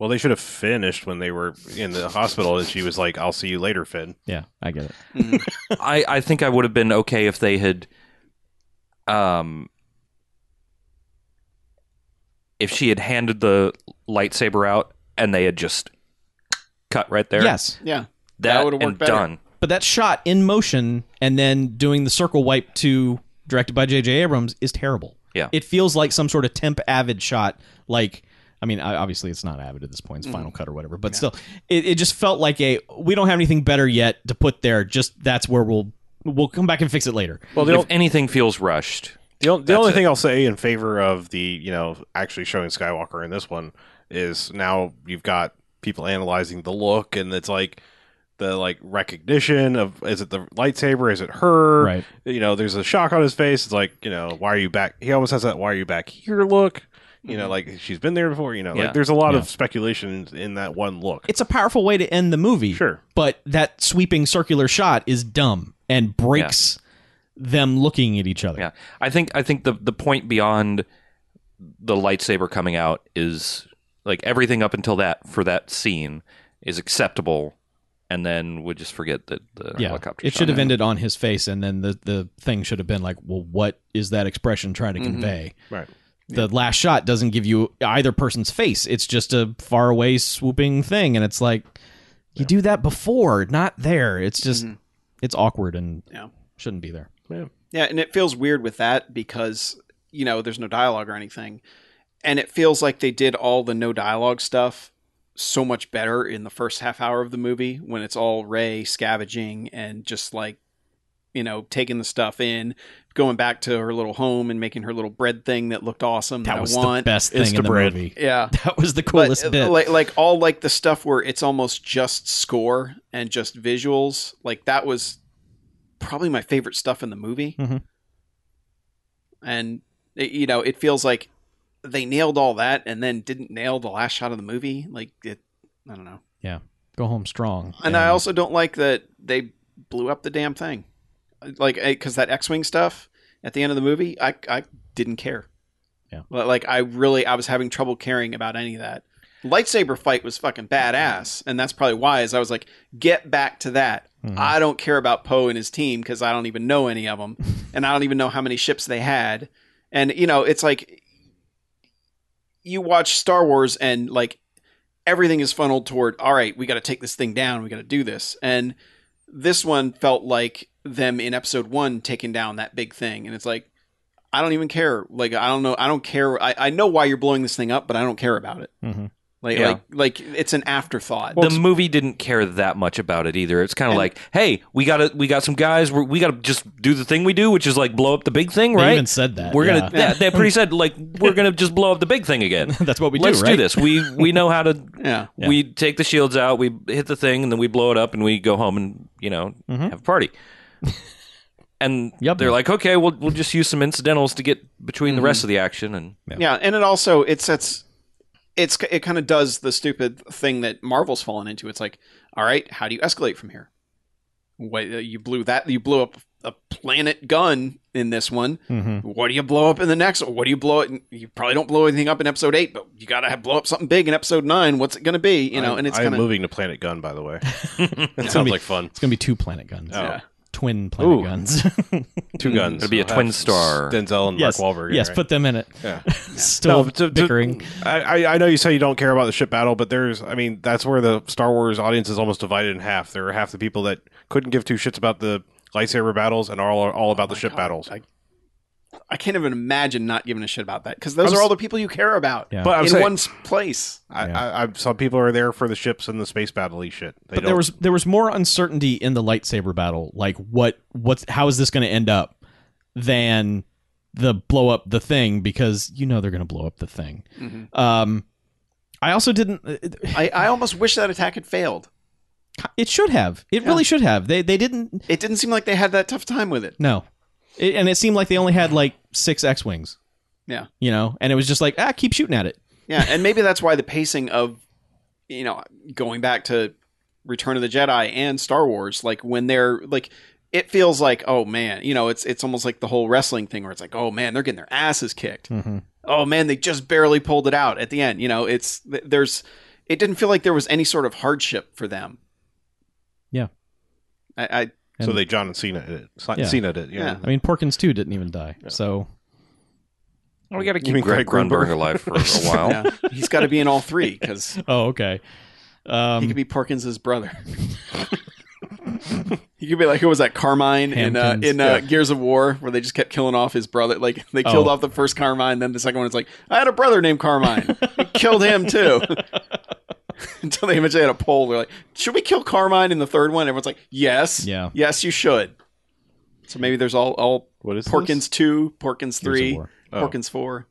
Well, they should have finished when they were in the hospital, and she was like, "I'll see you later, Finn." Yeah, I get it. I, I think I would have been okay if they had um if she had handed the lightsaber out and they had just cut right there. Yes, Yeah. That, That would've and worked better. done. but that shot in motion and then doing the circle wipe to directed by J.J. Abrams is terrible. Yeah. it feels like some sort of temp avid shot. Like, I mean, I- obviously it's not avid at this point; it's Mm. Final Cut or whatever. But still, it, it just felt like a we don't have anything better yet to put there. Just that's where we'll we'll come back and fix it later. Well, the, If ol- anything feels rushed, the, ol- the only it. thing I'll say in favor of the you know actually showing Skywalker in this one is now you've got people analyzing the look, and it's like the like recognition of is it the lightsaber, is it her? Right. You know, there's a shock on his face. It's like you know, why are you back? He almost has that "why are you back here" look. You know, like she's been there before. You know, Mm-hmm. Yeah. like there's a lot Yeah. of speculation in that one look. It's a powerful way to end the movie. Sure. but that sweeping circular shot is dumb and breaks them looking at each other. yeah. I think I think the the point beyond the lightsaber coming out is like everything up until that for that scene is acceptable and then we just forget that the Yeah, helicopter it shot should have him. ended on his face, and then the the thing should have been like, well, what is that expression trying Mm-hmm. to convey? right. The last shot doesn't give you either person's face; it's just a far away swooping thing, and it's like you do that before, not there. It's just Mm-hmm. it's awkward and Yeah. shouldn't be there. Yeah, and it feels weird with that because you know there's no dialogue or anything, and it feels like they did all the no dialogue stuff so much better in the first half hour of the movie when it's all Ray scavenging and just like you know taking the stuff in, going back to her little home and making her little bread thing that looked awesome that, That was I want. the best It's thing the in the bread. movie. Yeah, That was the coolest but, uh, bit. Like, like all like the stuff where it's almost just score and just visuals. Like that was probably my favorite stuff in the movie. Mhm. And it, you know, it feels like they nailed all that and then didn't nail the last shot of the movie. Like it, I don't know. Go home strong. And I also don't like that they blew up the damn thing. Like because that X-wing stuff at the end of the movie, I I didn't care. Yeah. Li- Like I really I was having trouble caring about any of that. Lightsaber fight was fucking badass, and that's probably why. Is I was like, get back to that. Mhm. Mm-hmm. I don't care about Poe and his team because I don't even know any of them, and I don't even know how many ships they had. And you know, it's like you watch Star Wars, and like everything is funneled toward all right we got to take this thing down we got to do this and this one felt like them in episode one taking down that big thing and it's like i don't even care like i don't know i don't care i, I know why you're blowing this thing up but i don't care about it Mhm. like, Yeah. like like it's an afterthought the movie didn't care that much about it either. It's kind of And- like, hey, we got to we got some guys. We're, we got to just do the thing we do, which is like blow up the big thing, They right? even said that. we're Yeah. gonna. Yeah, they pretty said like we're gonna just blow up the big thing again. That's what we Let's do, right? this. We we know how to. yeah We take the shields out. We hit the thing, and then we blow it up, and we go home and you know have a party. And Mm-hmm. Yup. they're like, okay, we'll we'll just use some incidentals to get between the Mm-hmm. rest of the action, and yeah and it also it sets it's it kind of does the stupid thing that marvel's fallen into it's like all right how do you escalate from here what uh, you blew that you blew up a planet gun in this one Mhm. what do you blow up in the next one? what do you blow it you probably don't blow anything up in episode 8 but you gotta have blow up something big in episode 9 what's it gonna be you know I'm- and it's I'm kind of moving to Planet Gun, by the way. that gonna sounds be- like fun. It's gonna be two planet guns, Oh. Yeah. twin planet Ooh. guns. Two guns. It'll be a Have twin star. Denzel and yes, Mark Wahlberg. yes, right? put them in it. Yeah. Still No, to- to- bickering. I, I- I know you say you don't care about the ship battle, but there's, I mean, that's where the Star Wars audience is almost divided in half. There are half the people that couldn't give two shits about the lightsaber battles and are all, all about the ship battles. I- i can't even imagine not giving a shit about that because those I'm are s- all the people you care about Yeah. but I'm in saying, one s- place I, Yeah. I, I, some people are there for the ships and the space battle shit. They but don't, there was there was more uncertainty in the lightsaber battle, like what what's how is this going to end up, than the blow up the thing because you know they're going to blow up the thing. Mhm. Mm-hmm. Um, I also didn't. I, I almost wish that attack had failed It should have. It really should have. They they didn't. it didn't seem like they had that tough time with it No, it, and it seemed like they only had like six X wings. Yeah. you know, and it was just like ah, keep shooting at it. Yeah, and maybe that's why the pacing of you know, going back to Return of the Jedi and Star Wars, like when they're like it feels like, oh man, you know, it's it's almost like the whole wrestling thing where it's like, oh man, they're getting Mm-hmm. their asses kicked. Oh man, they just barely pulled it out at the end. You know, it's th- there's it didn't feel like there was any sort of hardship for them. Yeah. I, I so they John and Cena did it. Si- Yeah. Cena did it. Yeah. Yeah. I mean, Porkins too didn't even die. So We got to keep mean Greg Greg Grunberg? Grunberg alive for a while. yeah, he's got to be in all three because oh okay. he Um, could be Porkins' brother. he could be like who was that Carmine Hamptons, in uh, in uh, Gears of War where they just kept killing off his brother. Like they killed Oh. off the first Carmine, then the second one is like I had a brother named Carmine. we killed him too. Until they eventually had a poll, they're like, "Should we kill Carmine in the third one?" Everyone's like, "Yes, Yeah. yes, you should." So maybe there's all all What is Porkins two, Porkins three, War. Oh. Porkins four.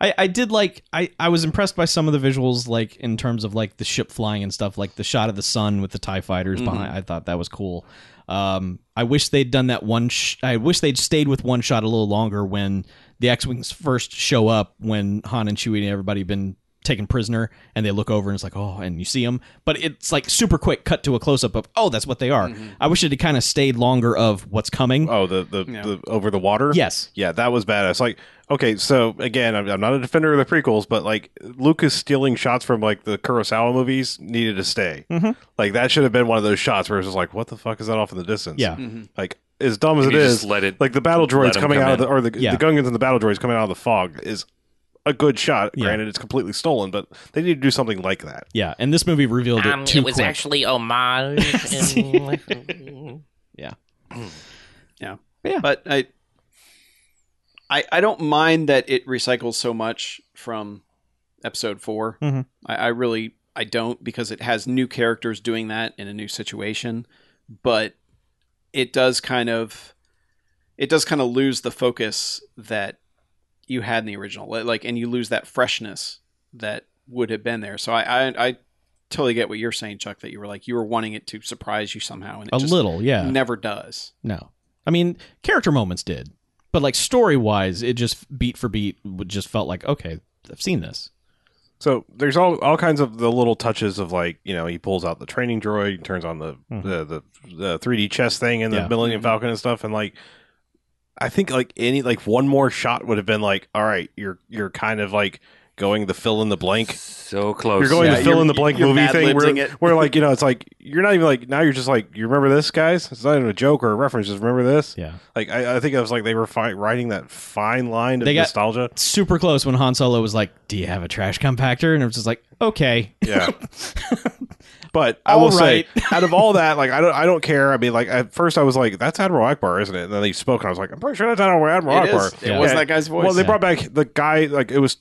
I, I did like I, I was impressed by some of the visuals like in terms of like the ship flying and stuff like the shot of the sun with the tie fighters behind I thought that was cool. Um, I wish they'd done that one sh- I wish they'd stayed with one shot a little longer when the X-wings first show up when Han and Chewie and everybody been taken prisoner and they look over and it's like oh and you see them but it's like super quick cut to a close up of oh that's what they are. I wish it had kind of stayed longer of what's coming. Oh, the the, Yeah. the over the water. Yes. Yeah, that was badass. Like, okay, so again, I'm, I'm not a defender of the prequels, but like Lucas stealing shots from like the Kurosawa movies needed to stay. Mm-hmm. Like that should have been one of those shots where it's just like, what the fuck is that off in the distance? Yeah. Mm-hmm. Like as dumb as And it you is, just let it- like the battle let droids 'em coming come out of in. the or the Yeah. the Gungans and the battle droids coming out of the fog is a good shot. Yeah. Granted, it's completely stolen, but they need to do something like that. Yeah, and this movie revealed it Um, too it was quick. actually homage. and- but I, I I don't mind that it recycles so much from episode 4 Mhm. I, I really I don't because it has new characters doing that in a new situation, but it does kind of it does kind of lose the focus that you had in the original, li- like, and you lose that freshness that would have been there. So I I, I totally get what you're saying, Chuck. That you were like you were wanting it to surprise you somehow, and it a just little, yeah. never does. No. I mean, character moments did, but like story wise, it just beat for beat would- just felt like, okay, I've seen this. So there's all all kinds of the little touches of like you know he pulls out the training droid, he turns on the Mhm. the, the the 3D chess thing and the Yeah. Millennium Falcon and stuff, and like I think like any like one more shot would have been like, all right, you're you're kind of like going the fill in the blank. So close. You're going Oh, Yeah, to fill in the you're- blank you're movie thing where, mad-libbing it. where like you know it's like you're not even like now you're just like you remember this guys it's not even a joke or a reference just remember this Yeah. like I, I think I was like they were fi- writing that fine line of They got- nostalgia Super close when Han Solo was like, Do you have a trash compactor? And it was just like, Okay. Yeah. but I All will right. say, out of all that, like I don't, I don't care. I mean, like at first I was like, "That's Admiral Akbar, isn't it?" And then they spoke, and I was like, "I'm pretty sure that's Admiral Admiral It Akbar." is. It was Yeah. that guy's voice. Well, they brought back the guy. Like it was,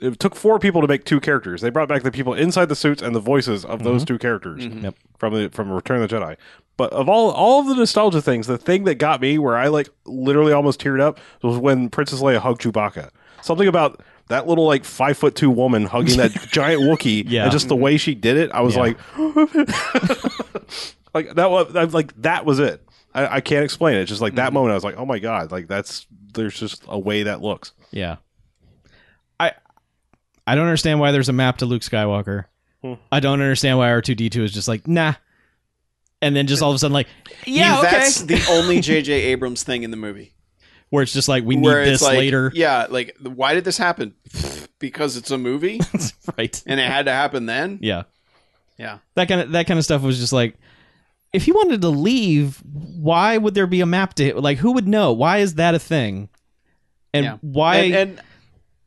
it took four people to make two characters. They brought back the people inside the suits and the voices of those two characters Yep. from the from Return of the Jedi. But of all all of the nostalgia things, the thing that got me where I like literally almost teared up was when Princess Leia hugged Chewbacca. Something about that little like five foot two woman hugging that giant Wookiee Yeah. and just the way she did it, I was Yeah. like, like that was I was like that was it. I, I can't explain it. Just like that moment, I was like, oh my god, like that's there's just a way that looks. Yeah. I I don't understand why there's a map to Luke Skywalker. Hmm. I don't understand why R2D2 is just like, nah. And then just all of a sudden like, yeah, okay. that's the only J.J. Abrams thing in the movie. Where it's just like we need Where it's this like, later. Yeah, like why did this happen? because it's a movie right. and it had to happen then. Yeah. Yeah. That kind of that kind of stuff was just like if he wanted to leave, why would there be a map to like who would know? Why is that a thing? And Yeah. why and, and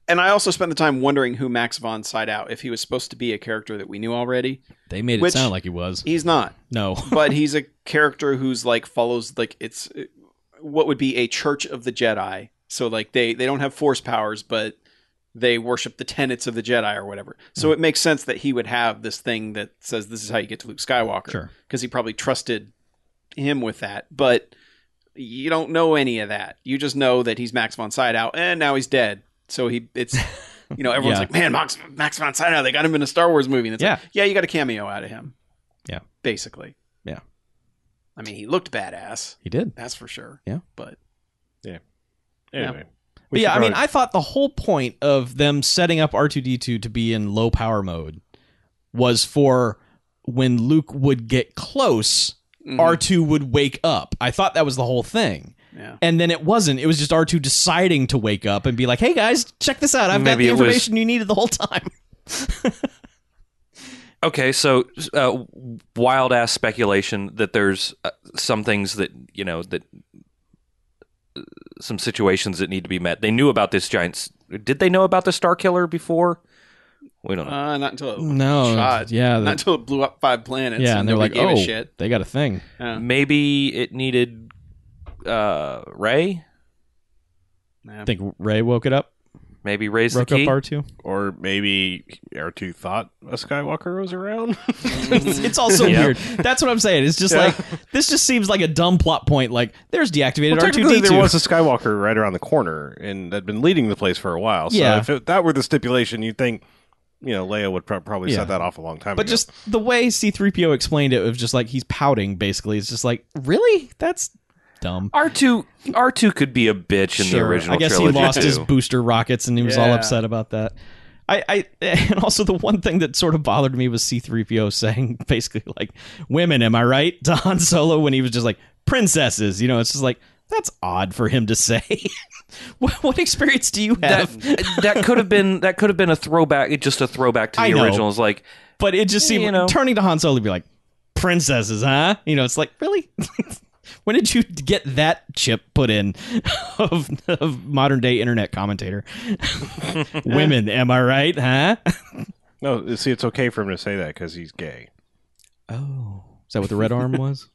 and I also spent the time wondering who Max von sighed out if he was supposed to be a character that we knew already. they made it which- sound like he was. He's not, No. but he's a character who's like follows like it's uh, what would be a Church of the Jedi. So like they they don't have force powers, but they worship the tenets of the Jedi or whatever. Hmm. So it makes sense that he would have this thing that says this is how you get to Luke Skywalker. Sure. because he probably trusted him with that. But you don't know any of that. You just know that he's Max von Sydow, and now he's dead. So he, it's, you know, everyone's Yeah. like, man, Max, Max von Sydow, they got him in a Star Wars movie. And it's like, Yeah. yeah, you got a cameo out of him. Yeah. Basically. Yeah. I mean, he looked badass. He did. That's for sure. Yeah. But Anyway, But we yeah, should I mean, probably- I thought the whole point of them setting up R2D2 to be in low power mode was for when Luke would get close, Mhm. R2 would wake up. I thought that was the whole thing. yeah. And then it wasn't. It was just R2 deciding to wake up and be like, hey guys, check this out. I've Maybe got it the was- information you needed the whole time. okay, so uh, wild ass speculation that there's uh, some things that you know that uh, some situations that need to be met. They knew about this giant. s- Did they know about the Star Killer before? We don't know. Uh, not until it No, shot. yeah, not the- until it blew up five planets. yeah, and they're like, nobody oh, gave a shit. they got a thing. Yeah. Maybe it needed uh, Ray. Yeah. I think Ray woke it up, Maybe Ray's the broke up key. R two. Or maybe R2 thought a Skywalker was around. it's also Yeah. weird. That's what I'm saying. It's just Yeah. like this just seems like a dumb plot point. Like there's deactivated Well, R two technically, D there was a two. Skywalker right around the corner, and had been leading the place for a while. So Yeah. if it, that were the stipulation, you'd think, you know, Leia would pro- probably Yeah. set that off a long time But ago. just the way C three PO explained it, it was just like he's pouting. Basically, it's just like really that's dumb. R two R two could be a bitch in the original I guess trilogy he lost too. his booster rockets and he was all Yeah. upset about that. I, I and also the one thing that sort of bothered me was C3PO saying basically like women am I right to Han Solo when he was just like princesses you know it's just like that's odd for him to say what, what experience do you that have that could have been that could have been a throwback, just a throwback to I the know. original. It's like but it just seemed You know. turning to Han Solo to be like princesses huh you know it's like really when did you get that chip put in of, of modern day internet commentator women am I right huh no, see, it's okay for him to say that because he's gay. Oh. Is that what the red arm was?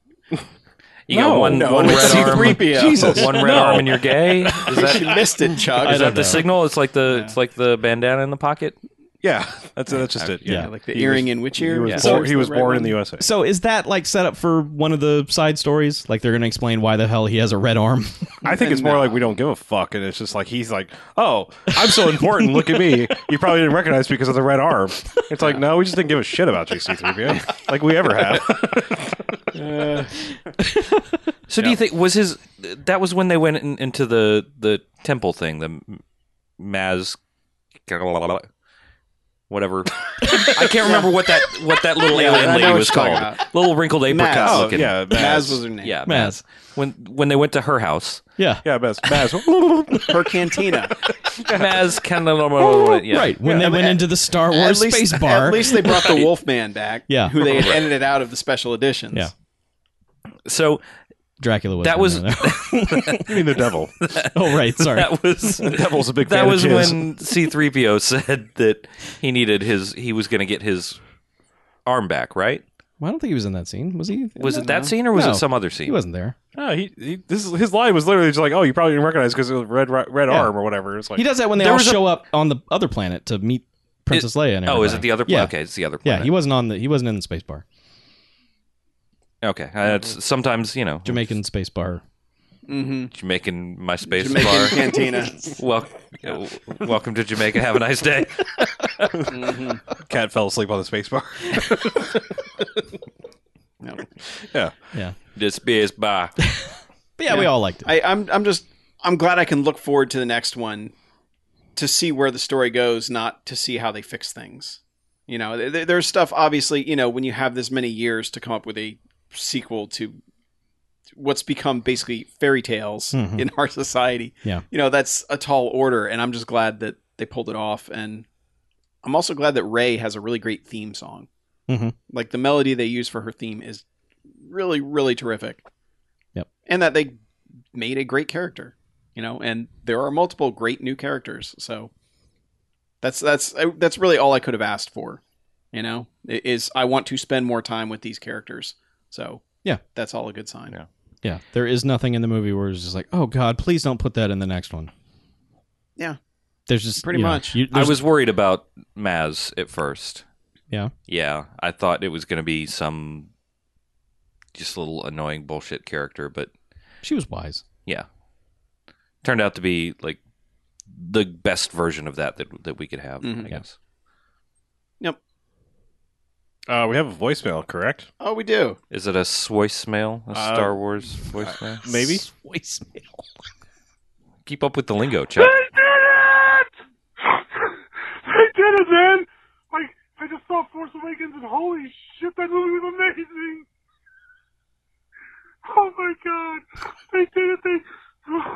you got one no, one it's red arm, C-3PO. one red arm, and you're gay. Is that, you missed it, Chuck. is that the signal? It's like the it's like the bandana in the pocket. Yeah, that's that's just it. Yeah. Yeah, like the He earring was- in which He ear? was Yeah. born, he was born in the USA. So is that like set up for one of the side stories? Like they're going to explain why the hell he has a red arm? I think it's more like we don't give a fuck, and it's just like he's like, "Oh, I'm so important. Look at me." You probably didn't recognize because of the red arm. It's like, no, we just didn't give a shit about JC3PO, like we ever have. So do you think was his? That was when they went in, into the the temple thing, the M- Maz, whatever. I can't remember what that what that little Yeah, I alien know lady what was you're talking called. Little wrinkled apricot Maz. Oh looking. yeah, Maz Maz was her name. yeah, Maz. When when they went to her house, Yeah. yeah, Maz, Maz. Her cantina. Maz kind of yeah. Right. When Yeah. they went into the Star Wars space bar. At least they brought the Wolfman back. Yeah. Who they had edited out of the special editions. Yeah. So Dracula was. That in was- there. you mean the devil? oh, right. Sorry. that was Devil's a big. that fan was of jizz. when C3PO said that he needed his he was going to get his arm back, right? well, I don't think he was in that scene. Was he? Was it that scene or was No. it some other scene? He wasn't there. No, he, he this is, his line was literally just like, "Oh, you probably didn't recognize because of the red ri- red Yeah. arm or whatever." It's like He does that when they There all was a- show up on the other planet to meet Princess Leia. And oh, is it everybody. the other planet? Yeah. Okay, it's the other Yeah, planet. he wasn't on the. He wasn't in the space bar. okay. Uh, it's sometimes, you know, Jamaican space bar. Mm-hmm. Jamaican my space Jamaican bar. cantina. Wel- uh, welcome to Jamaica. Have a nice day. Mhm. cat fell asleep on the space bar. No. yeah, Yeah. This space bar. But yeah, we all liked it. I, I'm I'm just I'm glad I can look forward to the next one to see where the story goes, not to see how they fix things. You know, th- th- there's stuff obviously. You know, when you have this many years to come up with a sequel to what's become basically fairy tales Mhm. in our society, Yeah. you know, that's a tall order, and I'm just glad that they pulled it off. And I'm also glad that Ray has a really great theme song. Mhm. Like the melody they use for her theme is really, really terrific. Yep. And that they made a great character, you know, and there are multiple great new characters. So that's that's I, that's really all I could have asked for, you know. i- Is I want to spend more time with these characters. So Yeah. that's all a good sign. Yeah. yeah. There is nothing in the movie where it's just like, oh God, please don't put that in the next one. Yeah. There's just Pretty you know, much. you- I there's- was worried about Maz at first. Yeah. Yeah, I thought it was going to be some just little annoying bullshit character, but She was wise. yeah, turned out to be like the best version of that that, that we could have. Mhm. I guess. uh, we have a voicemail, correct? Oh, we do. Is it a voicemail? A Uh, Star Wars voicemail? Maybe. Keep up with the lingo, Chuck. They did it! they did it, man! Like, I just saw Force Awakens and holy shit, that movie was amazing! Oh my god! They did it! They.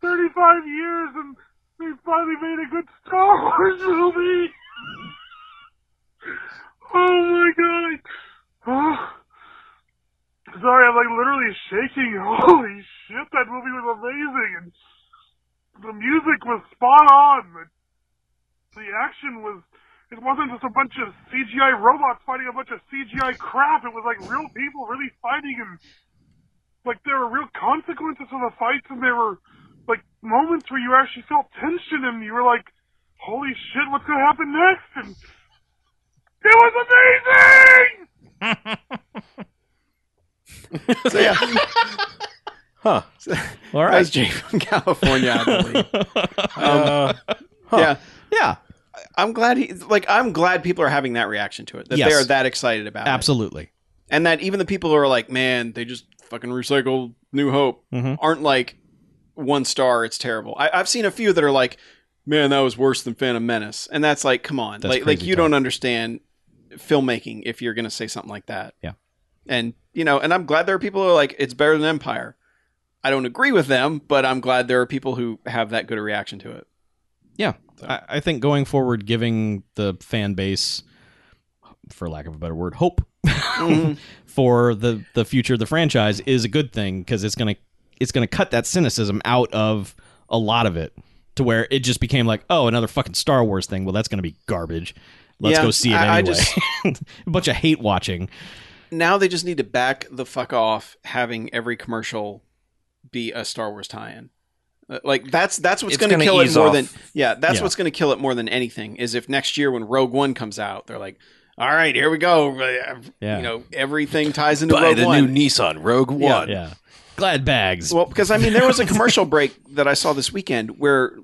35 years and they finally made a good Star Wars movie! Oh my god! I- Oh. Sorry, I'm like literally shaking. Holy shit, that movie was amazing, and the music was spot on. The, the action was. It wasn't just a bunch of CGI robots fighting a bunch of CGI crap. It was like real people really fighting, and like there were real consequences to the fights, and there were like moments where you actually felt tension, and you were like, "Holy shit, what's gonna happen next?" and it was amazing! So, yeah, Huh. All that was right. Jay from California, I believe. Um, Uh, Yeah, Yeah, I'm glad he like I'm glad people are having that reaction to it. That Yes. they are that excited about it. absolutely. And that even the people who are like, man, they just fucking recycle New Hope Mhm. aren't like one star, it's terrible. I, I've seen a few that are like, man, that was worse than Phantom Menace. And that's like, come on. That's like like crazy you talk. don't understand filmmaking if you're gonna say something like that. Yeah. And you know, and I'm glad there are people who are like, it's better than Empire. I don't agree with them, but I'm glad there are people who have that good a reaction to it. Yeah, I, I think going forward, giving the fan base, for lack of a better word, hope Mm-hmm. for the the future of the franchise is a good thing because it's gonna it's gonna cut that cynicism out of a lot of it to where it just became like, oh, another fucking Star Wars thing. Well, that's gonna be garbage. Let's Yeah, go see it I- I anyway. a bunch of hate watching. now they just need to back the fuck off having every commercial be a Star Wars tie-in. Uh, Like that's that's what's It's going to gonna kill it ease more off. than yeah. That's Yeah. what's going to kill it more than anything is if next year when Rogue One comes out, they're like, all right, here we go. Uh, Yeah. You know, everything ties into Buy Rogue the One. new Nissan Rogue Yeah. One. Yeah, glad bags. well, because I mean, there was a commercial break that I saw this weekend where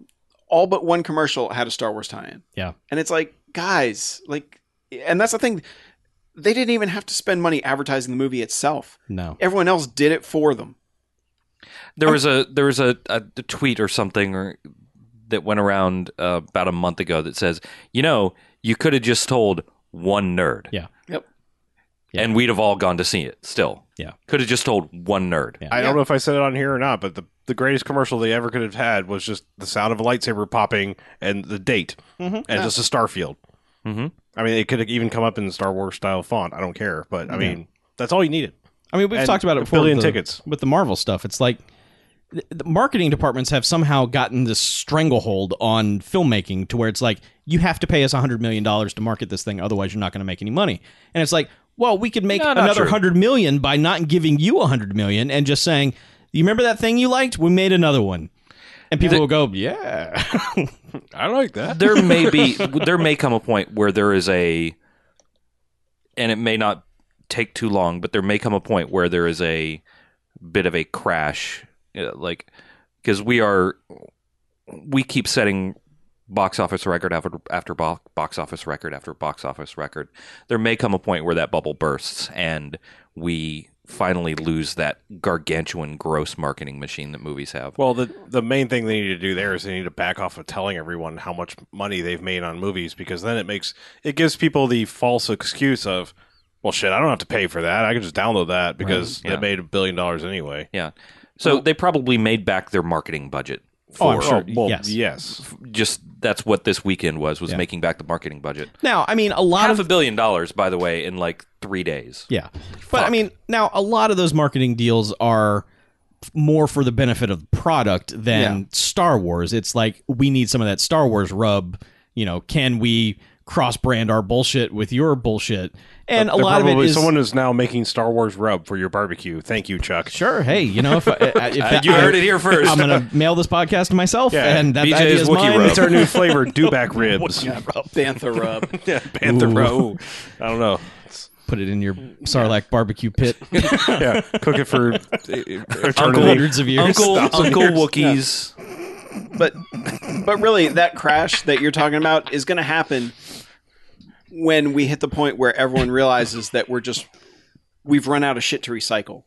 all but one commercial had a Star Wars tie-in. Yeah. and it's like, guys, like, and that's the thing. They didn't even have to spend money advertising the movie itself. no. Everyone else did it for them. There was a there was a, a tweet or something or, that went around uh, about a month ago that says, you know, you could have just told one nerd. Yeah. Yep. And we'd have all gone to see it still. Yeah. Could have just told one nerd. Yeah. I don't know if I said it on here or not, but the, the greatest commercial they ever could have had was just the sound of a lightsaber popping and the date and just a Starfield. Mhm. I mean, it could have even come up in Star Wars style font. I don't care, but I mean, that's all you needed. I mean, we've And talked about it a before. billion with the, tickets. with the Marvel stuff. It's like th- the marketing departments have somehow gotten this stranglehold on filmmaking to where it's like you have to pay us hundred million dollars to market this thing, otherwise you're not going to make any money. And it's like, well, we could make No, not another true. hundred million by not giving you a hundred million and just saying, you remember that thing you liked? We made another one, and people will go, yeah, I like that. there may be there may come a point where there is a and it may not take too long but there may come a point where there is a bit of a crash uh, like because we are we keep setting box office record after after bo- box office record after box office record there may come a point where that bubble bursts and we finally lose that gargantuan gross marketing machine that movies have Well, the the main thing they need to do there is they need to back off of telling everyone how much money they've made on movies because then it makes it gives people the false excuse of, well, shit, I don't have to pay for that. I can just download that because yeah. it made a billion dollars anyway. yeah so they probably made back their marketing budget Oh, I'm sure. well, Yes. yes. just that's what this weekend was was Yeah. making back the marketing budget. Now, I mean, a lot Half of a billion dollars, by the way, in like three days. Yeah. But I mean, now a lot of those marketing deals are f- more for the benefit of the product than Star Wars. It's like we need some of that Star Wars rub, you know, can we cross brand our bullshit with your bullshit? And a They're lot of it probably- is someone is now making Star Wars rub for your barbecue. Thank you, Chuck. Sure, hey, you know if, I, I- if You heard it here first. I'm going to mail this podcast to myself Yeah. and that BJ's idea is Wookiee mine. rub. It's our new flavor, dewback ribs. Bantha rub. Yeah, Panther rub. I don't know. It's- Put it in your Sarlacc barbecue pit Yeah, cook it for, for for eternity. hundreds of years. Uncle Uncle Wookiees. but but really that crash that you're talking about is going to happen when we hit the point where everyone realizes that we're just we've run out of shit to recycle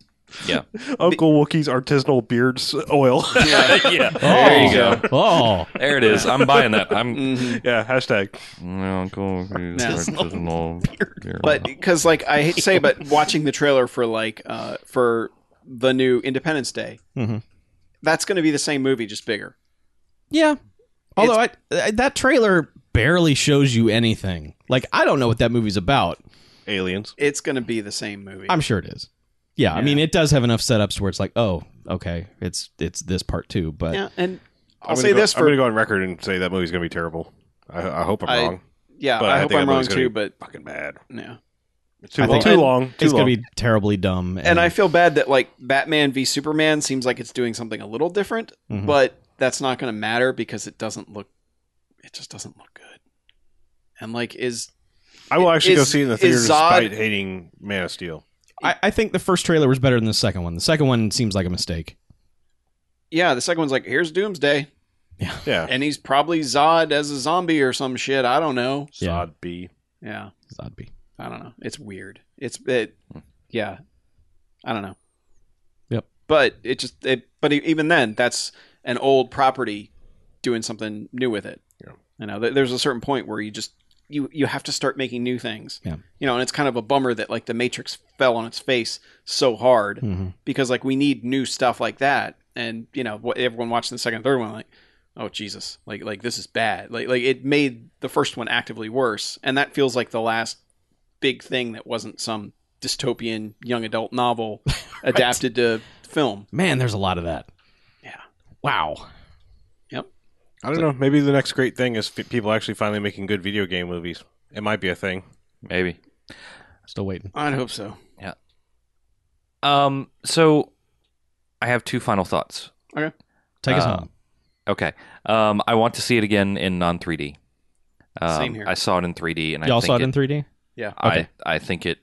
Yeah. Uncle Wookiee's artisanal beard s- oil. there you go. Oh, There it is. I'm buying that. I'm yeah, hashtag. Uncle Wookiees. Yeah. artisanal beer. but because like i hate to say but watching the trailer for like uh for the new independence day Mm-hmm. Mhm. that's going to be the same movie just bigger Yeah. Although I, I, that trailer barely shows you anything. Like I don't know what that movie's about. Aliens. It's going to be the same movie. I'm sure it is. Yeah, I Yeah. mean it does have enough setups where it's like, oh, okay, it's it's this part too, but yeah, and I'm I'll gonna say go- this I'm for going to go on record and say that movie's going to be terrible. I, I hope I'm I- wrong. yeah. but I I hope think I'm that wrong movie's gonna too, be but Fucking bad. yeah. Too I long. think- Too long. Too it's long. gonna be terribly dumb. And I feel bad that like Batman v Superman seems like it's doing something a little different, Mhm. but that's not going to matter because it doesn't look. It just doesn't look good. And like, is I will actually go is- see it in the is theater Zod- despite hating Man of Steel. I, I think the first trailer was better than the second one. The second one seems like a mistake. yeah, the second one's like, here's Doomsday, Yeah. and he's probably Zod as a zombie or some shit. I don't know. Yeah. Zod B. Yeah, That'd be I don't know. It's weird. It's it. Yeah, I don't know. Yep. But it just it. But e- even then, that's an old property doing something new with it. Yeah. You know, th- there's a certain point where you just you you have to start making new things. Yeah. You know, and it's kind of a bummer that like the Matrix fell on its face so hard Mhm. because like we need new stuff like that and you know what everyone watching the second and third one like oh jesus like like this is bad like like it made the first one actively worse and that feels like the last big thing that wasn't some dystopian young adult novel adapted to film man. There's a lot of that. Yeah. Wow. I don't know. Maybe the next great thing is f- people actually finally making good video game movies. It might be a thing. Maybe. Still waiting. i'd hope so Um. So, I have two final thoughts. Take us Uh, home. Okay. Um. I want to see it again in non 3D. Um, Same here. I saw it in 3D, and I Y'all think saw it in 3D. Okay. I I think it.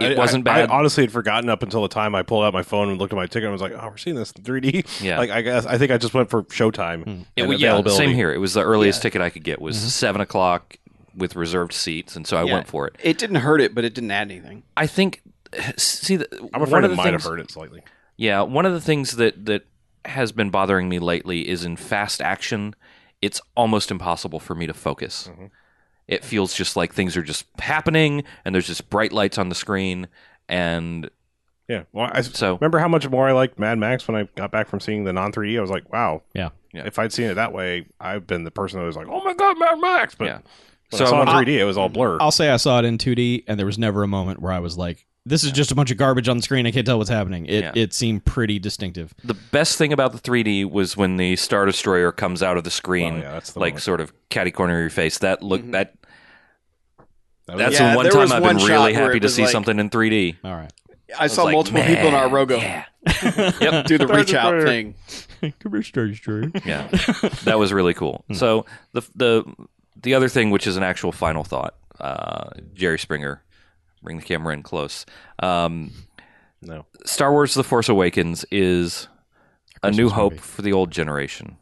I- It wasn't I- bad. I honestly had forgotten up until the time I pulled out my phone and looked at my ticket and was like, "Oh, we're seeing this in 3D." yeah. Like I guess I think I just went for showtime Hmm. It and wa- yeah, availability. Mm-hmm. same here. It was the earliest Yeah. ticket I could get was Mhm. seven o'clock with reserved seats, and so I Yeah. went for it. it didn't hurt it but it didn't add anything I think see the, I'm one afraid it of the might things, have hurt it slightly. Yeah, one of the things that that has been bothering me lately is in fast action, it's almost impossible for me to focus. Mhm. It feels just like things are just happening, and there's just bright lights on the screen, and Yeah. Well, I s- so remember how much more I liked Mad Max when I got back from seeing the non 3D. I was like, "Wow." Yeah. Yeah. If I'd seen it that way, I've been the person that was like, "Oh my god, Mad Max!" But Yeah. when So I I saw it wanna- in 3D, it was all blur. I'll say I saw it in 2D, and there was never a moment where I was like, "This is just a bunch of garbage on the screen. I can't tell what's happening." It Yeah. it seemed pretty distinctive. the best thing about the 3D was when the Star Destroyer comes out of the screen, Well, Oh, yeah, that's the like moment. sort of catty corner of your face. That look Mhm. that That was that's it. Yeah, the one there time was I've one been shot really where happy it to was see like- something in 3D. All right. i, was saw like, multiple people in our row go Yeah, do the reach out Destroyer. thing Come here, Star Destroyer. yeah, that was really cool. Hmm. So the the the other thing, which is an actual final thought, uh, Jerry Springer, bring the camera in close. Um, No. Star Wars: The Force Awakens is a new Christmas hope movie. for the old generation,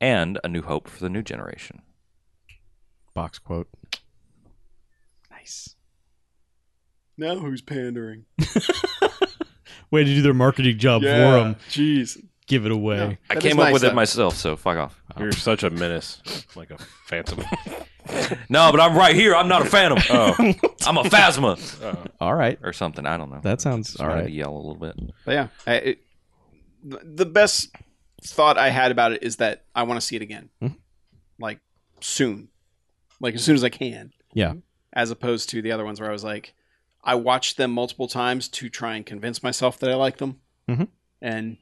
and a new hope for the new generation. Box quote. nice now who's pandering Way to do their marketing job for yeah them. jeez Give it away. No. I That is came up nice, with it though. myself, so fuck off. You're such a menace, like a phantom. No, but I'm right here. I'm not a phantom. Oh. I'm a phasma All right. or something. I don't know. That sounds Just all wanted to right. yell a little bit. But yeah, I, it, th- the best thought I had about it is that I want to see it again, Mhm. like soon, like as soon as I can. Yeah. As opposed to the other ones where I was like, I watched them multiple times to try and convince myself that I like them, Mhm. and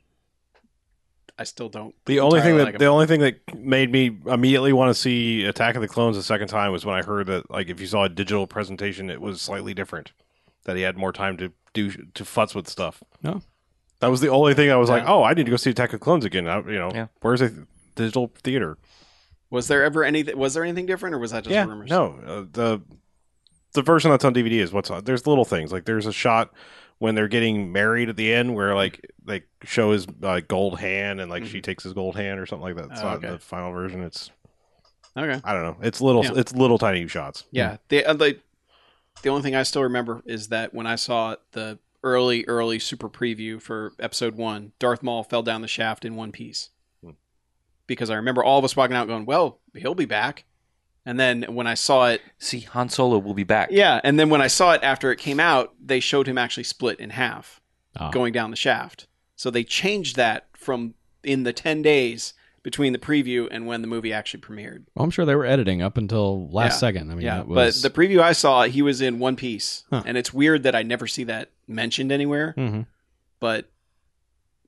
I still don't. The only thing entirely that like 'em. the only thing that made me immediately want to see Attack of the Clones the second time was when I heard that like if you saw a digital presentation, it was slightly different. That he had more time to do to futz with stuff. No. that was the only thing I was like, Yeah. oh, I need to go see Attack of the Clones again. I, you know, Yeah. where's the digital theater? Was there ever any? Was there anything different, or was that just rumors? No, uh, the the version that's on DVD is what's on. There's little things like there's a shot when they're getting married at the end where like they show his uh, gold hand and like Mm-hmm. she takes his gold hand or something like that. It's Oh, not in okay. the final version. It's Okay. I don't know. It's little. Yeah. It's little tiny shots. Yeah. The, uh, the the only thing I still remember is that when I saw the early early super preview for episode 1, Darth Maul fell down the shaft in one piece. Because I remember all of us walking out going, "Well, he'll be back." And then when I saw it, See, Han Solo will be back. yeah, and then when I saw it after it came out, they showed him actually split in half Ah. going down the shaft. So they changed that from in the 10 days between the preview and when the movie actually premiered. Well, I'm sure they were editing up until last Yeah. second. I mean, yeah, that was, but the preview I saw, he was in one piece, Huh. and it's weird that I never see that mentioned anywhere. Mhm. But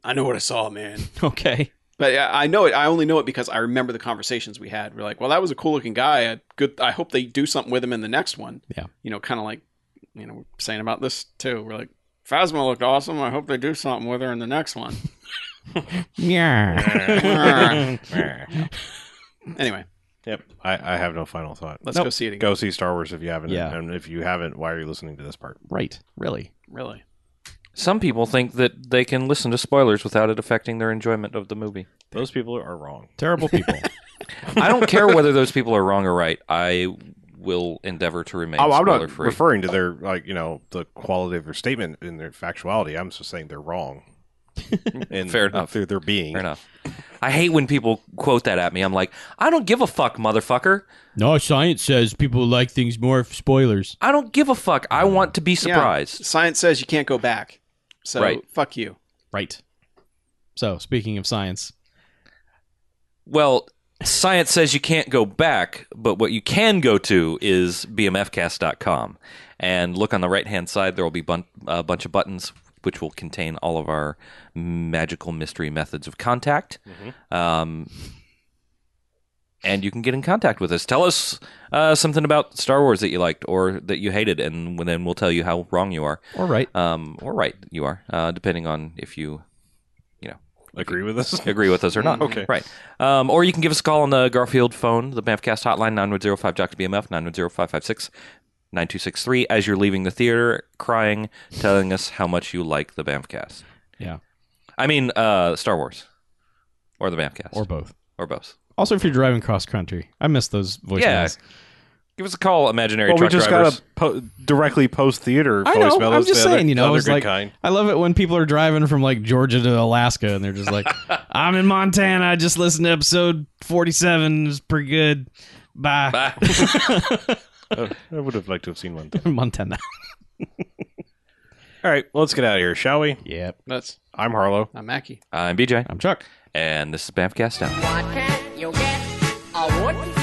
I know what I saw, man. okay. But I I know it. I only know it because I remember the conversations we had. We're like, "Well, that was a cool looking guy. I, good. I hope they do something with him in the next one." Yeah. You know, kind of like, you know, we're saying about this too. We're like, "Phasma looked awesome. I hope they do something with her in the next one." Yeah. anyway, Yep. I, I have no final thought. let's go see it again. Go see Star Wars if you haven't. Yeah. And if you haven't, why are you listening to this part? right. Really. Really? Some people think that they can listen to spoilers without it affecting their enjoyment of the movie. Those people are wrong. Terrible people. I don't care whether those people are wrong or right. I will endeavor to remain Oh, I'm spoiler not free. referring to their like you know the quality of their statement and their factuality. I'm just saying they're wrong. and Fair enough. Through their being. Fair enough. I hate when people quote that at me. I'm like, I don't give a fuck, motherfucker. no, science says people like things more if spoilers. I don't give a fuck. I want to be Yeah. surprised. Science says you can't go back. So Right. fuck you. Right. So, speaking of science, Well, science says you can't go back, but what you can go to is bmfcast.com. And look on the right hand side, there will be bun- a bunch of buttons which will contain all of our magical mystery methods of contact. Um, and you can get in contact with us. Tell us uh, something about Star Wars that you liked or that you hated, and then we'll tell you how wrong you are, all right. um, or right you are, uh, depending on if you Agree with us? agree with us or not. Okay. Right. Um, or you can give us a call on the Garfield phone, the Bamfcast hotline, 9105 Jocks BMF, 910556 9263, as you're leaving the theater crying, telling us how much you like the Bamfcast. Yeah. I mean, uh, Star Wars or the Bamfcast Or both. or both. Also, if you're driving cross country, I miss those voicemails. Give us a call, imaginary Well, we truck just drivers. got a po- directly post theater I know. voicemail. I'm That's just the other- saying, you the know, other it's good like kind. I love it when people are driving from like Georgia to Alaska and they're just like, "I'm in Montana. I just listened to episode 47. It's pretty good. Bye, Oh, I would have liked to have seen one. Montana." All right, well, let's get out of here, shall we? Yep. That's I'm Harlow. I'm Mackie. I'm BJ, I'm Chuck. and this is Bamfcast Down. Why can't you get a wooden